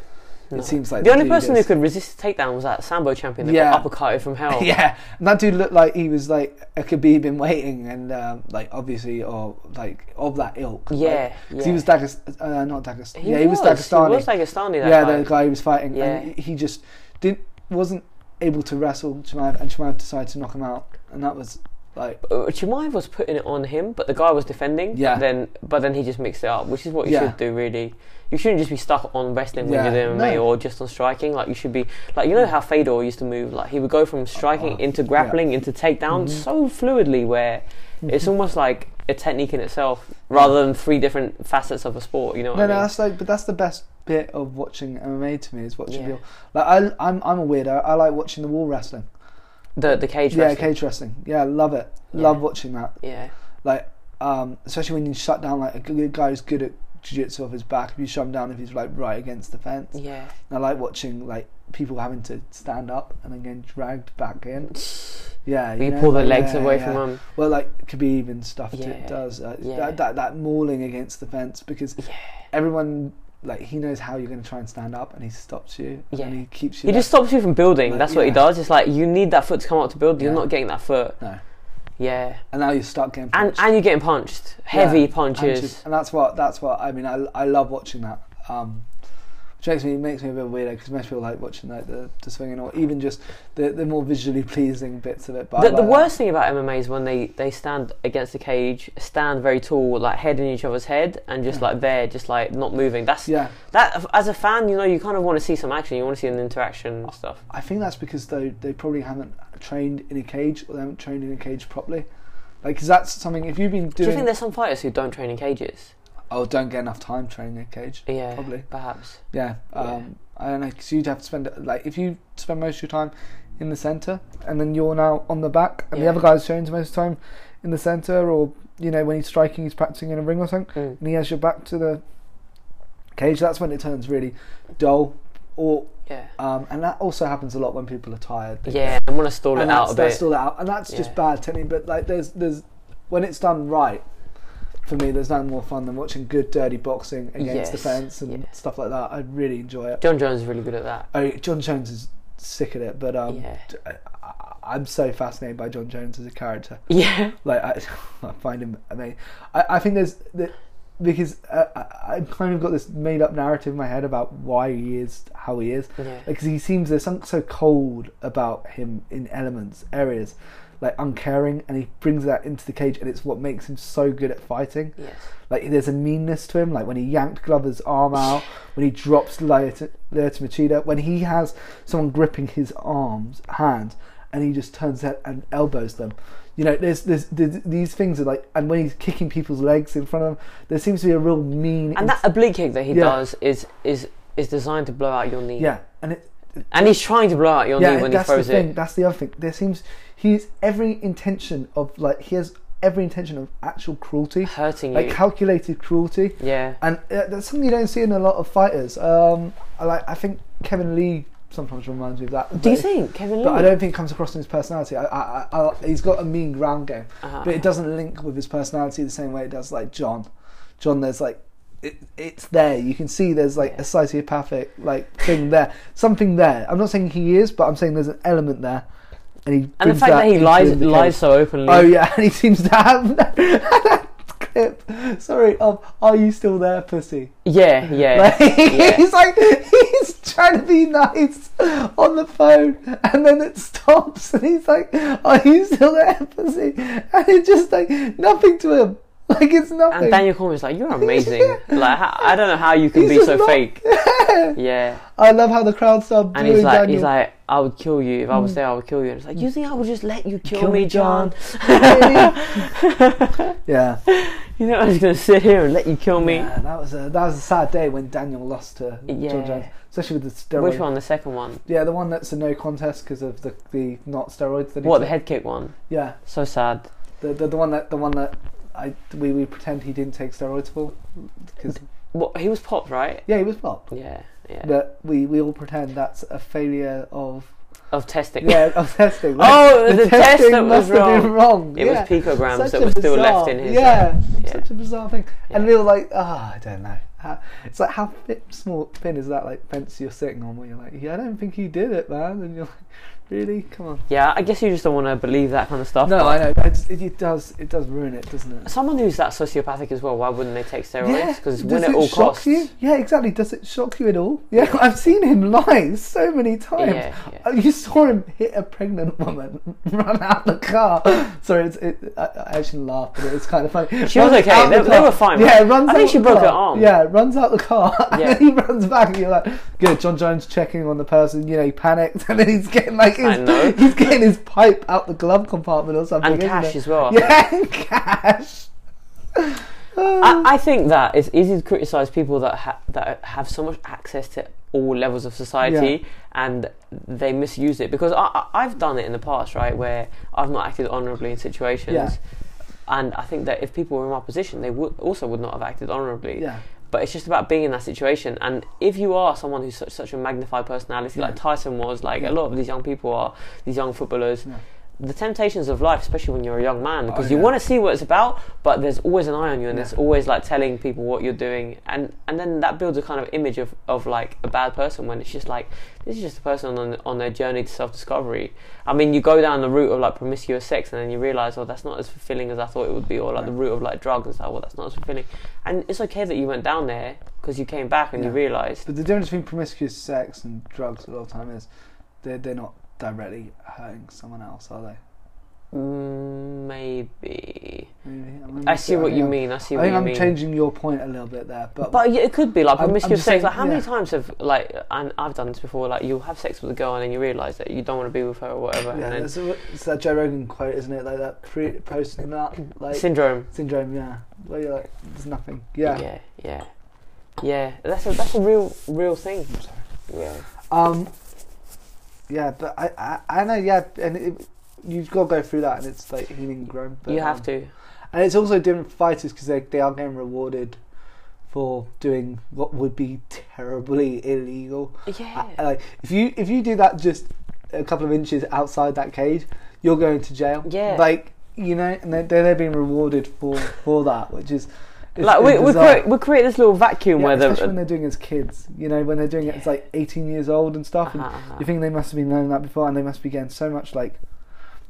No.
It seems like
the only
dude
person who
is-
could resist the takedown was that sambo champion that
Yeah.
got uppercutted from hell.
Yeah, and that dude looked like he was like a Khabib in waiting, and um, like obviously, or like of that ilk. like,
yeah,
'cause
yeah.
he was Dagest- uh, not Dagest- yeah, he was
He
Dagestani.
was Dagestani. That
yeah,
guy.
the guy he was fighting,
Yeah.
and he just didn't wasn't able to wrestle Chimaev, and Chimaev decided to knock him out, and that was like,
Uh, Chimaev was putting it on him, but the guy was defending.
Yeah.
Then, but then he just mixed it up, which is what you
Yeah.
should do. Really, you shouldn't just be stuck on wrestling
Yeah,
when you're doing MMA
no.
or just on striking. Like you should be, like you know how Fedor used to move. Like he would go from striking
Oh,
into grappling into takedown
Mhm.
so fluidly, where
Mm-hmm.
it's almost like a technique in itself, rather than three different facets of a sport. You know
no,
what
no,
I mean?
that's like, but that's the best bit of watching MMA to me is watching
Yeah.
people. Like I, I'm, I'm a weirdo. I like watching the wall wrestling.
the the cage
yeah,
wrestling.
cage wrestling. Yeah, love it.
Yeah.
Love watching that.
Yeah,
Like, um, especially when you shut down like a good guy who's good at jiu-jitsu off his back. If you shut him down, if he's like right against the fence.
yeah.
And I like watching like people having to stand up and then getting dragged back in. Yeah,
You
know,
pull the
like,
legs
yeah,
away
yeah.
from him.
Well, like Khabib and stuff t-
Yeah,
does uh,
yeah.
that, that that mauling against the fence because
Yeah.
everyone like he knows how you're going to try and stand up and he stops you
Yeah.
and he keeps you.
He
there.
just stops you from building.
Like,
That's what he
yeah.
does. It's like you need that foot to come up to build. You're
Yeah.
not getting that foot.
no,
Yeah,
and now you're stuck getting
and
punched.
and you're getting punched, heavy
Yeah,
punches.
punches. and that's what that's what I mean. I, I love watching that. Um, which makes me makes me a bit weirdo because most people like watching like the, the swinging or even just the, the more visually pleasing bits of it. But I
The, the
like that.
worst thing about MMA is when they, they stand against the cage, stand very tall, like head in each other's head, and just like there, just like not moving. That's
yeah,
that. As a fan, you know, you kind of want to see some action. You want to see an interaction and stuff.
I think that's because they they probably haven't trained in a cage or they haven't trained in a cage properly. Like, 'cause that's something. If you've been
Do
doing,
you think there's some fighters who don't train in cages?
oh, don't get enough time training a cage.
Yeah,
Probably.
perhaps.
Yeah. Um, I don't know, 'cause you'd have to spend like if you spend most of your time in the center, and then you're now on the back, and
Yeah.
the other guy's showing most of the time in the center, or you know when he's striking, he's practicing in a ring or something,
Mm.
and he has your back to the cage. That's when it turns really dull. Or
Yeah,
um, and that also happens a lot when people are tired. They-
yeah. I want to stall it
and
out
that's,
a
that's
bit.
all out, and that's
Yeah.
just bad technique. But like, there's there's when it's done right, for me, there's nothing more fun than watching good dirty boxing
Yes,
against the fence and
yeah.
stuff like that. I really enjoy it.
John Jones is really good at that.
Oh, John Jones is sick at it, but um,
Yeah.
d- I- I'm so fascinated by John Jones as a character.
Yeah,
Like, I, I find him amazing. I, I think there's the, because uh, I, I've kind of got this made up narrative in my head about why he is how he is
yeah.
because he seems there's something so cold about him in elements areas like uncaring and he brings that into the cage and it's what makes him so good at fighting
Yes.
like there's a meanness to him like when he yanked glover's arm out when he drops Lyoto Machida when he has someone gripping his arms hands and he just turns that and elbows them you know there's, there's, there's these things are like and when he's kicking people's legs in front of him there seems to be a real mean
And that oblique kick that he
Yeah.
does is is is designed to blow out your knee.
yeah and it
And he's trying to blow out your knee when he
that's
throws
the thing.
it.
That's the other thing. There seems he's every intention of like he has every intention of actual cruelty,
Hurting
like
you.
calculated cruelty,
yeah.
and uh, that's something you don't see in a lot of fighters. Um, I like I think Kevin Lee sometimes reminds me of that.
Do you
but-
think Kevin Lee?
But I don't think it comes across in his personality. I, I, I, I, he's got a mean ground game,
Uh-huh.
but it doesn't link with his personality the same way it does like John. John, there's like. It, it's there. You can see there's like a
Yeah.
sociopathic like thing there, something there. I'm not saying he is, but I'm saying there's an element there, and he
and the
brings
fact that, he
into
lies
the
lies
case.
so openly.
Oh yeah, and he seems to have that, clip. Sorry, of are you still there, pussy?
yeah, yeah.
Like,
yeah.
he's like he's trying to be nice on the phone, and then it stops, and he's like, "Are you still there, pussy?" And it's just like nothing to him. Like it's nothing.
And Daniel Cormier's like, you're amazing. Like, how, I don't know how you can
He's
be
just
so
not-
fake. Yeah.
I love how the crowd started
And
booing
he's like,
Daniel. Mm.
he's like, I would kill you if I was there. I would kill you. And it's like, you think I would just let you kill,
Kill
me,
me,
John?
yeah.
You know, I'm just gonna sit here and let you kill me.
yeah, that was a that was a sad day when Daniel lost to
Yeah.
John Jones, especially with the steroids.
Which one? The second one?
Yeah, the one that's a no contest because of the the not steroids. That he
What? The
took.
head kick one?
Yeah,
So sad.
the, the the one that the one that I we, we pretend he didn't take steroids for because
What? He was popped, right?
yeah he was blocked.
Yeah. Yeah.
But we, we all pretend that's a failure of
Of testing.
yeah of testing.
Oh, the test that was
must have been wrong.
It
yeah.
was picograms
Such
that
a
were still
bizarre-
left in his. uh,
Yeah,
yeah.
such a bizarre thing. And
Yeah.
we were like, ah, I don't know. How- It's like how fit, small thin is that like fence you're sitting on? Where you're like, yeah, I don't think he did it, man. And you're like, really? Come on.
Yeah, I guess you just don't want to believe that kind of stuff.
No,
but
I know. I just- It, it does. It does ruin it, doesn't it?
Someone who's that sociopathic as well, why wouldn't they take steroids? Because
does
win at
it
all
shock
costs.
You? Yeah, exactly. Does it shock you at all? Yeah, I've seen him lie so many times.
Yeah, yeah.
Uh, You saw him hit a pregnant woman, run out the car. Sorry, it's, it, I, I actually laughed, but it was kind of funny.
She was
Runs
okay,
out
they-
the
they
car.
were fine,
Yeah,
right?
runs
I think
out
she
the
broke
car.
her arm.
Yeah, runs out the car, and
Yeah.
then he runs back, and you're like, good. John Jones checking on the person. You know, he panicked, and then he's getting like
I know.
his, he's getting his pipe out the glove compartment or something.
And
isn't
cash
it?
as well.
Yeah, and cash.
I, I think that it's easy to criticise people that ha- that have so much access to all levels of society and they misuse it because I, I, I've done it in the past, right, where I've not acted honourably in situations.
Yeah.
And I think that if people were in my position, they would also would not have acted honourably.
Yeah.
But it's just about being in that situation. And if you are someone who's such, such a magnified personality, like Tyson was, like a
Yeah.
lot of these young people are, these young footballers,
Yeah. Oh,
the temptations of life, especially when you're a young man, because you
yeah.
want to see what it's about, but there's always an eye on you, and
Yeah.
there's always like telling people what you're doing, and and then that builds a kind of image of, of like a bad person when it's just like this is just a person on on their journey to self discovery. I mean, you go down the route of like promiscuous sex, and then you realize, oh, that's not as fulfilling as I thought it would be, or like the route of like drugs and stuff, well, that's not as fulfilling, and it's okay that you went down there because you came back and you
Yeah.
realized,
But the difference between promiscuous sex and drugs a lot of time is they're, they're not directly hurting someone else, are they?
Mm, Maybe.
Maybe. I'm
I
gonna-
see what
think
you
I'm-
mean. I see
I
what
think
you
I'm
mean.
changing your point a little bit there, but,
But yeah, it could be like
I'm- I'm
promiscuous
just
sex.
saying-
Like how many
yeah.
times have like and I've done this before. Like you'll have sex with a girl and then you realise that you don't want to be with her or whatever.
yeah,
and
it's, it's that Joe Rogan quote, isn't it? Like that pre post nut
then
like
syndrome.
syndrome. Yeah, where you're like, there's nothing. Yeah.
yeah, yeah, yeah. That's a that's a real real thing. Yeah.
Um. Yeah, but I, I, I know. Yeah, and it, you've got to go through that, and it's like healing and growing. But,
you have
um,
to.
and it's also different for fighters because they they are getting rewarded for doing what would be terribly illegal.
Yeah.
I- like if you if you do that just a couple of inches outside that cage, you're going to jail.
Yeah.
Like you know, and they they're, they're being rewarded for for that, which is it's-
like we
it's
we
bizarre.
create, we create this little vacuum
Yeah,
where the
especially when they're doing it as kids, you know, when they're doing it as like 18 years old and stuff, and
Uh-huh, uh-huh.
you think they must have been knowing that before, and they must be getting so much like,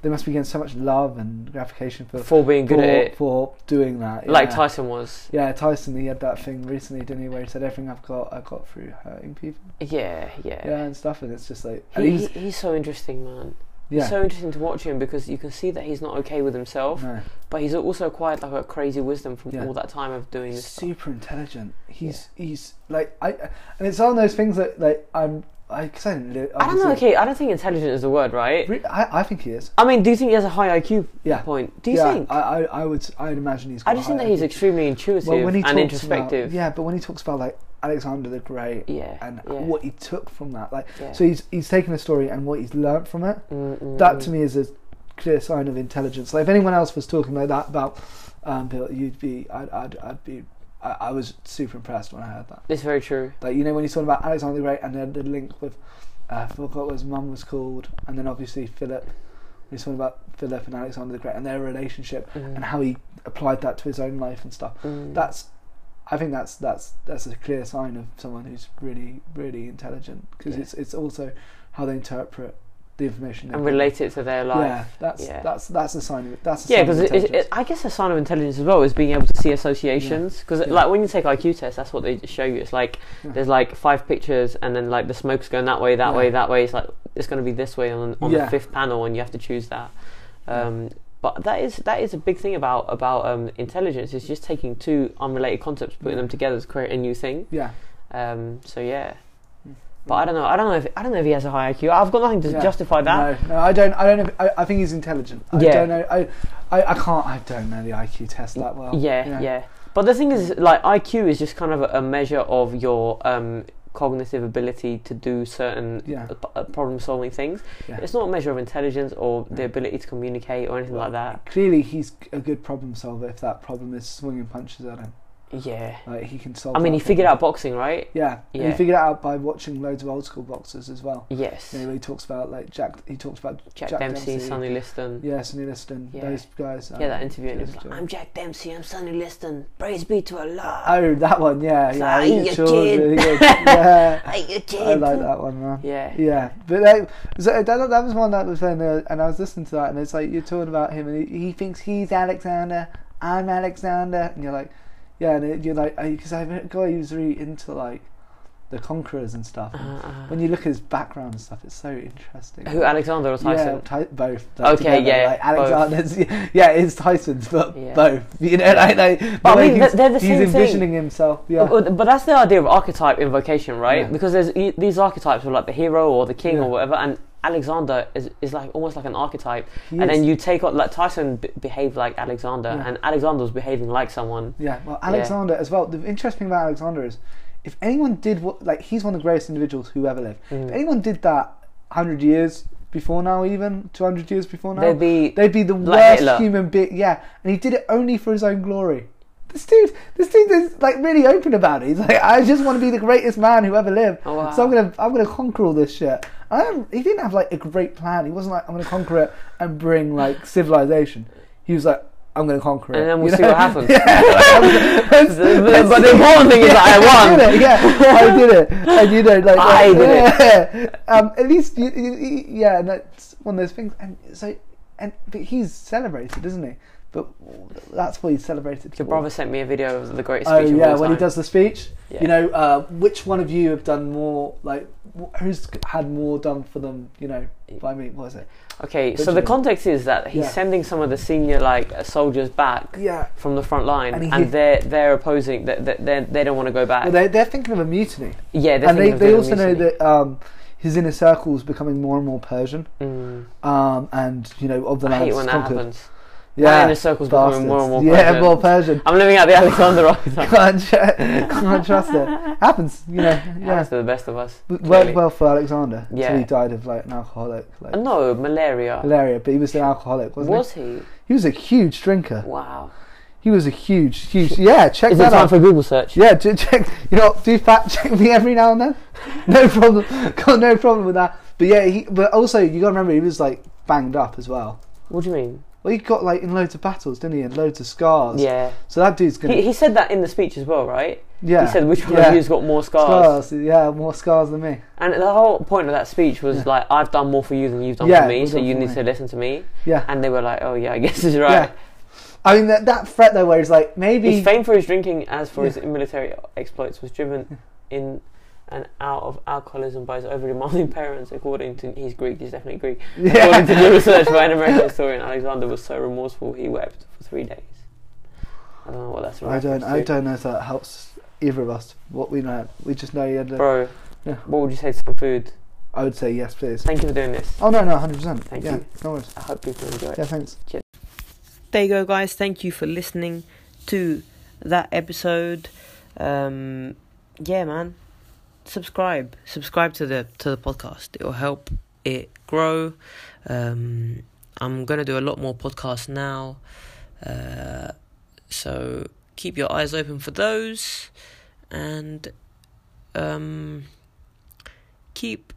they must be getting so much love and gratification for
for being good
for,
at it,
for doing that.
like
yeah.
Tyson was.
Yeah, Tyson. He had that thing recently, didn't he? Where he said everything I've got, I got through hurting people.
Yeah, yeah.
Yeah, and stuff. And it's just like, and
He,
he's-
he- he's so interesting, man.
yeah,
It's so interesting to watch him because you can see that he's not okay with himself,
no,
but he's also acquired like a crazy wisdom from
Yeah.
all that time of doing
he's
this. stuff.
super intelligent. He's he's like I, and it's one of those things that like I'm I cause I, didn't li-
I don't know.
obviously-
Okay, I don't think intelligent is the word, right?
Re- I I think he is.
I mean, do you think he has a high IQ
Yeah.
point? Do you
yeah,
think?
I, I, I would I'd imagine he's.
I
got
just think
high
that he's
IQ.
extremely intuitive and introspective.
About, yeah, but when he talks about like Alexander the Great
yeah,
and
yeah,
what he took from that, like
yeah.
so he's he's taken a story and what he's learnt from it.
Mm, mm,
That
mm.
to me is a clear sign of intelligence. Like if anyone else was talking like that about um, Bill, you'd be I'd I'd, I'd be I, I was super impressed when I heard that.
It's very true.
Like you know when he's talking about Alexander the Great and then the link with uh, I forgot what his mum was called, and then obviously Philip. He's talking about Philip and Alexander the Great and their relationship
Mm,
and how he applied that to his own life and stuff
mm.
that's I think that's that's that's a clear sign of someone who's really really intelligent because
Yeah.
it's it's also how they interpret the information they
and
get.
relate it to their life.
Yeah, that's
Yeah.
that's that's a sign of it. That's a
Yeah,
sign of
because it,
intelligence.
it, I guess a sign of intelligence as well is being able to see associations. Because
Yeah.
like when you take IQ tests, that's what they show you. It's like
Yeah.
there's like five pictures, and then like the smoke's going that way, that
Yeah.
way, that way. It's like it's going to be this way on, on
Yeah.
the fifth panel, and you have to choose that.
Yeah.
Um, But that is that is a big thing about about um, intelligence. It's just taking two unrelated concepts, putting
Yeah.
them together to create a new thing.
yeah,
Um, so yeah.
Mm.
But I don't know. I don't know if I don't know if he has a high IQ. I've got nothing to
Yeah.
justify that.
No, no, I don't. I don't. Know, I, I think he's intelligent. I
Yeah.
don't know. I, I, I can't. I don't know the IQ test that well.
yeah,
you know.
yeah, But the thing is, like IQ is just kind of a measure of your um, cognitive ability to do certain uh,
Yeah.
problem solving things.
Yeah.
It's not a measure of intelligence or the
No.
ability to communicate or anything like that.
Clearly, he's a good problem solver. If that problem is swinging punches at him,
Yeah.
like he can solve.
I mean,
that
he figured
problem.
out boxing, right?
Yeah, and
Yeah.
he figured it out by watching loads of old school boxers as well.
Yes.
You know, he talks about like Jack. He talks about
Jack,
Jack
Dempsey,
Dempsey.
Sonny Liston. Yeah.
yeah, Sonny Liston.
Yeah.
Those guys. um,
that interview. And it was
those
like,
guys.
I'm Jack Dempsey. I'm Sonny Liston. Praise be to Allah.
Oh, that one. Yeah,
It's
yeah.
like,
eat
"Eat
your
your
children,
kid."
eat your- yeah.
Hey, you
I
did.
like that one, man.
Yeah.
Yeah, but like, so that, that was one that was playing there, and I was listening to that, and it's like you're talking about him, and he, he thinks he's Alexander, I'm Alexander, and you're like, yeah, and it, you're like, because I met a guy who's really into like the conquerors and stuff.
Uh,
and
uh.
when you look at his background and stuff, it's so interesting.
Who, Alexander or
Yeah,
Tyson?
ty- both.
Okay, yeah,
Like
both.
Alexander's, yeah, it's Tyson's, but
Yeah.
both. You know, like, like the
I
way
mean,
he's,
they're the
he's
same thing.
envisioning himself. Yeah,
But but that's the idea of archetype invocation, right?
Yeah.
Because there's e- these archetypes of like the hero or the king
Yeah.
or whatever, and Alexander is, is like almost like an archetype.
He
and
is-
then you take on like Tyson b- behaved like Alexander,
Yeah.
and Alexander was behaving like someone.
yeah. Well, Alexander as well. The interesting thing about Alexander is, if anyone did what, like, he's one of the greatest individuals who ever lived. If anyone did that hundred years before now, even two hundred years before now,
They'd be
They'd be the
Like
worst
Hitler.
human being. Yeah, and he did it only for his own glory. This dude, this dude is like really open about it. He's like, I just want to be the greatest man who ever lived.
Oh, wow.
So I'm gonna, I'm gonna conquer all this shit. I don't, he didn't have like a great plan. He wasn't like, I'm gonna conquer it and bring like civilization. He was like, I'm gonna conquer it.
And then we'll
you
see what happens.
That's-
But- but the important thing is that I
I
won.
did it. Yeah, I did it. And you know, like
I did it.
it. Um, at least, you, you, you- yeah, and that's one of those things. And so, and but he's celebrated, isn't he? But that's what he celebrated.
Your
for.
brother sent me a video of the greatest
Oh
speech of all
yeah,
time.
when he does the speech,
Yeah.
you know, uh, which one of you have done more? Like, wh- who's had more done for them? You know, by me. What is it?
Okay, so the
Benjamin.
context is that he's
Yeah.
sending some of the senior like uh, soldiers back
Yeah.
from the front line,
And
and,
he-
they're they're opposing. They they they- they don't want to go back.
Well, they they're thinking of a mutiny,
yeah, they're
and they,
thinking of
they
doing
also know
mutiny.
that um, his inner circle is becoming more and more Persian,
Mm.
um, and you know, of the
I
lands
hate when that
conquered.
happens. My
Yeah,
inner circle's becoming more and more.
bastards. Yeah,
Persian.
more Persian.
I'm living out the Alexander right
Can't, tr- can't trust it. Happens, you know.
Yeah,
Yeah,
to the best of us.
W-
clearly.
worked well for Alexander.
Yeah.
till he died of like an alcoholic, like
Uh, No, malaria.
malaria. But he was an alcoholic, wasn't he?
Was he?
He was a huge drinker.
Wow.
He was a huge, huge. Yeah, check
Is it
that
time
out.
for Google search?
yeah, j- check. You know, do fact check me every now and then. No problem. Got no problem with that. But yeah, he, but also you got to remember he was like banged up as well.
What do you mean?
Well, he got like in loads of battles, didn't he? And loads of scars.
Yeah.
So that dude's gonna.
He, he said that in the speech as well, right?
yeah.
He said, which one
Yeah.
of you's got more scars?
scars. Yeah, more scars than me.
And the whole point of that speech was like, I've done more for you than you've done
Yeah,
for me,
we've
so
done
you
for
need
me.
to listen to me.
Yeah.
And they were like, oh yeah, I guess he's right.
I mean that that threat though, where he's like maybe
His fame for his drinking, as for
Yeah.
his military exploits, was driven in and out of alcoholism by his over demanding parents. According to he's Greek, he's definitely Greek. According to the research by an American historian, Alexander was so remorseful he wept for three days. I don't know what that's. a
I don't.
reference
I
to.
don't know if that helps either of us. What we know, we just know he had. a-
Bro,
Yeah.
what would you say to some food?
I would say yes, please.
Thank you for doing this.
Oh no, no, hundred percent.
Thank
yeah,
you.
No worries.
I hope people enjoy it.
Yeah, thanks.
there you go, guys. Thank you for listening to that episode. Um, yeah, man, subscribe, subscribe to the to the podcast. It will help it grow. Um, I'm gonna do a lot more podcasts now, uh, so keep your eyes open for those, and um, keep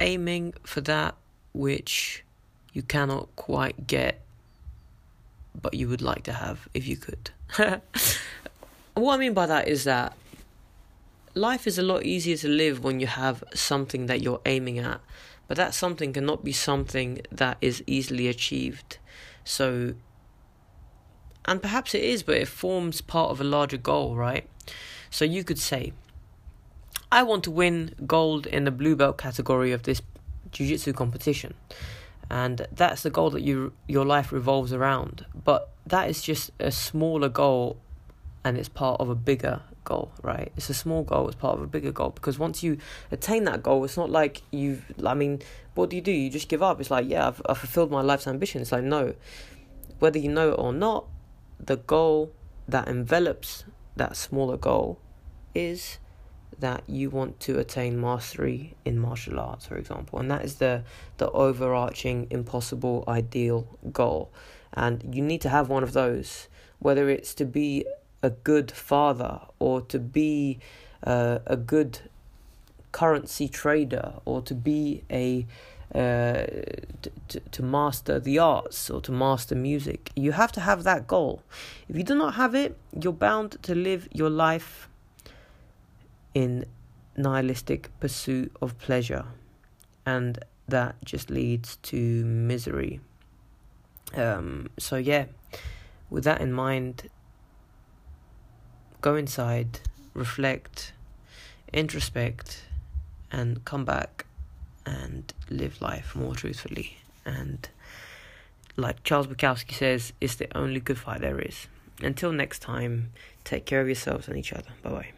aiming for that which you cannot quite get but you would like to have if you could. what I mean by that is that life is a lot easier to live when you have something that you're aiming at, but that something cannot be something that is easily achieved. So, and perhaps it is, but it forms part of a larger goal, right? So you could say, I want to win gold in the blue belt category of this jiu jitsu competition and that's the goal that you your life revolves around but that is just a smaller goal and it's part of a bigger goal right it's a small goal it's part of a bigger goal because once you attain that goal it's not like you've i mean what do you do you just give up it's like yeah i've, I've fulfilled my life's ambition it's like no whether you know it or not the goal that envelops that smaller goal is that you want to attain mastery in martial arts for example and that is the the overarching impossible ideal goal. And you need to have one of those, whether it's to be a good father or to be uh, a good currency trader or to be a uh, t- t- to master the arts or to master music. You have to have that goal. If you do not have it, you're bound to live your life in nihilistic pursuit of pleasure. And that just leads to misery. Um, so, yeah, with that in mind, go inside, reflect, introspect, and come back and live life more truthfully. And, like Charles Bukowski says, it's the only good fight there is. Until next time, take care of yourselves and each other. Bye bye.